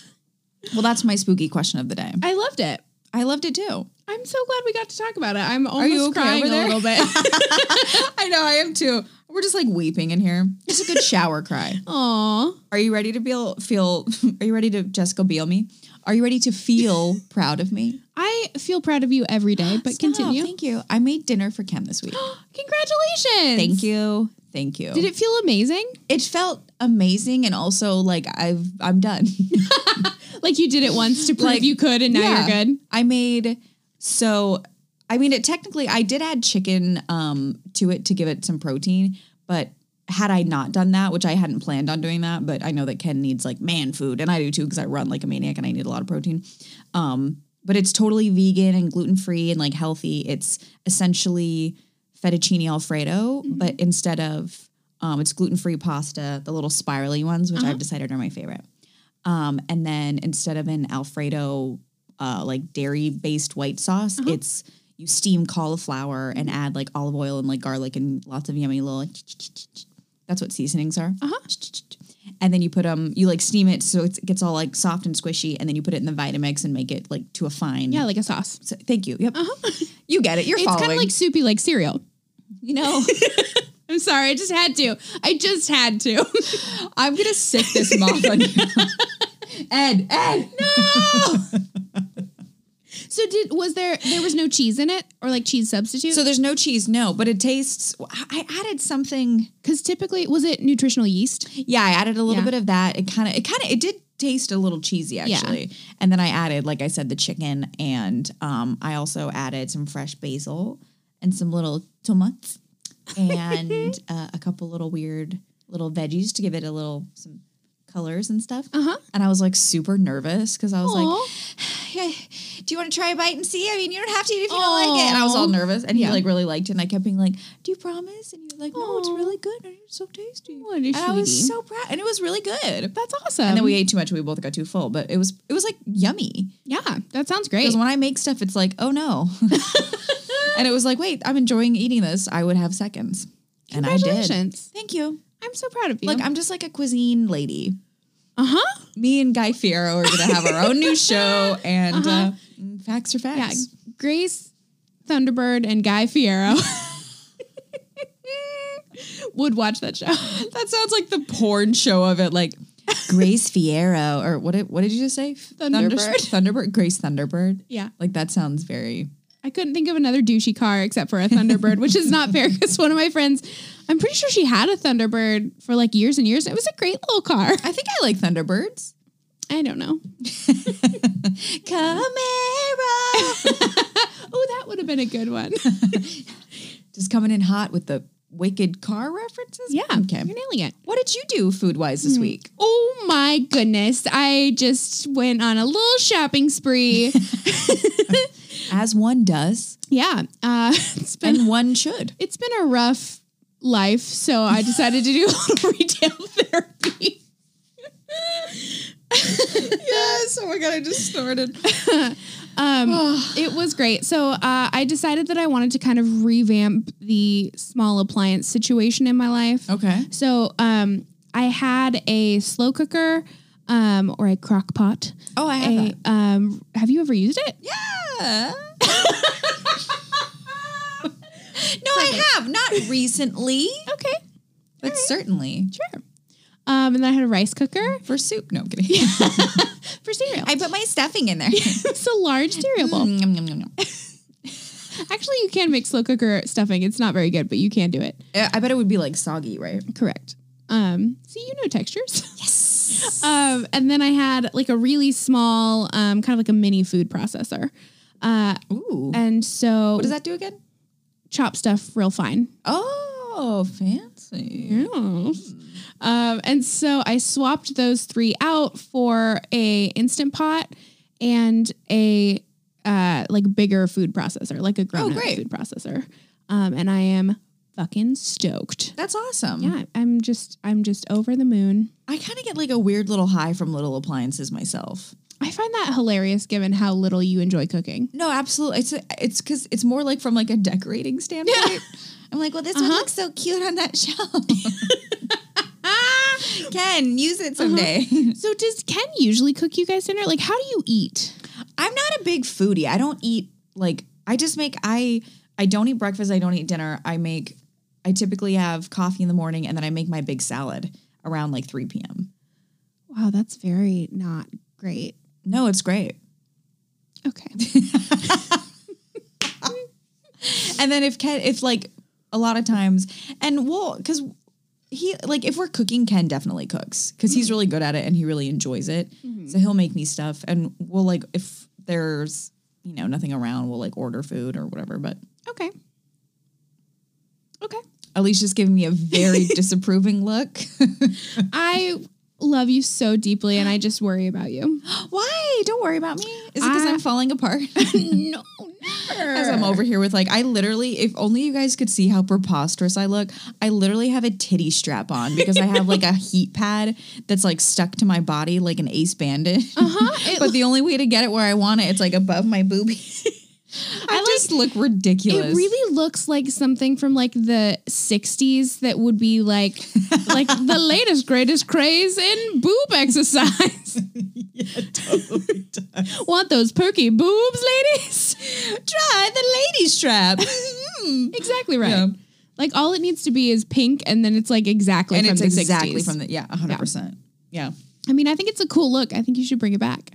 [SPEAKER 1] well, that's my spooky question of the day.
[SPEAKER 2] I loved it.
[SPEAKER 1] I loved it too.
[SPEAKER 2] I'm so glad we got to talk about it. I'm almost
[SPEAKER 1] you okay
[SPEAKER 2] crying
[SPEAKER 1] over there?
[SPEAKER 2] a little bit.
[SPEAKER 1] I know, I am too. We're just like weeping in here. It's a good shower cry.
[SPEAKER 2] Aw.
[SPEAKER 1] Are you ready to feel feel are you ready to Jessica Biel me? Are you ready to feel proud of me?
[SPEAKER 2] I feel proud of you every day, but
[SPEAKER 1] Stop.
[SPEAKER 2] continue.
[SPEAKER 1] Thank you. I made dinner for Ken this week.
[SPEAKER 2] Congratulations.
[SPEAKER 1] Thank you. Thank you.
[SPEAKER 2] Did it feel amazing?
[SPEAKER 1] it felt amazing and also like I've I'm done.
[SPEAKER 2] Like you did it once to prove
[SPEAKER 1] Like,
[SPEAKER 2] you could and now you're good?
[SPEAKER 1] I made so I mean it technically I did add chicken um to it to give it some protein, but had I not done that, which I hadn't planned on doing that, but I know that Ken needs like man food and I do too because I run like a maniac and I need a lot of protein. Um but it's totally vegan and gluten free and like healthy. It's essentially fettuccine alfredo,
[SPEAKER 2] Mm-hmm.
[SPEAKER 1] but instead of um, it's gluten free pasta, the little spirally ones,
[SPEAKER 2] Uh-huh.
[SPEAKER 1] which I've decided are my favorite. Um, and then instead of an Alfredo, uh, like dairy based white sauce,
[SPEAKER 2] Uh-huh.
[SPEAKER 1] it's you steam cauliflower and add like olive oil and like garlic and lots of yummy little. Like, that's what seasonings are.
[SPEAKER 2] Uh-huh.
[SPEAKER 1] And then you put them, you like steam it so it's, it gets all like soft and squishy, and then you put it in the Vitamix and make it like to a fine.
[SPEAKER 2] Yeah, like a sauce.
[SPEAKER 1] So- thank you. Yep. You get it. You're
[SPEAKER 2] It's
[SPEAKER 1] following.
[SPEAKER 2] kind of like soupy, like cereal.
[SPEAKER 1] you know.
[SPEAKER 2] I'm sorry, I just had to. I just had to.
[SPEAKER 1] I'm gonna sick this moth on you. Ed, Ed,
[SPEAKER 2] so did was there there was no cheese in it or like cheese substitute?
[SPEAKER 1] So there's no cheese, no, but it tastes. I I added something.
[SPEAKER 2] Because typically, was it nutritional yeast?
[SPEAKER 1] Yeah, I added a little
[SPEAKER 2] Yeah.
[SPEAKER 1] bit of that. It kind of, it kind of, it did taste a little cheesy actually. And then I added, like I said, the chicken, and um, I also added some fresh basil and some little tomats and uh, a couple little weird little veggies to give it a little some colors and stuff.
[SPEAKER 2] Uh-huh.
[SPEAKER 1] And I was like super nervous because I was like,
[SPEAKER 2] Aw.
[SPEAKER 1] yeah, do you want to try a bite and see? I mean, you don't have to eat if you don't like it. And I was all
[SPEAKER 2] Aw.
[SPEAKER 1] nervous, and
[SPEAKER 2] Yeah.
[SPEAKER 1] he like really liked it. And I kept being like, "Do you promise?" And he was like, "No, it's
[SPEAKER 2] Aw.
[SPEAKER 1] really good. and It's so tasty."
[SPEAKER 2] What a
[SPEAKER 1] and I was
[SPEAKER 2] sweetie.
[SPEAKER 1] so proud, and it was really good.
[SPEAKER 2] that's awesome.
[SPEAKER 1] And then we ate too much. and We both got too full, but it was it was like yummy.
[SPEAKER 2] yeah, that sounds great.
[SPEAKER 1] Because when I make stuff, it's like, oh no. and it was like, wait, I'm enjoying eating this. I would have seconds, and I did.
[SPEAKER 2] Congratulations.
[SPEAKER 1] Thank you.
[SPEAKER 2] I'm so proud of you.
[SPEAKER 1] Look, I'm just like a cuisine lady.
[SPEAKER 2] uh huh.
[SPEAKER 1] Me and Guy Fiero are gonna have our own new show, and uh facts are
[SPEAKER 2] Uh-huh. Yeah,
[SPEAKER 1] facts.
[SPEAKER 2] Grace Thunderbird and Guy Fiero would watch that show.
[SPEAKER 1] That sounds like the porn show of it, like Grace Fiero or what? Did, what did you just say? Thunder-
[SPEAKER 2] Thunderbird.
[SPEAKER 1] Thunderbird. Grace Thunderbird.
[SPEAKER 2] Yeah.
[SPEAKER 1] Like that sounds very
[SPEAKER 2] I couldn't think of another douchey car except for a Thunderbird, which is not fair because one of my friends, I'm pretty sure she had a Thunderbird for like years and years. It was a great little car.
[SPEAKER 1] I think I like Thunderbirds.
[SPEAKER 2] I don't know.
[SPEAKER 1] Camaro.
[SPEAKER 2] Oh, that would have been a good one.
[SPEAKER 1] Just coming in hot with the wicked car references.
[SPEAKER 2] Yeah.
[SPEAKER 1] Okay.
[SPEAKER 2] You're nailing it.
[SPEAKER 1] What did you do food wise this week?
[SPEAKER 2] Oh my goodness. I just went on a little shopping spree.
[SPEAKER 1] As one does,
[SPEAKER 2] yeah. Uh, it's been
[SPEAKER 1] and one should.
[SPEAKER 2] it's been a rough life, so I decided to do a little retail therapy.
[SPEAKER 1] Yes. Oh my god, I just snorted.
[SPEAKER 2] Um, it was great. So uh, I decided that I wanted to kind of revamp the small appliance situation in my life.
[SPEAKER 1] Okay.
[SPEAKER 2] So um, I had a slow cooker um, or a crock pot.
[SPEAKER 1] Oh, I have
[SPEAKER 2] A,
[SPEAKER 1] that.
[SPEAKER 2] um, have you ever used it?
[SPEAKER 1] Yeah. no, I have not recently,
[SPEAKER 2] Okay,
[SPEAKER 1] but certainly
[SPEAKER 2] sure. Um, and then I had a rice cooker
[SPEAKER 1] for soup. No, I'm kidding.
[SPEAKER 2] for cereal.
[SPEAKER 1] I put my stuffing in there.
[SPEAKER 2] it's a large cereal bowl.
[SPEAKER 1] Nom, nom, nom, nom. Mm.
[SPEAKER 2] Actually, you can make slow cooker stuffing. It's not very good, but you can do it.
[SPEAKER 1] Uh, I bet it would be like soggy, right?
[SPEAKER 2] Correct. Um, see, you know textures.
[SPEAKER 1] Yes.
[SPEAKER 2] um, and then I had like a really small, um, kind of like a mini food processor. Uh,
[SPEAKER 1] Ooh.
[SPEAKER 2] and so
[SPEAKER 1] What does that do again?
[SPEAKER 2] chop stuff real fine.
[SPEAKER 1] Oh, fancy.
[SPEAKER 2] Yes. Um, and so I swapped those three out for a instant pot and a uh, like bigger food processor, like a grown up
[SPEAKER 1] great.
[SPEAKER 2] food processor. Um, and I am fucking stoked.
[SPEAKER 1] That's awesome.
[SPEAKER 2] Yeah, I'm just I'm just over the moon.
[SPEAKER 1] I kind of get like a weird little high from little appliances myself.
[SPEAKER 2] I find that hilarious given how little you enjoy cooking.
[SPEAKER 1] No, absolutely. It's it's because it's more like from like a decorating standpoint. I'm like, well, this one looks so cute on that shelf. Ken, use it someday.
[SPEAKER 2] So does Ken usually cook you guys dinner? Like how do you eat?
[SPEAKER 1] I'm not a big foodie. I don't eat like I just make I I don't eat breakfast. I don't eat dinner. I make I typically have coffee in the morning and then I make my big salad around like 3 p.m.
[SPEAKER 2] Wow, that's very not great.
[SPEAKER 1] No, it's great.
[SPEAKER 2] Okay.
[SPEAKER 1] And then if Ken, if like a lot of times, and well, because he like if we're cooking, Ken definitely cooks because he's really good at it and he really enjoys it. So he'll make me stuff, and we'll like if there's you know nothing around, we'll like order food or whatever. But
[SPEAKER 2] Okay. Okay.
[SPEAKER 1] Alicia's giving me a very disapproving look.
[SPEAKER 2] I love you so deeply and I just worry about you.
[SPEAKER 1] Why? Don't worry about me. Is it because
[SPEAKER 2] I-
[SPEAKER 1] I'm falling apart?
[SPEAKER 2] no, never.
[SPEAKER 1] As I'm over here with like, I literally, if only you guys could see how preposterous I look. I literally have a titty strap on because I have like a heat pad that's like stuck to my body like an ace bandit.
[SPEAKER 2] Uh-huh. It
[SPEAKER 1] but the only way to get it where I want it, it's like above my boobie. I, just look ridiculous.
[SPEAKER 2] It really looks like something from like the 60s that would be like like the latest greatest craze in boob exercise.
[SPEAKER 1] yeah, totally does.
[SPEAKER 2] Want those perky boobs, ladies?
[SPEAKER 1] Try the lady strap. Mm-hmm.
[SPEAKER 2] Exactly right.
[SPEAKER 1] Yeah.
[SPEAKER 2] Like all it needs to be is pink and then it's like exactly
[SPEAKER 1] and
[SPEAKER 2] from
[SPEAKER 1] it's
[SPEAKER 2] the
[SPEAKER 1] exactly
[SPEAKER 2] 60s.
[SPEAKER 1] from the, yeah, 100%. yeah.
[SPEAKER 2] I mean, I think it's a cool look. I think you should bring it back.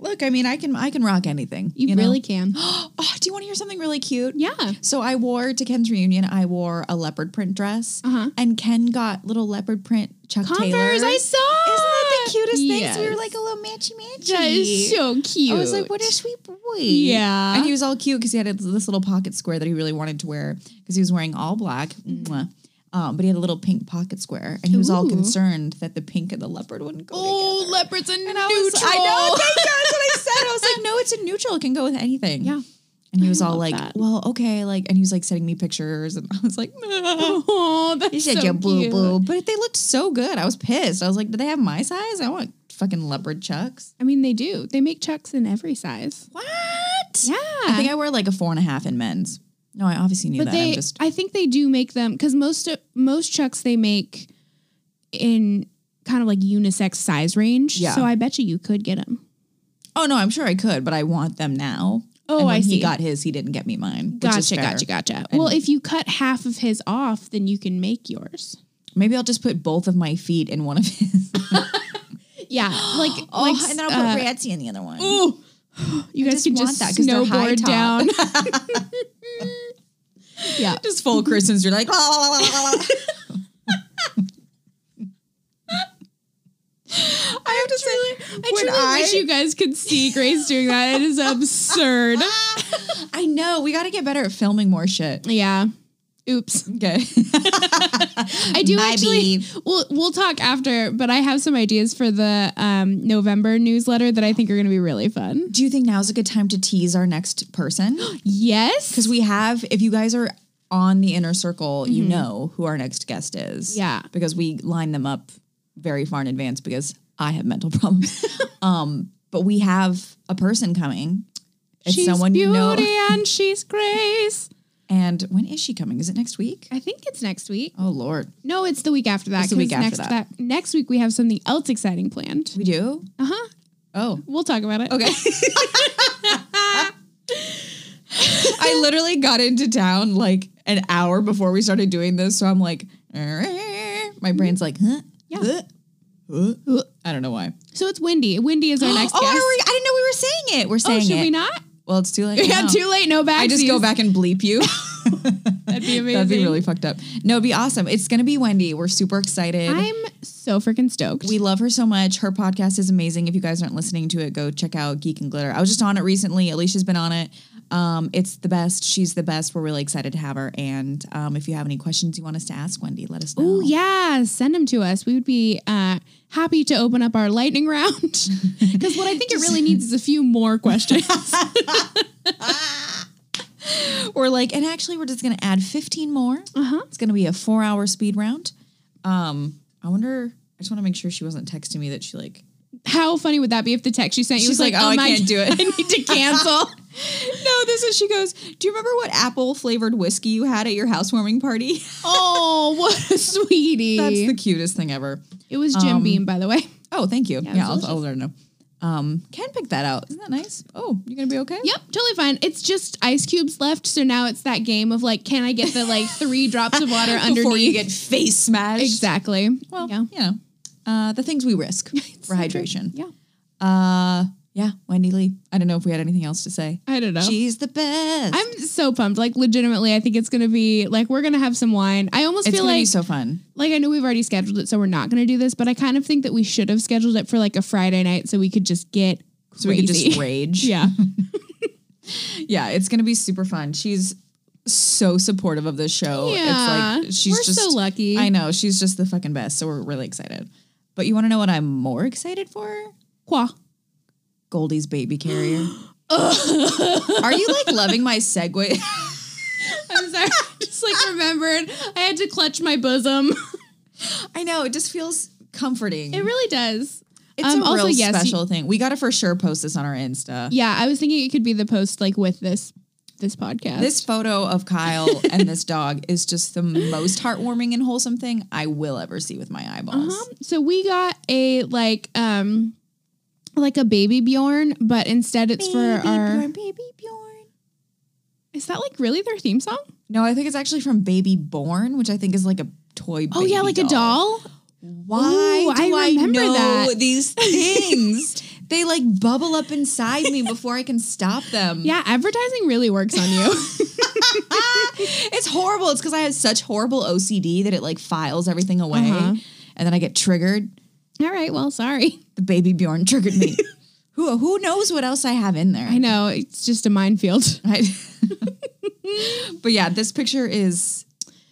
[SPEAKER 1] Look, I mean, I can I can rock anything.
[SPEAKER 2] You,
[SPEAKER 1] know?
[SPEAKER 2] really can.
[SPEAKER 1] Oh, do you want to hear something really cute?
[SPEAKER 2] Yeah.
[SPEAKER 1] So I wore to Ken's reunion. I wore a leopard print dress,
[SPEAKER 2] Uh-huh.
[SPEAKER 1] and Ken got little leopard print Chuck
[SPEAKER 2] Converse,
[SPEAKER 1] Taylors.
[SPEAKER 2] I saw.
[SPEAKER 1] Isn't that the cutest thing? So we were
[SPEAKER 2] Yes.
[SPEAKER 1] like a little matchy matchy.
[SPEAKER 2] That is so cute.
[SPEAKER 1] I was like, what a sweet boy.
[SPEAKER 2] Yeah.
[SPEAKER 1] And he was all cute because he had this little pocket square that he really wanted to wear because he was wearing all black. Mwah. Um, but he had a little pink pocket square, and he was all
[SPEAKER 2] Ooh.
[SPEAKER 1] concerned that the pink and the leopard wouldn't go together.
[SPEAKER 2] oh, leopards and,
[SPEAKER 1] And I was,
[SPEAKER 2] neutral.
[SPEAKER 1] I know. Thank you. That's what I said. I was like, no, it's a neutral. It can go with anything.
[SPEAKER 2] Yeah.
[SPEAKER 1] And he was all
[SPEAKER 2] love
[SPEAKER 1] like,
[SPEAKER 2] that.
[SPEAKER 1] well, okay, like, and he was like sending me pictures, and I was like, no.
[SPEAKER 2] Oh, that's
[SPEAKER 1] He said,
[SPEAKER 2] so
[SPEAKER 1] yeah, boo
[SPEAKER 2] cute.
[SPEAKER 1] boo. But they looked so good. I was pissed. I was like, do they have my size? I want fucking leopard chucks.
[SPEAKER 2] I mean, they do. They make chucks in every size.
[SPEAKER 1] What?
[SPEAKER 2] Yeah,
[SPEAKER 1] I think I wear like a four and a half in men's. No, I obviously knew
[SPEAKER 2] but
[SPEAKER 1] that.
[SPEAKER 2] they.
[SPEAKER 1] I'm just
[SPEAKER 2] I think they do make them because most of- most chucks they make in kind of like unisex size range.
[SPEAKER 1] Yeah.
[SPEAKER 2] So I bet you you could get them.
[SPEAKER 1] oh no, I'm sure I could, but I want them now.
[SPEAKER 2] Oh,
[SPEAKER 1] And when
[SPEAKER 2] I see.
[SPEAKER 1] He got his. He didn't get me mine. which is
[SPEAKER 2] Gotcha,
[SPEAKER 1] fair.
[SPEAKER 2] gotcha, gotcha. well, if you cut half of his off, then you can make yours.
[SPEAKER 1] Maybe I'll just put both of my feet in one of his.
[SPEAKER 2] Yeah, like like
[SPEAKER 1] Oh, and then I'll
[SPEAKER 2] uh,
[SPEAKER 1] put Ratsy in the other one.
[SPEAKER 2] Ooh, You
[SPEAKER 1] I
[SPEAKER 2] guys can
[SPEAKER 1] want
[SPEAKER 2] just
[SPEAKER 1] that 'cause they're high
[SPEAKER 2] snowboard
[SPEAKER 1] top.
[SPEAKER 2] down.
[SPEAKER 1] yeah. Just full Christmas. You're like, "La, la, la, la, la, la." I have to say,
[SPEAKER 2] I
[SPEAKER 1] when
[SPEAKER 2] truly wish you guys could see Grace doing that. It is absurd.
[SPEAKER 1] I know we got to get better at filming more shit.
[SPEAKER 2] yeah. Oops.
[SPEAKER 1] Okay.
[SPEAKER 2] I do
[SPEAKER 1] My
[SPEAKER 2] actually.
[SPEAKER 1] bee.
[SPEAKER 2] We'll we'll talk after, but I have some ideas for the um, November newsletter that I think are going to be really fun.
[SPEAKER 1] Do you think now's a good time to tease our next person?
[SPEAKER 2] Yes.
[SPEAKER 1] Because we have, if you guys are on the inner circle,
[SPEAKER 2] Mm-hmm.
[SPEAKER 1] you know who our next guest is.
[SPEAKER 2] Yeah.
[SPEAKER 1] Because we line them up very far in advance because I have mental problems. um, but we have a person coming. It's
[SPEAKER 2] she's
[SPEAKER 1] someone
[SPEAKER 2] beauty
[SPEAKER 1] you know.
[SPEAKER 2] and she's Grace.
[SPEAKER 1] And when is she coming? Is it next week?
[SPEAKER 2] I think it's next week.
[SPEAKER 1] Oh Lord.
[SPEAKER 2] No, it's the week after that.
[SPEAKER 1] It's the week
[SPEAKER 2] 'cause
[SPEAKER 1] after
[SPEAKER 2] next
[SPEAKER 1] that.
[SPEAKER 2] Next week we have something else exciting planned.
[SPEAKER 1] We do?
[SPEAKER 2] Uh huh.
[SPEAKER 1] Oh.
[SPEAKER 2] We'll talk about it.
[SPEAKER 1] Okay. I literally got into town like an hour before we started doing this, so I'm like, "Eh." my brain's like, huh?
[SPEAKER 2] Yeah.
[SPEAKER 1] Huh? Huh? Huh? I don't know why.
[SPEAKER 2] So it's Wendy. Wendy is our next
[SPEAKER 1] oh,
[SPEAKER 2] guest.
[SPEAKER 1] I, already- I didn't know we were saying it. We're
[SPEAKER 2] oh,
[SPEAKER 1] saying
[SPEAKER 2] should
[SPEAKER 1] it.
[SPEAKER 2] we not?
[SPEAKER 1] Well, it's too late.
[SPEAKER 2] Yeah,
[SPEAKER 1] now.
[SPEAKER 2] too late. No back.
[SPEAKER 1] I just go back and bleep you.
[SPEAKER 2] That'd be amazing.
[SPEAKER 1] That'd be really fucked up. No, it'd be awesome. It's gonna be Wendy. We're super excited.
[SPEAKER 2] I'm so freaking stoked.
[SPEAKER 1] we love her so much. Her podcast is amazing. If you guys aren't listening to it, go check out Geek and Glitter. I was just on it recently. Alicia's been on it. Um, it's the best. She's the best. We're really excited to have her. And um, if you have any questions you want us to ask Wendy, let us know.
[SPEAKER 2] Oh yeah, send them to us. We would be uh, happy to open up our lightning round because what I think it really needs is a few more questions.
[SPEAKER 1] Or like, and actually, we're just gonna add 15 more.
[SPEAKER 2] Uh-huh.
[SPEAKER 1] It's gonna be a four-hour speed round. Um, I wonder. I just want to make sure she wasn't texting me that she like.
[SPEAKER 2] How funny would that be if the text she sent you
[SPEAKER 1] She's
[SPEAKER 2] was like,
[SPEAKER 1] like, "Oh, I
[SPEAKER 2] my
[SPEAKER 1] can't do it."
[SPEAKER 2] I need to cancel."
[SPEAKER 1] No, this is. She goes. Do you remember what apple flavored whiskey you had at your housewarming party?
[SPEAKER 2] oh, what a sweetie!
[SPEAKER 1] That's the um, cutest thing ever.
[SPEAKER 2] it was Jim Beam, by the way.
[SPEAKER 1] Oh, thank you. Yeah,
[SPEAKER 2] it was
[SPEAKER 1] I'll,
[SPEAKER 2] delicious.
[SPEAKER 1] I'll let her know. Um, can pick that out. Isn't that nice? Oh, you're gonna be okay.
[SPEAKER 2] Yep, totally fine. It's just ice cubes left, so now it's that game of like, can I get the like three drops of water underneath?
[SPEAKER 1] Before you get face smashed.
[SPEAKER 2] exactly.
[SPEAKER 1] Well,
[SPEAKER 2] yeah.
[SPEAKER 1] you know, uh, the things we risk for hydration.
[SPEAKER 2] Yeah.
[SPEAKER 1] Uh, yeah, Wendy Lee. I don't know if we had anything else to say.
[SPEAKER 2] I don't know.
[SPEAKER 1] She's the best.
[SPEAKER 2] I'm so pumped. Like legitimately, I think it's gonna be like we're gonna have some wine. I almost
[SPEAKER 1] it's
[SPEAKER 2] feel
[SPEAKER 1] gonna be
[SPEAKER 2] like
[SPEAKER 1] so fun.
[SPEAKER 2] like I know we've already scheduled it, so we're not gonna do this. But I kind of think that we should have scheduled it for like a Friday night, so we could just get crazy.
[SPEAKER 1] So we could just rage.
[SPEAKER 2] yeah,
[SPEAKER 1] yeah, it's gonna be super fun. She's so supportive of this show.
[SPEAKER 2] yeah.
[SPEAKER 1] It's like she's
[SPEAKER 2] we're
[SPEAKER 1] just
[SPEAKER 2] so lucky.
[SPEAKER 1] I know she's just the fucking best. So we're really excited. But you want to know what I'm more excited for?
[SPEAKER 2] Qua.
[SPEAKER 1] Goldie's baby carrier. Are you like loving my segue?
[SPEAKER 2] I'm sorry. I just like remembered, I had to clutch my bosom.
[SPEAKER 1] I know it just feels comforting.
[SPEAKER 2] it really does.
[SPEAKER 1] it's
[SPEAKER 2] um,
[SPEAKER 1] a
[SPEAKER 2] also,
[SPEAKER 1] real
[SPEAKER 2] yes, you-
[SPEAKER 1] special thing. We gotta for sure post this on our Insta.
[SPEAKER 2] Yeah, I was thinking it could be the post like with this this podcast.
[SPEAKER 1] This photo of Kyle and this dog is just the most heartwarming and wholesome thing I will ever see with my eyeballs.
[SPEAKER 2] Um, so we got a like um like a baby Bjorn, but instead it's for our
[SPEAKER 1] Bjorn, baby Bjorn.
[SPEAKER 2] Is that like really their theme song?
[SPEAKER 1] No, I think it's actually from Baby Born, which I think is like a toy.
[SPEAKER 2] Oh yeah,
[SPEAKER 1] baby
[SPEAKER 2] like a doll.
[SPEAKER 1] Why
[SPEAKER 2] Ooh,
[SPEAKER 1] do
[SPEAKER 2] I
[SPEAKER 1] I,
[SPEAKER 2] remember
[SPEAKER 1] know
[SPEAKER 2] that.
[SPEAKER 1] these things? they like bubble up inside me before I can stop them.
[SPEAKER 2] Yeah, advertising really works on you.
[SPEAKER 1] Ah, It's horrible. It's because I have such horrible OCD that it like files everything away.
[SPEAKER 2] Uh-huh.
[SPEAKER 1] And then I get triggered.
[SPEAKER 2] All right, well, sorry.
[SPEAKER 1] The baby Bjorn triggered me. who who knows what else I have in there?
[SPEAKER 2] I know it's just a minefield.
[SPEAKER 1] I- but yeah, this picture is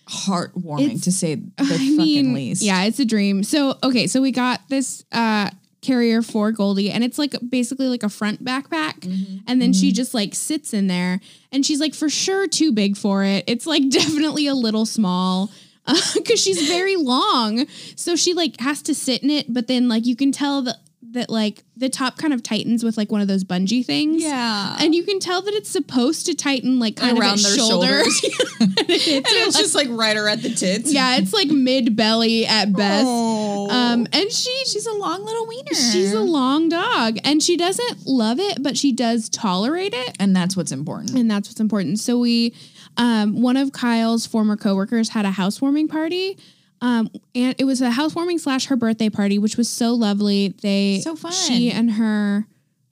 [SPEAKER 1] heartwarming
[SPEAKER 2] It's-
[SPEAKER 1] to say the
[SPEAKER 2] I
[SPEAKER 1] fucking
[SPEAKER 2] mean,
[SPEAKER 1] least.
[SPEAKER 2] yeah, it's a dream. So okay, so we got this uh carrier for Goldie, and it's like basically like a front backpack,
[SPEAKER 1] Mm-hmm.
[SPEAKER 2] and then she just like sits in there, and she's like for sure too big for it. It's like definitely a little small. Because she's very long, so she like has to sit in it. But then like you can tell that that like the top kind of tightens with like one of those bungee things.
[SPEAKER 1] Yeah.
[SPEAKER 2] and you can tell that it's supposed to tighten like kind
[SPEAKER 1] Around
[SPEAKER 2] of at
[SPEAKER 1] their
[SPEAKER 2] shoulder.
[SPEAKER 1] shoulders. and it's just like right her at the tits.
[SPEAKER 2] yeah, it's like mid belly at best.
[SPEAKER 1] Um,
[SPEAKER 2] Um, and she
[SPEAKER 1] she's a long little wiener.
[SPEAKER 2] she's a long dog, and she doesn't love it, but she does tolerate it,
[SPEAKER 1] and that's what's important.
[SPEAKER 2] and that's what's important. So we, um, one of Kyle's former coworkers had a housewarming party. Um, and it was a housewarming slash her birthday party, which was so lovely. They
[SPEAKER 1] So fun.
[SPEAKER 2] She and her, I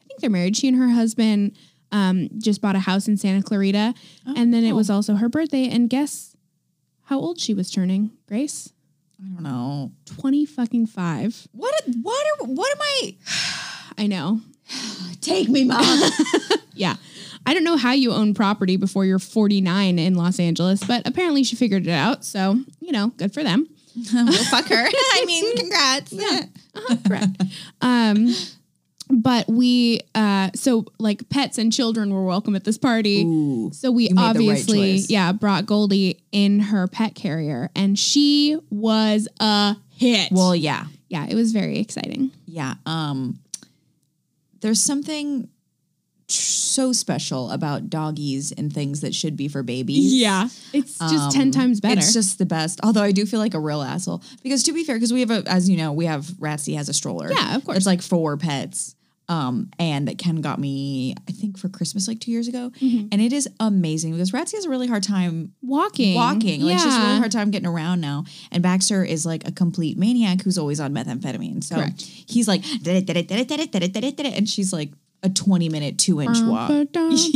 [SPEAKER 2] think think they're married. She and her husband um, just bought a house in Santa Clarita, and then it was also her birthday. And guess how old she was turning? Grace,
[SPEAKER 1] I don't know.
[SPEAKER 2] twenty fucking five.
[SPEAKER 1] What? What are? What am I?
[SPEAKER 2] I know.
[SPEAKER 1] Take me, mom.
[SPEAKER 2] Yeah. I don't know how you own property before you're 49 in Los Angeles, but apparently she figured it out. So, you know, good for them.
[SPEAKER 1] well, fuck her. I mean, congrats. Yeah.
[SPEAKER 2] Correct. um, but we, uh, so like pets and children were welcome at this party.
[SPEAKER 1] Ooh.
[SPEAKER 2] So we
[SPEAKER 1] You made the right
[SPEAKER 2] obviously,
[SPEAKER 1] choice.
[SPEAKER 2] yeah, brought Goldie in her pet carrier and she was a hit.
[SPEAKER 1] Well, yeah,
[SPEAKER 2] yeah, it was very exciting.
[SPEAKER 1] yeah. Um, there's something tr- so special about doggies and things that should be for babies.
[SPEAKER 2] It's just 10
[SPEAKER 1] Um,
[SPEAKER 2] times better.
[SPEAKER 1] It's just the best. Although I do feel like a real asshole because to be fair, because we have a, as you know, we have Ratsy has a stroller.
[SPEAKER 2] Yeah, of course.
[SPEAKER 1] It's like four pets. Um, and that Ken got me, I think for Christmas like two years ago,
[SPEAKER 2] Mm-hmm.
[SPEAKER 1] and it is amazing because Ratsy has a really hard time
[SPEAKER 2] walking.
[SPEAKER 1] walking. Like she has a really
[SPEAKER 2] Yeah.
[SPEAKER 1] hard time getting around now. And Baxter is like a complete maniac who's always on methamphetamine. So
[SPEAKER 2] Correct.
[SPEAKER 1] he's like, and she's like a twenty minute two inch walk. and she's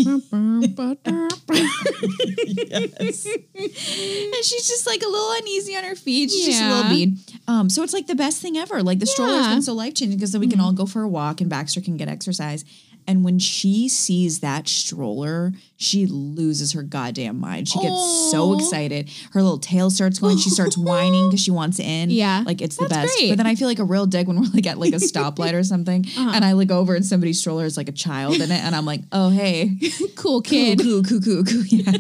[SPEAKER 1] just like a little uneasy on her feet. She's just a little
[SPEAKER 2] Yeah.
[SPEAKER 1] bead. Um, so it's like the best thing ever. Like the stroller's
[SPEAKER 2] Yeah. Mm-hmm.
[SPEAKER 1] been so life changing because then we can all go for a walk and Baxter can get exercise. And when she sees that stroller, she loses her goddamn mind. She gets so
[SPEAKER 2] Aw.
[SPEAKER 1] excited. Her little tail starts going. She starts whining because she wants in.
[SPEAKER 2] Yeah.
[SPEAKER 1] like it's the
[SPEAKER 2] That's
[SPEAKER 1] best.
[SPEAKER 2] great. Uh-huh.
[SPEAKER 1] But then I feel like a real dick when we're like at like a stoplight or something, and I look over and somebody's stroller is like a child in it, and I'm like, oh hey,
[SPEAKER 2] cool kid.
[SPEAKER 1] Coo, coo, coo, coo, coo. Yeah.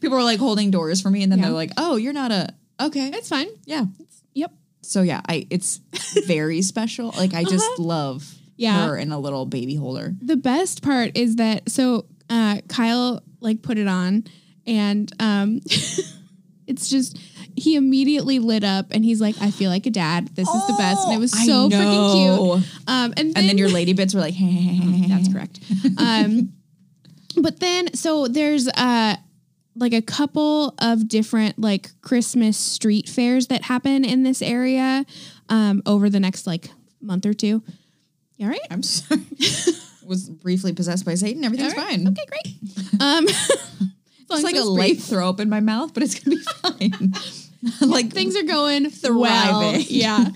[SPEAKER 1] People were like holding doors for me, and then
[SPEAKER 2] Yeah.
[SPEAKER 1] they're like, "Oh, you're not a okay."
[SPEAKER 2] It's fine.
[SPEAKER 1] Yeah.
[SPEAKER 2] Yep.
[SPEAKER 1] So yeah, I it's very special. Like I just love
[SPEAKER 2] Uh-huh. Yeah.
[SPEAKER 1] her in a little baby holder.
[SPEAKER 2] The best part is that so uh, Kyle like put it on and um it's just he immediately lit up and he's like, I feel like a dad. This is the best. And it was
[SPEAKER 1] Oh, I
[SPEAKER 2] so freaking
[SPEAKER 1] know.
[SPEAKER 2] cute. Um and then,
[SPEAKER 1] And then your lady bits were like, hey, hey, hey, hey,
[SPEAKER 2] that's
[SPEAKER 1] hey.
[SPEAKER 2] correct. Um but then so there's uh like a couple of different like Christmas street fairs that happen in this area um over the next like month or two. You all right?
[SPEAKER 1] I'm sorry. was briefly possessed by Satan. Everything's
[SPEAKER 2] All right.
[SPEAKER 1] fine.
[SPEAKER 2] Okay, great. Um,
[SPEAKER 1] It's like a light throw up in my mouth, but it's gonna be fine. like
[SPEAKER 2] Things are going thriving.
[SPEAKER 1] Thriving.
[SPEAKER 2] yeah.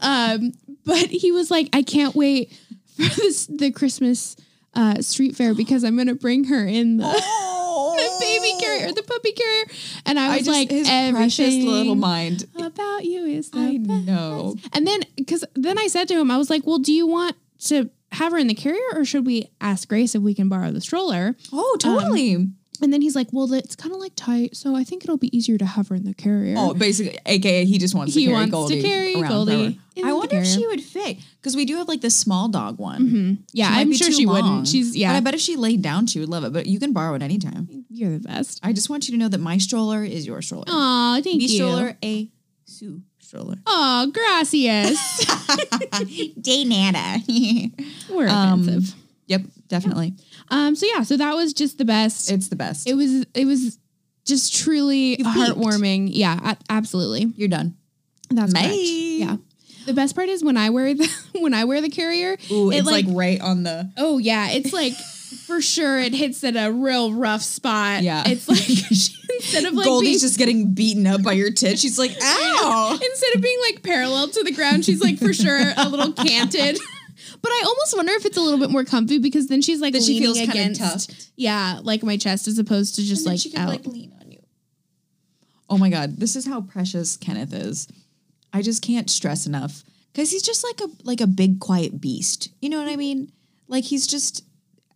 [SPEAKER 2] Um, but he was like, I can't wait for this the Christmas uh, street fair because I'm gonna bring her in the, the baby carrier, the puppy carrier, and I
[SPEAKER 1] Oh. I
[SPEAKER 2] was
[SPEAKER 1] just
[SPEAKER 2] like,
[SPEAKER 1] his
[SPEAKER 2] everything
[SPEAKER 1] precious little mind.
[SPEAKER 2] about you is the
[SPEAKER 1] I
[SPEAKER 2] best."
[SPEAKER 1] know.
[SPEAKER 2] And then, because then I said to him, I was like, well, do you want to have her in the carrier, or should we ask Grace if we can borrow the stroller?
[SPEAKER 1] Oh, totally.
[SPEAKER 2] And then he's like, "Well, it's kind of like tight, so I think it'll be easier to hover in the carrier."
[SPEAKER 1] Oh, basically, aka he just wants to
[SPEAKER 2] He
[SPEAKER 1] carry
[SPEAKER 2] wants to
[SPEAKER 1] Goldie.
[SPEAKER 2] carry
[SPEAKER 1] around
[SPEAKER 2] Goldie
[SPEAKER 1] forever.
[SPEAKER 2] in
[SPEAKER 1] I
[SPEAKER 2] the
[SPEAKER 1] wonder if
[SPEAKER 2] carrier.
[SPEAKER 1] she would fit because we do have like the small dog one.
[SPEAKER 2] yeah,
[SPEAKER 1] She might
[SPEAKER 2] I'm
[SPEAKER 1] be
[SPEAKER 2] sure
[SPEAKER 1] too
[SPEAKER 2] she
[SPEAKER 1] long.
[SPEAKER 2] wouldn't. She's
[SPEAKER 1] But I
[SPEAKER 2] yeah,
[SPEAKER 1] bet if she laid down, she would love it. But you can borrow it anytime.
[SPEAKER 2] you're the best.
[SPEAKER 1] I just want you to know that my stroller is your stroller.
[SPEAKER 2] Oh, thank
[SPEAKER 1] Me
[SPEAKER 2] you.
[SPEAKER 1] stroller, a Sue stroller.
[SPEAKER 2] Oh, gracias.
[SPEAKER 1] Day nada.
[SPEAKER 2] We're
[SPEAKER 1] Um,
[SPEAKER 2] offensive.
[SPEAKER 1] yep, definitely.
[SPEAKER 2] Um, so yeah, so that was just the best. It,
[SPEAKER 1] It's the best.
[SPEAKER 2] was it was just truly
[SPEAKER 1] peaked.
[SPEAKER 2] heartwarming. Yeah, a- absolutely.
[SPEAKER 1] You're done.
[SPEAKER 2] That's
[SPEAKER 1] Mate.
[SPEAKER 2] correct. Yeah. The best part is when I wear the when I wear the carrier.
[SPEAKER 1] Ooh,
[SPEAKER 2] it
[SPEAKER 1] it's like, right on the.
[SPEAKER 2] oh yeah, it's like for sure it hits at a real rough spot.
[SPEAKER 1] Yeah.
[SPEAKER 2] it's like instead of like being
[SPEAKER 1] Goldie's just getting beaten up by your tit. She's like, ow.
[SPEAKER 2] Instead of being like parallel to the ground, she's like for sure a little canted. But I almost wonder if it's a little bit more comfy because then she's like
[SPEAKER 1] That she
[SPEAKER 2] leaning
[SPEAKER 1] feels kinda
[SPEAKER 2] against,
[SPEAKER 1] tucked.
[SPEAKER 2] yeah, like my chest as opposed to just
[SPEAKER 1] And then
[SPEAKER 2] like out.
[SPEAKER 1] lean on you. Oh my god, this is how precious Kenneth is. I just can't stress enough because he's just like a like a big quiet beast. You know what I mean? Like he's just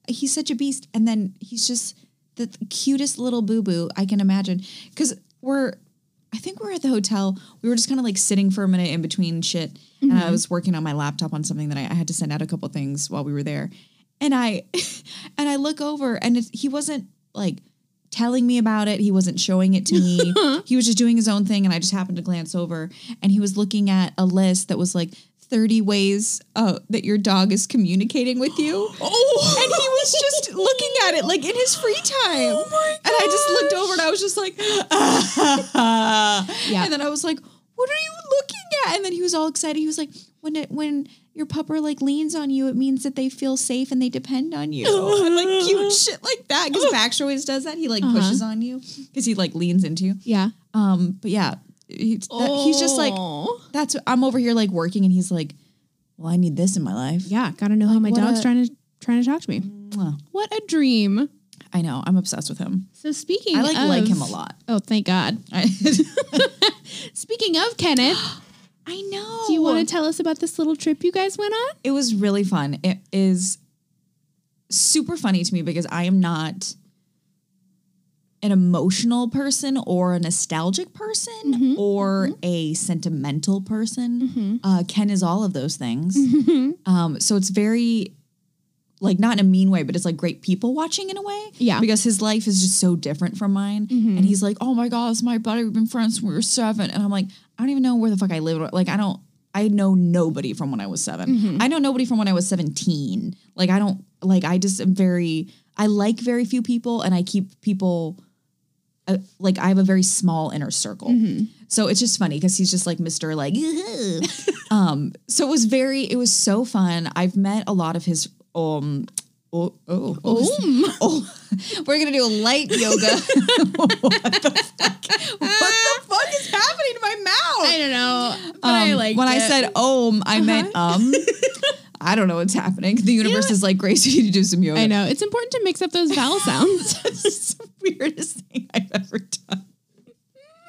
[SPEAKER 1] he's such a beast, and then he's just the cutest little boo boo I can imagine. Because we're I think we're at the hotel. We were just kind of like sitting for a minute in between shit, and I was working on my laptop on something that I, I had to send out a couple things while we were there, and I and I look over and it, he wasn't like telling me about it. He wasn't showing it to me. he was just doing his own thing, and I just happened to glance over, and he was looking at a list that was like. 30 ways uh, that your dog is communicating with you. Oh. And he was just looking at it like in his free time. And I just looked over and I was just like, yeah. And then I was like, what are you looking at? And then he was all excited. He was like, when it when your pupper like leans on you, it means that they feel safe and they depend on you. and like cute shit like that. Because Baxter always does that. He like
[SPEAKER 2] Uh-huh.
[SPEAKER 1] pushes on you because he like leans into you.
[SPEAKER 2] Yeah.
[SPEAKER 1] Um, but yeah, he's, that- he's just like
[SPEAKER 2] Oh.
[SPEAKER 1] that's. I'm over here like working, and he's like, "Well, I need this in my life."
[SPEAKER 2] Yeah, gotta know how my
[SPEAKER 1] what
[SPEAKER 2] dog's
[SPEAKER 1] a- Mm.
[SPEAKER 2] trying to trying to talk to me.
[SPEAKER 1] Mwah.
[SPEAKER 2] What a dream.
[SPEAKER 1] I know. I'm obsessed with him.
[SPEAKER 2] So speaking
[SPEAKER 1] I like
[SPEAKER 2] of,
[SPEAKER 1] like him a lot.
[SPEAKER 2] Oh, thank God.
[SPEAKER 1] I,
[SPEAKER 2] Speaking of Kenneth,
[SPEAKER 1] I know.
[SPEAKER 2] do you want to tell us about this little trip you guys went on?
[SPEAKER 1] it was really fun. It is super funny to me because I am not an emotional person or a nostalgic person or a sentimental person. Uh, Ken is all of those things. Um, so it's very like not in a mean way, but it's like great people watching in a way.
[SPEAKER 2] Yeah.
[SPEAKER 1] Because his life is just so different from mine. And he's like, oh my gosh, my buddy, we've been friends since we were seven. And I'm like, I don't even know where the fuck I live. Like, I don't, I know nobody from when I was 7 I know nobody from when I was 17. Like, I don't, like, I just am very, I like very few people and I keep people uh, like I have a very small inner circle. So it's just funny because he's just like Mr. Like, um, so it was very, it was so fun. I've met a lot of his, um, oh, oh, oh, oh. we're going to do a light yoga. what the fuck? What the fuck is happening to my mouth?
[SPEAKER 2] don't know. But
[SPEAKER 1] Um, when I said om, I meant
[SPEAKER 2] Uh-huh.
[SPEAKER 1] um. I don't know what's happening. The universe is like, Grace, you need to do some yoga.
[SPEAKER 2] I know. It's important to mix up those vowel sounds.
[SPEAKER 1] That's the weirdest thing I've ever done.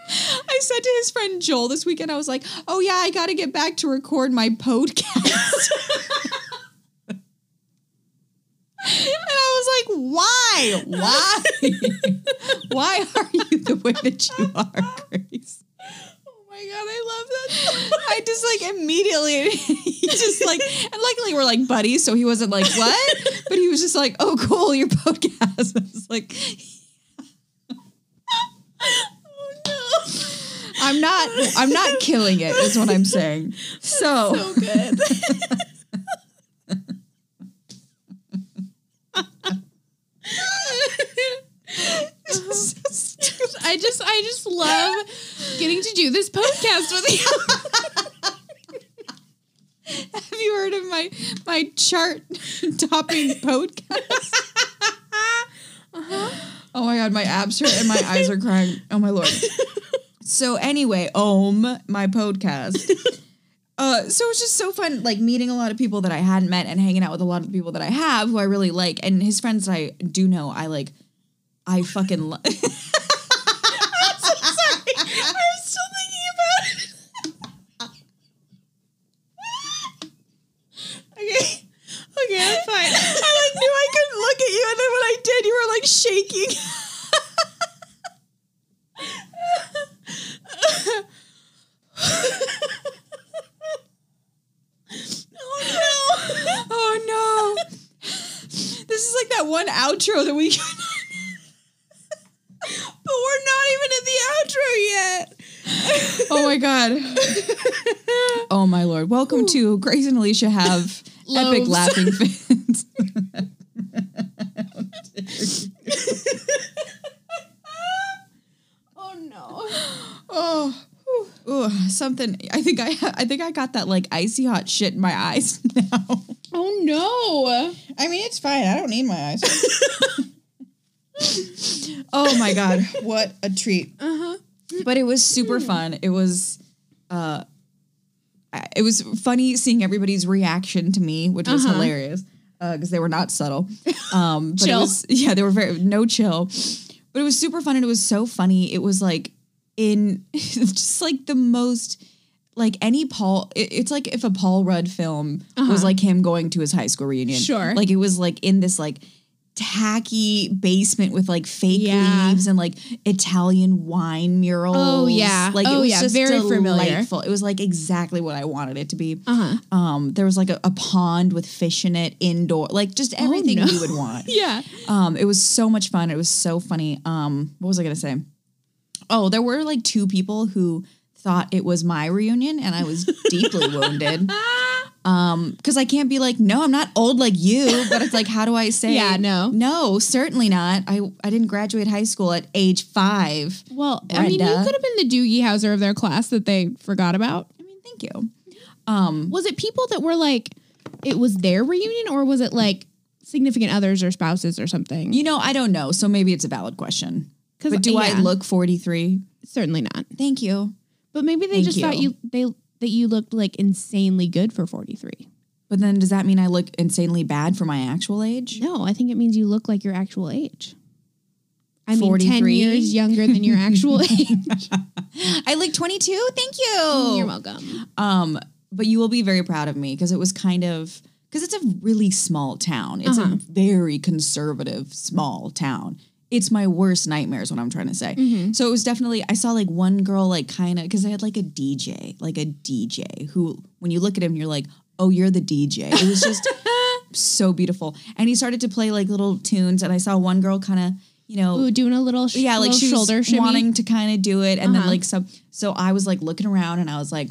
[SPEAKER 1] I said to his friend Joel this weekend, I was like, oh yeah, I got to get back to record my podcast. and I was like, why? Why? why are you the way that you are, Grace?
[SPEAKER 2] oh my God, I love that. so much.
[SPEAKER 1] I just like immediately, he just like, and luckily we're like buddies, so he wasn't like, what? But he was just like, oh, cool, your podcast. I was like,
[SPEAKER 2] Oh no.
[SPEAKER 1] I'm not I'm not killing it is what I'm saying. So,
[SPEAKER 2] So good.
[SPEAKER 1] This is so stupid.
[SPEAKER 2] I just I just love getting to do this podcast with you.
[SPEAKER 1] have you heard of my my chart topping podcast?
[SPEAKER 2] Uh-huh.
[SPEAKER 1] Oh my god, my abs hurt and my eyes are crying. Oh my lord. So anyway, Om, my podcast. Uh, so it's just so fun, like meeting a lot of people that I hadn't met and hanging out with a lot of people that I have who I really like, and his friends that I do know. I like, I fucking love.
[SPEAKER 2] I'm still thinking
[SPEAKER 1] okay.
[SPEAKER 2] about Okay, I'm fine.
[SPEAKER 1] I like knew I couldn't look at you, and then when I did, you were like shaking. oh no! Oh no! This is like that one outro that we. but we're not even at the outro yet. oh my god! Oh my lord! Welcome to Grace and Alicia have epic
[SPEAKER 2] Loaves.
[SPEAKER 1] laughing fans.
[SPEAKER 2] Oh no.
[SPEAKER 1] Oh, Ooh, something. I think I I think I got that like icy hot shit in my eyes now.
[SPEAKER 2] Oh no.
[SPEAKER 1] I mean, it's fine. I don't need my eyes. oh my god, what a treat!
[SPEAKER 2] Uh-huh.
[SPEAKER 1] But it was
[SPEAKER 2] Mm.
[SPEAKER 1] super fun. It was, uh, I- it was funny seeing everybody's reaction to me, which was
[SPEAKER 2] Uh-huh.
[SPEAKER 1] hilarious because they were not subtle. Um, but it
[SPEAKER 2] Chill.
[SPEAKER 1] was- yeah, they were very no chill. But it was super fun and it was so funny. It was like in just like the most like any Paul. It, it's like if a Paul Rudd film was like him going to his high school reunion.
[SPEAKER 2] Uh-huh. Sure.
[SPEAKER 1] like it was like in this like tacky basement with like fake
[SPEAKER 2] Yeah.
[SPEAKER 1] leaves and like Italian wine murals.
[SPEAKER 2] yeah.
[SPEAKER 1] like
[SPEAKER 2] Oh,
[SPEAKER 1] it was
[SPEAKER 2] yeah.
[SPEAKER 1] just
[SPEAKER 2] Very familiar.
[SPEAKER 1] delightful. It was like exactly what I wanted it to be.
[SPEAKER 2] Uh-huh.
[SPEAKER 1] Um, there was like a, a pond with fish in it, indoor, like just everything
[SPEAKER 2] Oh, no.
[SPEAKER 1] you would want.
[SPEAKER 2] Yeah.
[SPEAKER 1] Um, it was so much fun. It was so funny. Um, what was I gonna say? Oh, there were like two people who thought it was my reunion, and I was deeply wounded. Um, because I can't be like, no, I'm not old like you. But it's like, how do I say?
[SPEAKER 2] Yeah, no.
[SPEAKER 1] no, certainly not. I I didn't graduate high school at age five.
[SPEAKER 2] Well, I mean, you
[SPEAKER 1] Brenda.
[SPEAKER 2] could have been the Doogie Howser of their class that they forgot about.
[SPEAKER 1] I mean, thank you. Um,
[SPEAKER 2] Was it people that were like, it was their reunion, or was it like significant others or spouses or something?
[SPEAKER 1] you know, I don't know. So maybe it's a valid question.
[SPEAKER 2] 'Cause,
[SPEAKER 1] But do I
[SPEAKER 2] yeah.
[SPEAKER 1] look 43?
[SPEAKER 2] Certainly not.
[SPEAKER 1] Thank you.
[SPEAKER 2] But maybe they
[SPEAKER 1] Thank
[SPEAKER 2] just thought
[SPEAKER 1] you.
[SPEAKER 2] you they that you looked like insanely good for forty three.
[SPEAKER 1] But then does that mean I look insanely bad for my actual age?
[SPEAKER 2] No, I think it means you look like your actual age. I mean, 10
[SPEAKER 1] 43?
[SPEAKER 2] years younger than your actual age.
[SPEAKER 1] I look 22. Thank you.
[SPEAKER 2] You're welcome.
[SPEAKER 1] Um, but you will be very proud of me because it was kind of because it's a really small town. It's a very conservative small town. It's my worst nightmare is what I'm trying to say. So it was definitely I saw like one girl like kind of because I had like a DJ, like a DJ who when you look at him you're like, oh, you're the DJ. It was just so beautiful, and he started to play like little tunes, and I saw one girl kind of you know
[SPEAKER 2] Ooh, doing a little sh-
[SPEAKER 1] yeah, like
[SPEAKER 2] little
[SPEAKER 1] she
[SPEAKER 2] shoulder
[SPEAKER 1] was
[SPEAKER 2] shimmy.
[SPEAKER 1] wanting to kind of do it, and then
[SPEAKER 2] Uh-huh.
[SPEAKER 1] like so. So I was like looking around, and I was like,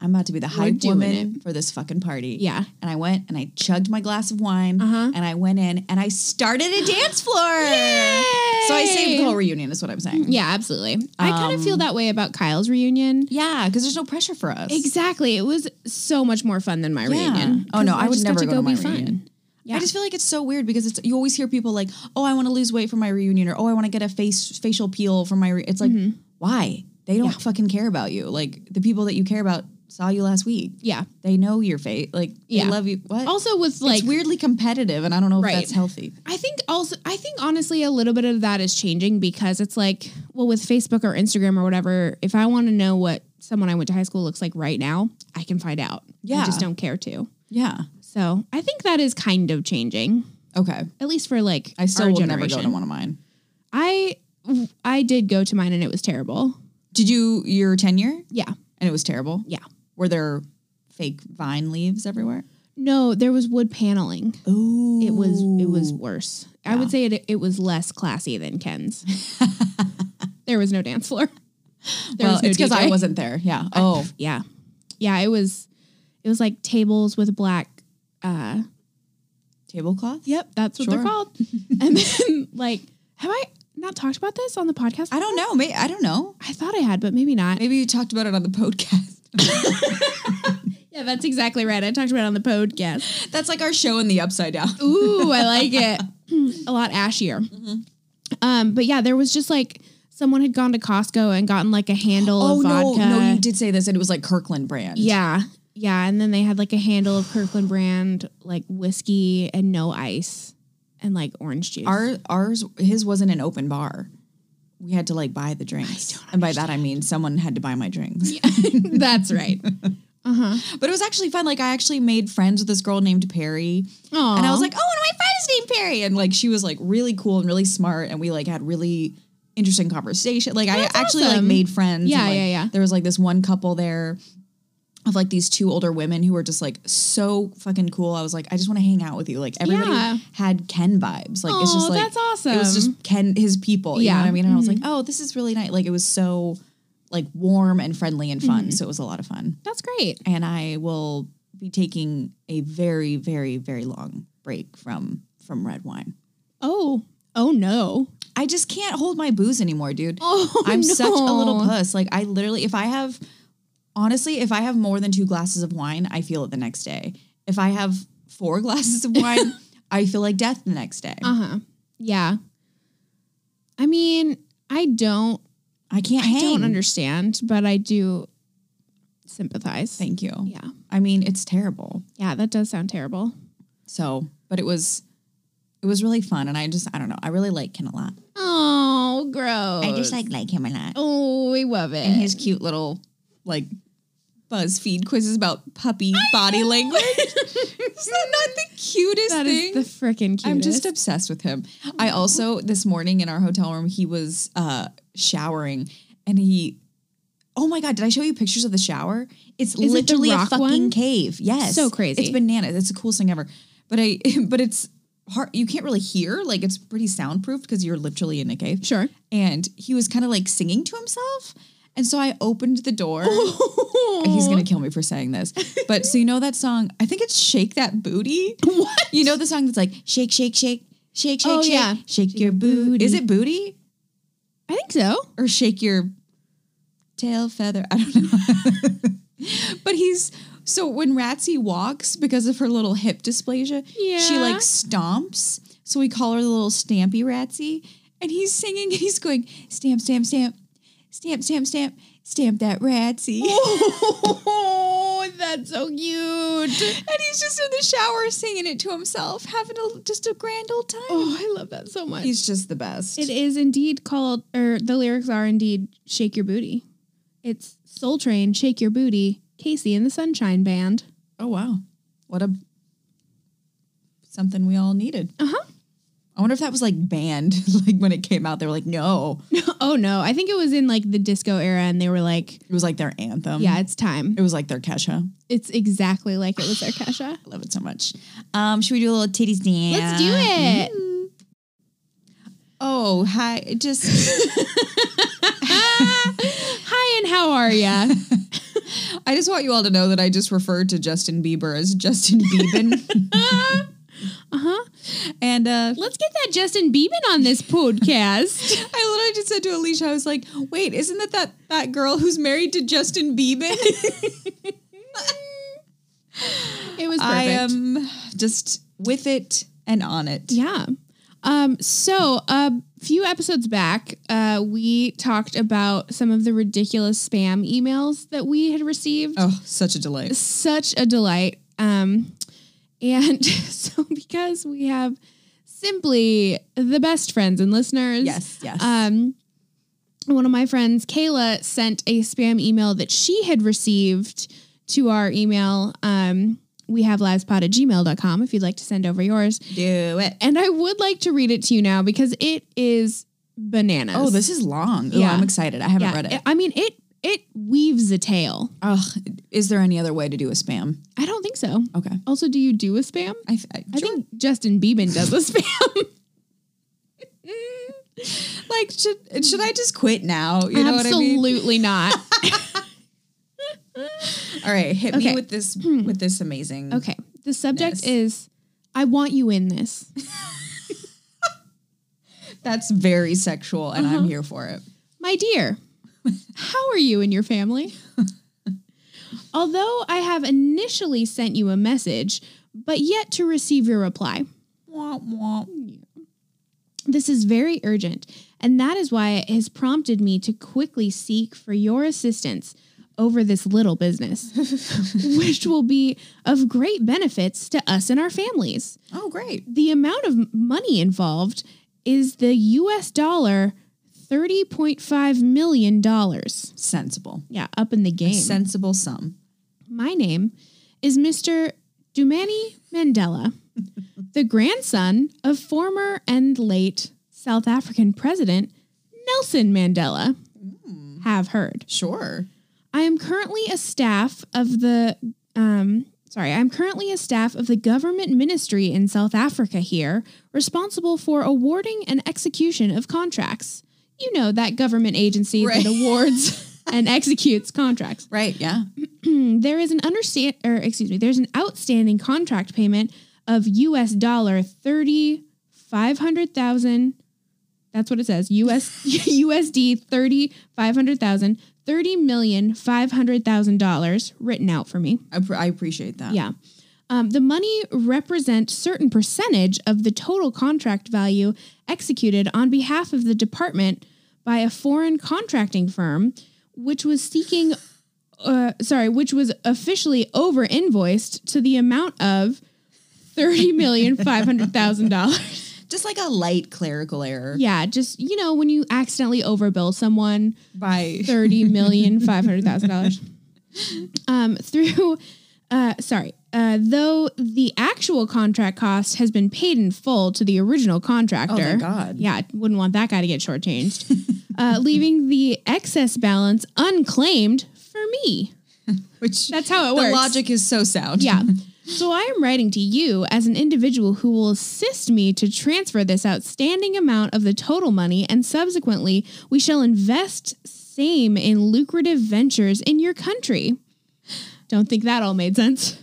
[SPEAKER 1] I'm about to be the hype
[SPEAKER 2] doing
[SPEAKER 1] woman for this fucking party.
[SPEAKER 2] Yeah.
[SPEAKER 1] and I went and I chugged my glass of wine,
[SPEAKER 2] Uh-huh.
[SPEAKER 1] and I went in and I started a dance floor. So I saved the whole reunion, is what I'm saying.
[SPEAKER 2] Yeah, absolutely. I kind of feel that way about Kyle's reunion.
[SPEAKER 1] Yeah, because there's no pressure for us.
[SPEAKER 2] Exactly. It was so much more fun than my
[SPEAKER 1] Yeah.
[SPEAKER 2] reunion.
[SPEAKER 1] Oh no,
[SPEAKER 2] 'Cause
[SPEAKER 1] I would
[SPEAKER 2] just got
[SPEAKER 1] never go, to, my
[SPEAKER 2] be fun.
[SPEAKER 1] reunion.
[SPEAKER 2] Yeah.
[SPEAKER 1] I just feel like it's so weird because it's you always hear people like, "Oh, I want to lose weight for my reunion," or "Oh, I want to get a face facial peel for my." Re-. It's like,
[SPEAKER 2] Mm-hmm.
[SPEAKER 1] why? They don't fucking care about you. Like the people that you care about saw you last week.
[SPEAKER 2] yeah.
[SPEAKER 1] They know your fate. Like
[SPEAKER 2] Yeah.
[SPEAKER 1] they love you. What?
[SPEAKER 2] Also with like
[SPEAKER 1] it's weirdly competitive, and I don't know if
[SPEAKER 2] Right.
[SPEAKER 1] that's healthy.
[SPEAKER 2] I think also I think honestly a little bit of that is changing because it's like well with Facebook or Instagram or whatever if I want to know what someone I went to high school looks like right now I can find out I
[SPEAKER 1] Yeah.
[SPEAKER 2] just don't care to
[SPEAKER 1] Yeah.
[SPEAKER 2] so I think that is kind of changing
[SPEAKER 1] Okay.
[SPEAKER 2] at least for like
[SPEAKER 1] I still
[SPEAKER 2] our
[SPEAKER 1] will never
[SPEAKER 2] generation
[SPEAKER 1] go to one of mine.
[SPEAKER 2] I I did go to mine and it was terrible
[SPEAKER 1] Did you your tenure?
[SPEAKER 2] yeah
[SPEAKER 1] And it was terrible.
[SPEAKER 2] yeah
[SPEAKER 1] Were there fake vine leaves everywhere?
[SPEAKER 2] no there was wood paneling
[SPEAKER 1] Ooh.
[SPEAKER 2] it was it was worse I would say it it was less classy than Ken's there was no dance floor there
[SPEAKER 1] well,
[SPEAKER 2] was no
[SPEAKER 1] it's because I
[SPEAKER 2] DJ.
[SPEAKER 1] wasn't there. Yeah. Oh.
[SPEAKER 2] yeah yeah it was it was like tables with black
[SPEAKER 1] Tablecloth.
[SPEAKER 2] yep that's what they're
[SPEAKER 1] Sure.
[SPEAKER 2] called and then like have i not talked about this on the podcast
[SPEAKER 1] I don't know. May I don't know.
[SPEAKER 2] i thought i had but maybe not
[SPEAKER 1] Maybe you talked about it on the podcast.
[SPEAKER 2] yeah that's exactly right i talked about it on the podcast
[SPEAKER 1] That's like our show in the upside down.
[SPEAKER 2] ooh i like it a lot ashier
[SPEAKER 1] Mm-hmm.
[SPEAKER 2] um but yeah there was just like someone had gone to costco and gotten like a handle
[SPEAKER 1] Oh
[SPEAKER 2] of
[SPEAKER 1] no,
[SPEAKER 2] vodka
[SPEAKER 1] no, you did say this, and it was like Kirkland brand.
[SPEAKER 2] yeah yeah and then they had like a handle of kirkland brand like whiskey and no ice and like orange juice
[SPEAKER 1] Our ours his wasn't an open bar. We had to like buy the drinks, and by that I mean someone had to buy my drinks.
[SPEAKER 2] That's right. Uh-huh.
[SPEAKER 1] But it was actually fun. Like I actually made friends with this girl named Perry,
[SPEAKER 2] Aw.
[SPEAKER 1] and I was like, "Oh, one of my friends named Perry," and like she was like really cool and really smart, and we like had really interesting conversation. Like I actually like
[SPEAKER 2] awesome.
[SPEAKER 1] made friends.
[SPEAKER 2] Yeah,
[SPEAKER 1] and, like,
[SPEAKER 2] yeah, yeah.
[SPEAKER 1] There was like this one couple there of like these two older women who were just like so fucking cool. I was like, I just want to hang out with you. Like everybody
[SPEAKER 2] Yeah.
[SPEAKER 1] had Ken vibes. Like it's
[SPEAKER 2] Aw,
[SPEAKER 1] just like
[SPEAKER 2] that's
[SPEAKER 1] It was
[SPEAKER 2] awesome.
[SPEAKER 1] just Ken, his people. You
[SPEAKER 2] Yeah. Mm-hmm.
[SPEAKER 1] know what I mean? And I was like, oh, this is really nice. Like it was so like warm and friendly and
[SPEAKER 2] Mm-hmm.
[SPEAKER 1] fun. So it was a lot of fun
[SPEAKER 2] That's great.
[SPEAKER 1] and I will be taking a very, very, very long break from from red wine.
[SPEAKER 2] Oh, oh no.
[SPEAKER 1] I just can't hold my booze anymore, dude.
[SPEAKER 2] Oh,
[SPEAKER 1] I'm such a little
[SPEAKER 2] no.
[SPEAKER 1] puss. Like I literally, if I have, honestly, if I have more than two glasses of wine, I feel it the next day. If I have four glasses of wine, I feel like death the next day.
[SPEAKER 2] Uh huh. Yeah. I mean, I don't,
[SPEAKER 1] I can't
[SPEAKER 2] I
[SPEAKER 1] hang.
[SPEAKER 2] don't understand, but I do sympathize.
[SPEAKER 1] Thank you.
[SPEAKER 2] yeah.
[SPEAKER 1] I mean, it's terrible.
[SPEAKER 2] Yeah, that does sound terrible.
[SPEAKER 1] So, but it was, it was really fun, and I just, I don't know, I really like Ken a lot.
[SPEAKER 2] Oh, gross.
[SPEAKER 1] I just like like him a lot.
[SPEAKER 2] Oh, we love it.
[SPEAKER 1] and his cute little like BuzzFeed quizzes about puppy body language. Is that not the cutest
[SPEAKER 2] that
[SPEAKER 1] thing?
[SPEAKER 2] is the freaking cutest.
[SPEAKER 1] I'm just obsessed with him. I also this morning in our hotel room he was uh showering and he Oh my god, did I show you pictures of the shower? It's
[SPEAKER 2] the
[SPEAKER 1] literally a
[SPEAKER 2] rock
[SPEAKER 1] fucking
[SPEAKER 2] one?
[SPEAKER 1] cave. Yes.
[SPEAKER 2] So crazy.
[SPEAKER 1] It's bananas. It's the coolest thing ever. But I but it's hard you can't really hear like it's pretty soundproof because you're literally in a cave
[SPEAKER 2] sure.
[SPEAKER 1] and he was kind of like singing to himself. And so I opened the door. He's gonna kill me for saying this, but so you know that song? I think it's "Shake That Booty."
[SPEAKER 2] What?
[SPEAKER 1] You know the song that's like "Shake, shake, shake, shake, shake,
[SPEAKER 2] Oh,
[SPEAKER 1] shake,
[SPEAKER 2] yeah.
[SPEAKER 1] shake your booty." Is it booty
[SPEAKER 2] I think so.
[SPEAKER 1] or shake your tail feather? I don't know. but he's So when Ratsy walks because of her little hip dysplasia, she
[SPEAKER 2] Yeah.
[SPEAKER 1] like stomps. So we call her the little Stampy Ratsy, and he's singing. He's going stamp, stamp, stamp, stamp, stamp, stamp, stamp that Ratsy.
[SPEAKER 2] Oh, that's so cute.
[SPEAKER 1] And he's just in the shower singing it to himself, having a, just a grand old time.
[SPEAKER 2] Oh, I love that so much.
[SPEAKER 1] He's just the best.
[SPEAKER 2] It is indeed called, or the lyrics are indeed Shake Your Booty. It's Soul Train, Shake Your Booty, Casey and the Sunshine Band.
[SPEAKER 1] Oh wow, what a something we all needed.
[SPEAKER 2] Uh huh.
[SPEAKER 1] I wonder if that was like banned, like when it came out. They were like, no,
[SPEAKER 2] Oh, no. I think it was in like the disco era and they were like,
[SPEAKER 1] it was like their anthem.
[SPEAKER 2] yeah, it's time.
[SPEAKER 1] it was like their Kesha.
[SPEAKER 2] It's exactly like it was their Kesha.
[SPEAKER 1] I love it so much. Um, should we do a little titties dance? Mm-hmm.
[SPEAKER 2] Let's do it.
[SPEAKER 1] Oh, hi. it Just
[SPEAKER 2] Hi, and how are ya?
[SPEAKER 1] I just want you all to know that I just referred to Justin Bieber as Justin Bieben.
[SPEAKER 2] Uh huh.
[SPEAKER 1] and uh
[SPEAKER 2] Let's get that Justin Bieber on this podcast.
[SPEAKER 1] I literally just said to Alicia, I was like, wait, isn't that that, that girl who's married to Justin Bieber?
[SPEAKER 2] It was perfect.
[SPEAKER 1] I um, am just with it and on it.
[SPEAKER 2] Yeah. Um, so a few episodes back, uh, we talked about some of the ridiculous spam emails that we had received.
[SPEAKER 1] Oh, such a delight.
[SPEAKER 2] Such a delight. Um, and so because we have simply the best friends and listeners.
[SPEAKER 1] Yes, yes.
[SPEAKER 2] Um, one of my friends, Kayla, sent a spam email that she had received to our email. Um, we have livespod at gmail.com if you'd like to send over yours.
[SPEAKER 1] do it.
[SPEAKER 2] And I would like to read it to you now because it is bananas.
[SPEAKER 1] Oh, this is long. Ooh,
[SPEAKER 2] Yeah.
[SPEAKER 1] I'm excited. I haven't
[SPEAKER 2] yeah.
[SPEAKER 1] read it.
[SPEAKER 2] I mean, it it weaves a tale.
[SPEAKER 1] Ugh, is there any other way to do a spam?
[SPEAKER 2] I don't think so.
[SPEAKER 1] Okay.
[SPEAKER 2] Also, do you do a spam?
[SPEAKER 1] I, f- I-
[SPEAKER 2] I
[SPEAKER 1] sure.
[SPEAKER 2] think Justin Bieber does a spam.
[SPEAKER 1] like should should I just quit now? You know what
[SPEAKER 2] Absolutely not.
[SPEAKER 1] I mean? All right, hit me
[SPEAKER 2] Okay. Hmm.
[SPEAKER 1] with this with this amazing.
[SPEAKER 2] Okay. The subject
[SPEAKER 1] Yes.
[SPEAKER 2] is I want you in this.
[SPEAKER 1] That's very sexual and
[SPEAKER 2] Uh-huh.
[SPEAKER 1] I'm here for it.
[SPEAKER 2] My dear, how are you and your family? Although I have initially sent you a message, but yet to receive your reply.
[SPEAKER 1] Womp womp.
[SPEAKER 2] This is very urgent, and that is why it has prompted me to quickly seek for your assistance over this little business, which will be of great benefits to us and our families.
[SPEAKER 1] Oh, great.
[SPEAKER 2] The amount of money involved is the US dollar $30.5 million.
[SPEAKER 1] Sensible.
[SPEAKER 2] Yeah, up in the game.
[SPEAKER 1] Sensible sum.
[SPEAKER 2] My name is Mr. Dumani Mandela, the grandson of former and late South African President Nelson Mandela. Have heard.
[SPEAKER 1] Sure.
[SPEAKER 2] I am currently a staff of the um sorry, I'm currently a staff of the government ministry in South Africa here, responsible for awarding and execution of contracts. You know that government agency
[SPEAKER 1] Right.
[SPEAKER 2] that awards and executes contracts
[SPEAKER 1] Right. Yeah.
[SPEAKER 2] there is an understand or excuse me, there's an outstanding contract payment of US dollar thirty five hundred thousand. That's what it says. US USD thirty five hundred thousand. Thirty million five hundred thousand dollars written out for me.
[SPEAKER 1] I, pr- I appreciate that.
[SPEAKER 2] Yeah. Um, the money represent certain percentage of the total contract value executed on behalf of the department by a foreign contracting firm, which was seeking, uh, sorry, which was officially over invoiced to the amount of thirty million five hundred thousand dollars.
[SPEAKER 1] Just like a light clerical error
[SPEAKER 2] Yeah, just you know when you accidentally overbill someone
[SPEAKER 1] by
[SPEAKER 2] thirty million five hundred thousand dollars. Um, through, uh, sorry, uh, though the actual contract cost has been paid in full to the original contractor.
[SPEAKER 1] Oh, thank God.
[SPEAKER 2] Yeah, wouldn't want that guy to get shortchanged, uh, leaving the excess balance unclaimed for me.
[SPEAKER 1] which
[SPEAKER 2] That's how it
[SPEAKER 1] the
[SPEAKER 2] works.
[SPEAKER 1] logic is so sound.
[SPEAKER 2] Yeah. So I am writing to you as an individual who will assist me to transfer this outstanding amount of the total money, and subsequently, we shall invest same in lucrative ventures in your country. Don't think that all made sense.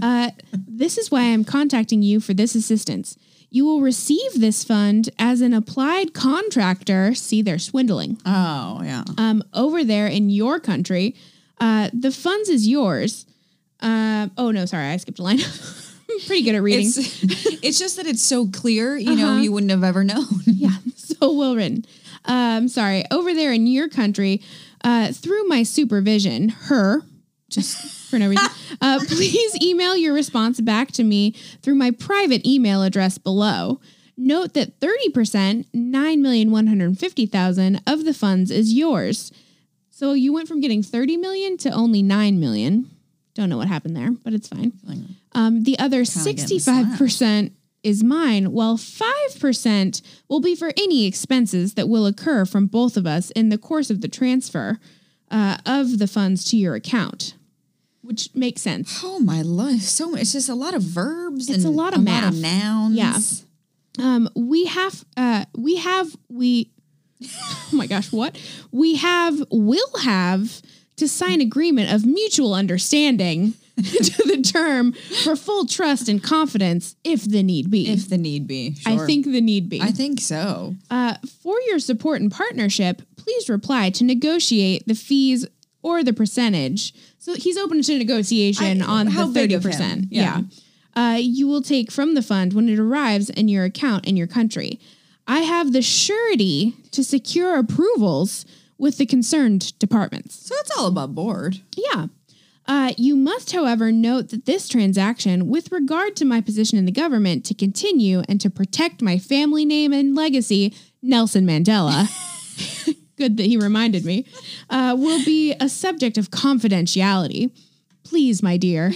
[SPEAKER 2] Uh, this is why I'm contacting you for this assistance. You will receive this fund as an applied contractor. See, they're swindling
[SPEAKER 1] Oh yeah.
[SPEAKER 2] um, over there in your country. Uh, the funds is yours. Um, oh no, sorry, I skipped a line. I'm pretty good at reading.
[SPEAKER 1] It's, it's just that it's so clear, you know,
[SPEAKER 2] Uh-huh.
[SPEAKER 1] you wouldn't have ever known.
[SPEAKER 2] yeah, so well written. Um, sorry, over there in your country, uh, through my supervision, her, just for no reason, uh, please email your response back to me through my private email address below. Note that 30%, 9,150,000 of the funds is yours. So you went from getting 30 million to only 9 million. Don't know what happened there, but it's fine. Um, the other
[SPEAKER 1] getting slapped.
[SPEAKER 2] sixty-five percent is mine, while five percent will be for any expenses that will occur from both of us in the course of the transfer uh, of the funds to your account, which makes sense.
[SPEAKER 1] Oh my life! So much. It's just a lot of verbs.
[SPEAKER 2] It's
[SPEAKER 1] and
[SPEAKER 2] a lot of math.
[SPEAKER 1] nouns.
[SPEAKER 2] Yeah. Um, we have, uh, we have, we. Oh my gosh, what we have will have to sign agreement of mutual understanding to the term for full trust and confidence if the need be.
[SPEAKER 1] if the need be.
[SPEAKER 2] I
[SPEAKER 1] sure.
[SPEAKER 2] think the need be.
[SPEAKER 1] I think so.
[SPEAKER 2] Uh, for your support and partnership, please reply to negotiate the fees or the percentage. So he's open to negotiation
[SPEAKER 1] I-
[SPEAKER 2] on the
[SPEAKER 1] how big
[SPEAKER 2] thirty
[SPEAKER 1] of him?
[SPEAKER 2] percent.
[SPEAKER 1] Yeah.
[SPEAKER 2] Yeah, Uh, you will take from the fund when it arrives in your account in your country. I have the surety to secure approvals with the concerned departments.
[SPEAKER 1] So it's all above board.
[SPEAKER 2] Yeah. Uh, you must, however, note that this transaction, with regard to my position in the government, to continue and to protect my family name and legacy, Nelson Mandela. Good that he reminded me. Uh, will be a subject of confidentiality. Please, my dear,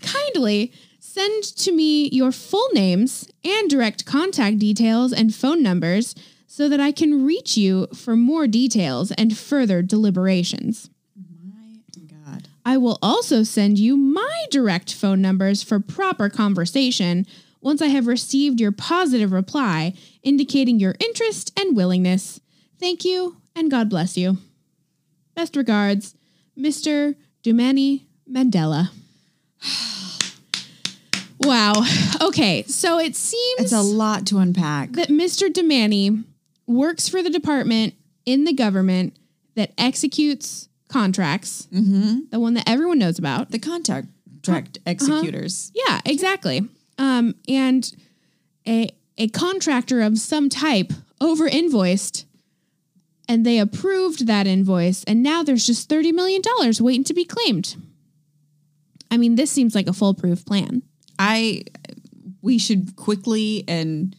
[SPEAKER 2] kindly send to me your full names and direct contact details and phone numbers so that I can reach you for more details and further deliberations.
[SPEAKER 1] My God.
[SPEAKER 2] I will also send you my direct phone numbers for proper conversation once I have received your positive reply indicating your interest and willingness. Thank you and God bless you. Best regards, Mr. Dumani Mandela. wow. Okay, so it seems
[SPEAKER 1] It's a lot to unpack.
[SPEAKER 2] that Mr. Demani works for the department in the government that executes contracts, the one that everyone knows about.
[SPEAKER 1] The contact direct executors.
[SPEAKER 2] Yeah, exactly. Um, and a a contractor of some type over invoiced, and they approved that invoice, and now there's just thirty million dollars waiting to be claimed. I mean, this seems like a foolproof plan.
[SPEAKER 1] I we should quickly and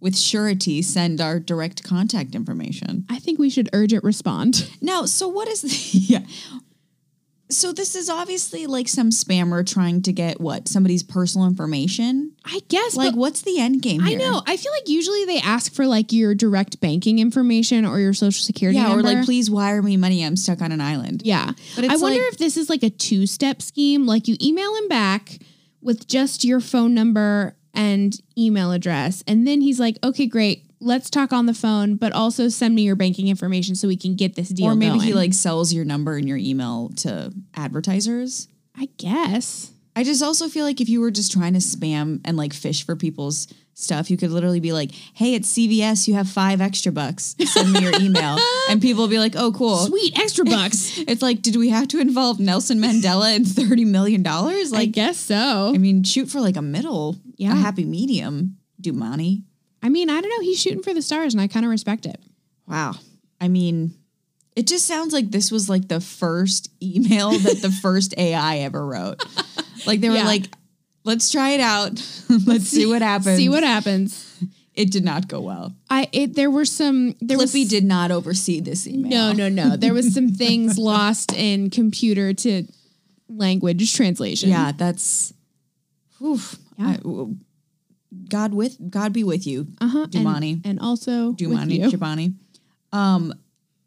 [SPEAKER 1] with surety send our direct contact information.
[SPEAKER 2] I think we should urgent respond.
[SPEAKER 1] Now, so what is the yeah. So this is obviously like some spammer trying to get what somebody's personal information.
[SPEAKER 2] I guess,
[SPEAKER 1] Like,
[SPEAKER 2] but
[SPEAKER 1] what's the end game?
[SPEAKER 2] I
[SPEAKER 1] here?
[SPEAKER 2] know. I feel like usually they ask for like your direct banking information or your social security
[SPEAKER 1] Yeah, or
[SPEAKER 2] number.
[SPEAKER 1] like, please wire me money. I'm stuck on an island.
[SPEAKER 2] yeah.
[SPEAKER 1] But
[SPEAKER 2] I
[SPEAKER 1] it's
[SPEAKER 2] wonder
[SPEAKER 1] like-
[SPEAKER 2] if this is like a two step scheme. Like you email him back with just your phone number and email address. And then he's like, okay, great. Let's talk on the phone, but also send me your banking information so we can get this deal.
[SPEAKER 1] Or maybe he
[SPEAKER 2] going."
[SPEAKER 1] like sells your number and your email to advertisers.
[SPEAKER 2] I guess.
[SPEAKER 1] I just also feel like if you were just trying to spam and like fish for people's stuff, you could literally be like, "Hey, it's CVS. You have five extra bucks. Send me your email," and people will be like, "Oh, cool."
[SPEAKER 2] Sweet extra bucks.
[SPEAKER 1] It's like, did we have to involve Nelson Mandela in thirty million dollars?
[SPEAKER 2] I
[SPEAKER 1] Like,
[SPEAKER 2] guess so.
[SPEAKER 1] I mean, shoot for like a middle,
[SPEAKER 2] Yeah.
[SPEAKER 1] a happy medium. Dumani.
[SPEAKER 2] I mean, I don't know. He's shooting for the stars and I kind of respect it.
[SPEAKER 1] Wow. I mean, it just sounds like this was like the first email that the first AI ever wrote. Like they were
[SPEAKER 2] Yeah.
[SPEAKER 1] like, let's try it out. let's see what happens.
[SPEAKER 2] See what happens.
[SPEAKER 1] it did not go well.
[SPEAKER 2] I it there were some there was
[SPEAKER 1] Flippy did not oversee this email.
[SPEAKER 2] no no no there was some things lost in computer to language translation.
[SPEAKER 1] Yeah, that's whew, I- w- God with God be with you.
[SPEAKER 2] uh huh.
[SPEAKER 1] Dumani.
[SPEAKER 2] and, and also with
[SPEAKER 1] Dumani
[SPEAKER 2] you.
[SPEAKER 1] Chibani. Um,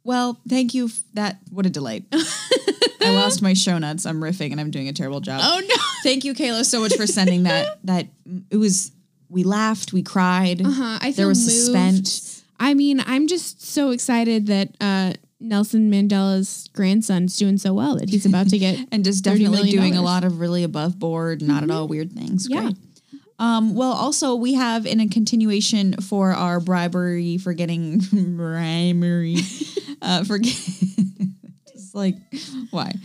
[SPEAKER 1] well, thank you. F- that what a delight. I lost my show notes. I'm riffing and I'm doing a terrible job.
[SPEAKER 2] Oh no.
[SPEAKER 1] Thank you, Kayla, so much for sending that. That it was. We laughed. We cried.
[SPEAKER 2] Uh-huh. I feel
[SPEAKER 1] There was
[SPEAKER 2] moved.
[SPEAKER 1] suspense.
[SPEAKER 2] I mean, I'm just so excited that uh, Nelson Mandela's grandson's doing so well that he's about to get
[SPEAKER 1] And just
[SPEAKER 2] $30
[SPEAKER 1] definitely
[SPEAKER 2] million Mm-hmm.
[SPEAKER 1] doing a lot of really above board, not at all weird things.
[SPEAKER 2] Yeah.
[SPEAKER 1] Great. Um, well, also we have in a continuation for our bribery for getting bribery uh, for. get- It's like, why?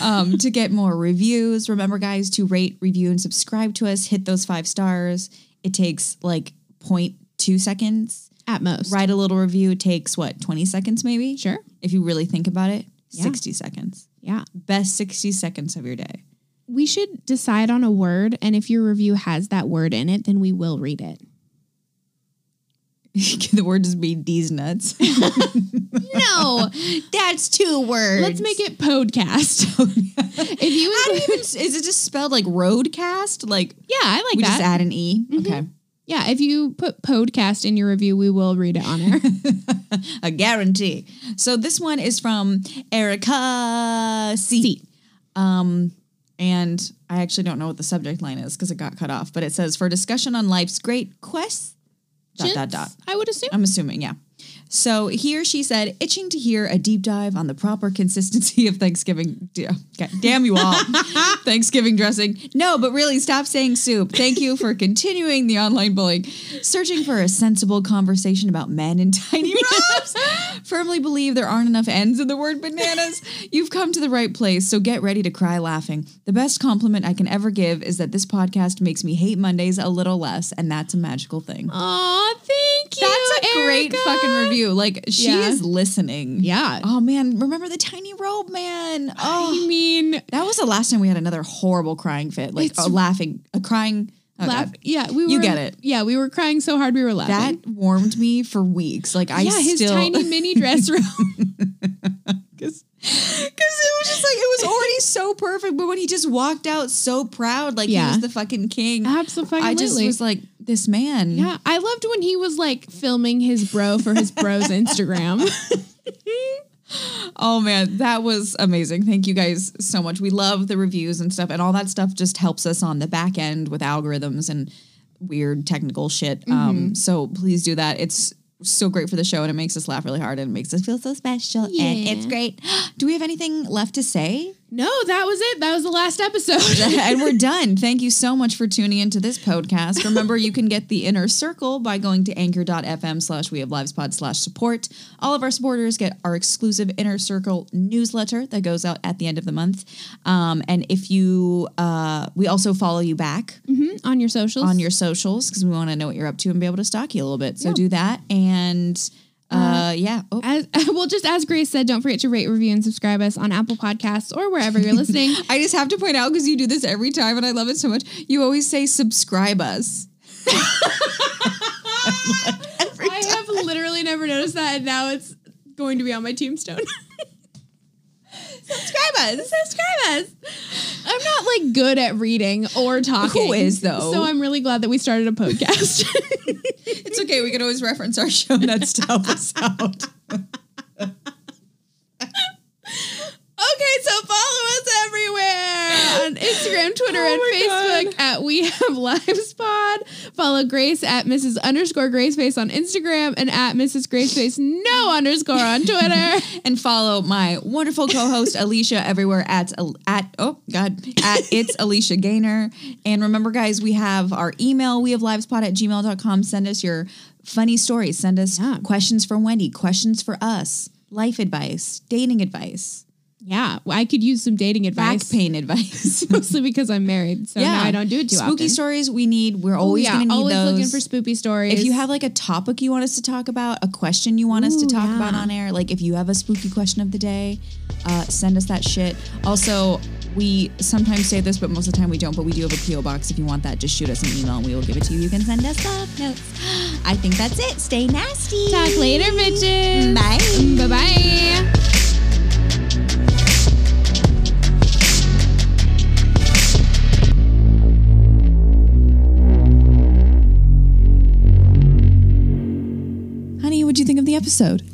[SPEAKER 1] Um, to get more reviews, remember, guys, to rate, review, and subscribe to us. Hit those five stars. It takes like 0.2 seconds.
[SPEAKER 2] at most.
[SPEAKER 1] Write a little review. It takes what, 20 seconds maybe?
[SPEAKER 2] Sure.
[SPEAKER 1] If you really think about it,
[SPEAKER 2] Yeah.
[SPEAKER 1] 60 seconds.
[SPEAKER 2] Yeah.
[SPEAKER 1] Best 60 seconds of your day.
[SPEAKER 2] We should decide on a word, and if your review has that word in it, then we will read it.
[SPEAKER 1] the word just be these nuts.
[SPEAKER 2] No,
[SPEAKER 1] That's two words.
[SPEAKER 2] let's make it podcast. if you,
[SPEAKER 1] How do you
[SPEAKER 2] include-
[SPEAKER 1] even, is it just spelled like roadcast? Like
[SPEAKER 2] yeah, I like
[SPEAKER 1] we
[SPEAKER 2] that.
[SPEAKER 1] just add an E? Okay.
[SPEAKER 2] yeah, if you put podcast in your review, we will read it on air.
[SPEAKER 1] a guarantee. So this one is from Erica C. Um, and I actually don't know what the subject line is because it got cut off, but it says for discussion on life's great quests. Dot dot dot. Um,
[SPEAKER 2] I would assume.
[SPEAKER 1] I'm assuming, yeah. So he or she said, itching to hear a deep dive on the proper consistency of Thanksgiving. d- God Damn you all. Thanksgiving dressing. No, but really, stop saying soup. Thank you for continuing the online bullying. Searching for a sensible conversation about men and tiny robes. Firmly believe there aren't enough ends in the word bananas. You've come to the right place, so get ready to cry laughing. The best compliment I can ever give is that this podcast makes me hate Mondays a little less, and that's a magical thing.
[SPEAKER 2] Aw, thank you.
[SPEAKER 1] That's a great
[SPEAKER 2] Erica.
[SPEAKER 1] fucking review. Like she
[SPEAKER 2] Yeah.
[SPEAKER 1] is listening.
[SPEAKER 2] Yeah.
[SPEAKER 1] Oh man, remember the tiny robe man? Oh,
[SPEAKER 2] I mean,
[SPEAKER 1] that was the last time we had another horrible crying fit. Like
[SPEAKER 2] It's-
[SPEAKER 1] a laughing, a crying. oh,
[SPEAKER 2] laugh.
[SPEAKER 1] God.
[SPEAKER 2] Yeah, we were.
[SPEAKER 1] You get it.
[SPEAKER 2] Yeah, we were crying so hard we were laughing.
[SPEAKER 1] That warmed me for weeks. Like I
[SPEAKER 2] yeah, his
[SPEAKER 1] still,
[SPEAKER 2] tiny mini dress room.
[SPEAKER 1] because it was just like it was already so perfect. But when he just walked out so proud, like he
[SPEAKER 2] Yeah.
[SPEAKER 1] was the fucking king.
[SPEAKER 2] Absolutely.
[SPEAKER 1] I just was like this man.
[SPEAKER 2] yeah, I loved when he was like filming his bro for his bro's Instagram.
[SPEAKER 1] Oh man, that was amazing. Thank you guys so much. We love the reviews and stuff, and all that stuff just helps us on the back end with algorithms and weird technical shit. Um, so please do that. It's so great for the show, and it makes us laugh really hard, and it makes us feel so special, and
[SPEAKER 2] Yeah.
[SPEAKER 1] it's great. Do we have anything left to say?
[SPEAKER 2] No, that was it. That was the last episode.
[SPEAKER 1] and we're done. Thank you so much for tuning into this podcast. Remember, you can get the inner circle by going to anchor.fm slash we have lives pod slash support. All of our supporters get our exclusive inner circle newsletter that goes out at the end of the month. Um, and if you, uh, we also follow you back
[SPEAKER 2] Mhm, on your socials.
[SPEAKER 1] on your socials because we want to know what you're up to and be able to stalk you a little bit. So do that. And uh, yeah. Oh,
[SPEAKER 2] As, well, just as Grace said, don't forget to rate, review, and subscribe us on Apple Podcasts or wherever you're listening.
[SPEAKER 1] I just have to point out because you do this every time and I love it so much. You always say subscribe us.
[SPEAKER 2] I have literally never noticed that, and now it's going to be on my tombstone.
[SPEAKER 1] Subscribe us.
[SPEAKER 2] Subscribe us. I'm not like good at reading or talking.
[SPEAKER 1] Who is, though?
[SPEAKER 2] So I'm really glad that we started a podcast.
[SPEAKER 1] It's okay. We can always reference our show notes to help us out.
[SPEAKER 2] Okay, so follow us everywhere on Instagram, Twitter,
[SPEAKER 1] Oh
[SPEAKER 2] and
[SPEAKER 1] my
[SPEAKER 2] Facebook at We Have Lives Pod. Follow Grace at Mrs. underscore Graceface on Instagram and at Mrs. Graceface no underscore on Twitter.
[SPEAKER 1] And follow my wonderful co-host Alicia everywhere at at oh god at it's Alicia Gaynor. And remember, guys, we have our email, we have livespot at gmail.com. Send us your funny stories. Send us
[SPEAKER 2] Yeah.
[SPEAKER 1] questions for Wendy, questions for us, life advice, dating advice,
[SPEAKER 2] Yeah, well, I could use some dating
[SPEAKER 1] back
[SPEAKER 2] advice.
[SPEAKER 1] pain advice.
[SPEAKER 2] Mostly because I'm married, so now I don't do it too
[SPEAKER 1] Spooky
[SPEAKER 2] often.
[SPEAKER 1] stories we need. We're
[SPEAKER 2] Oh,
[SPEAKER 1] always
[SPEAKER 2] yeah,
[SPEAKER 1] gonna need
[SPEAKER 2] always
[SPEAKER 1] those.
[SPEAKER 2] looking for spooky stories.
[SPEAKER 1] If you have like a topic you want us to talk about, a question you want us to
[SPEAKER 2] Ooh,
[SPEAKER 1] talk
[SPEAKER 2] yeah.
[SPEAKER 1] about on air, like if you have a spooky question of the day, uh, send us that shit. Also, we sometimes say this, but most of the time we don't. But we do have a PO box. If you want that, just shoot us an email and we will give it to you. You can send us love notes. I think that's it. Stay nasty.
[SPEAKER 2] talk later, bitches.
[SPEAKER 1] Bye.
[SPEAKER 2] Bye bye.
[SPEAKER 1] Honey, what'd you think of the episode?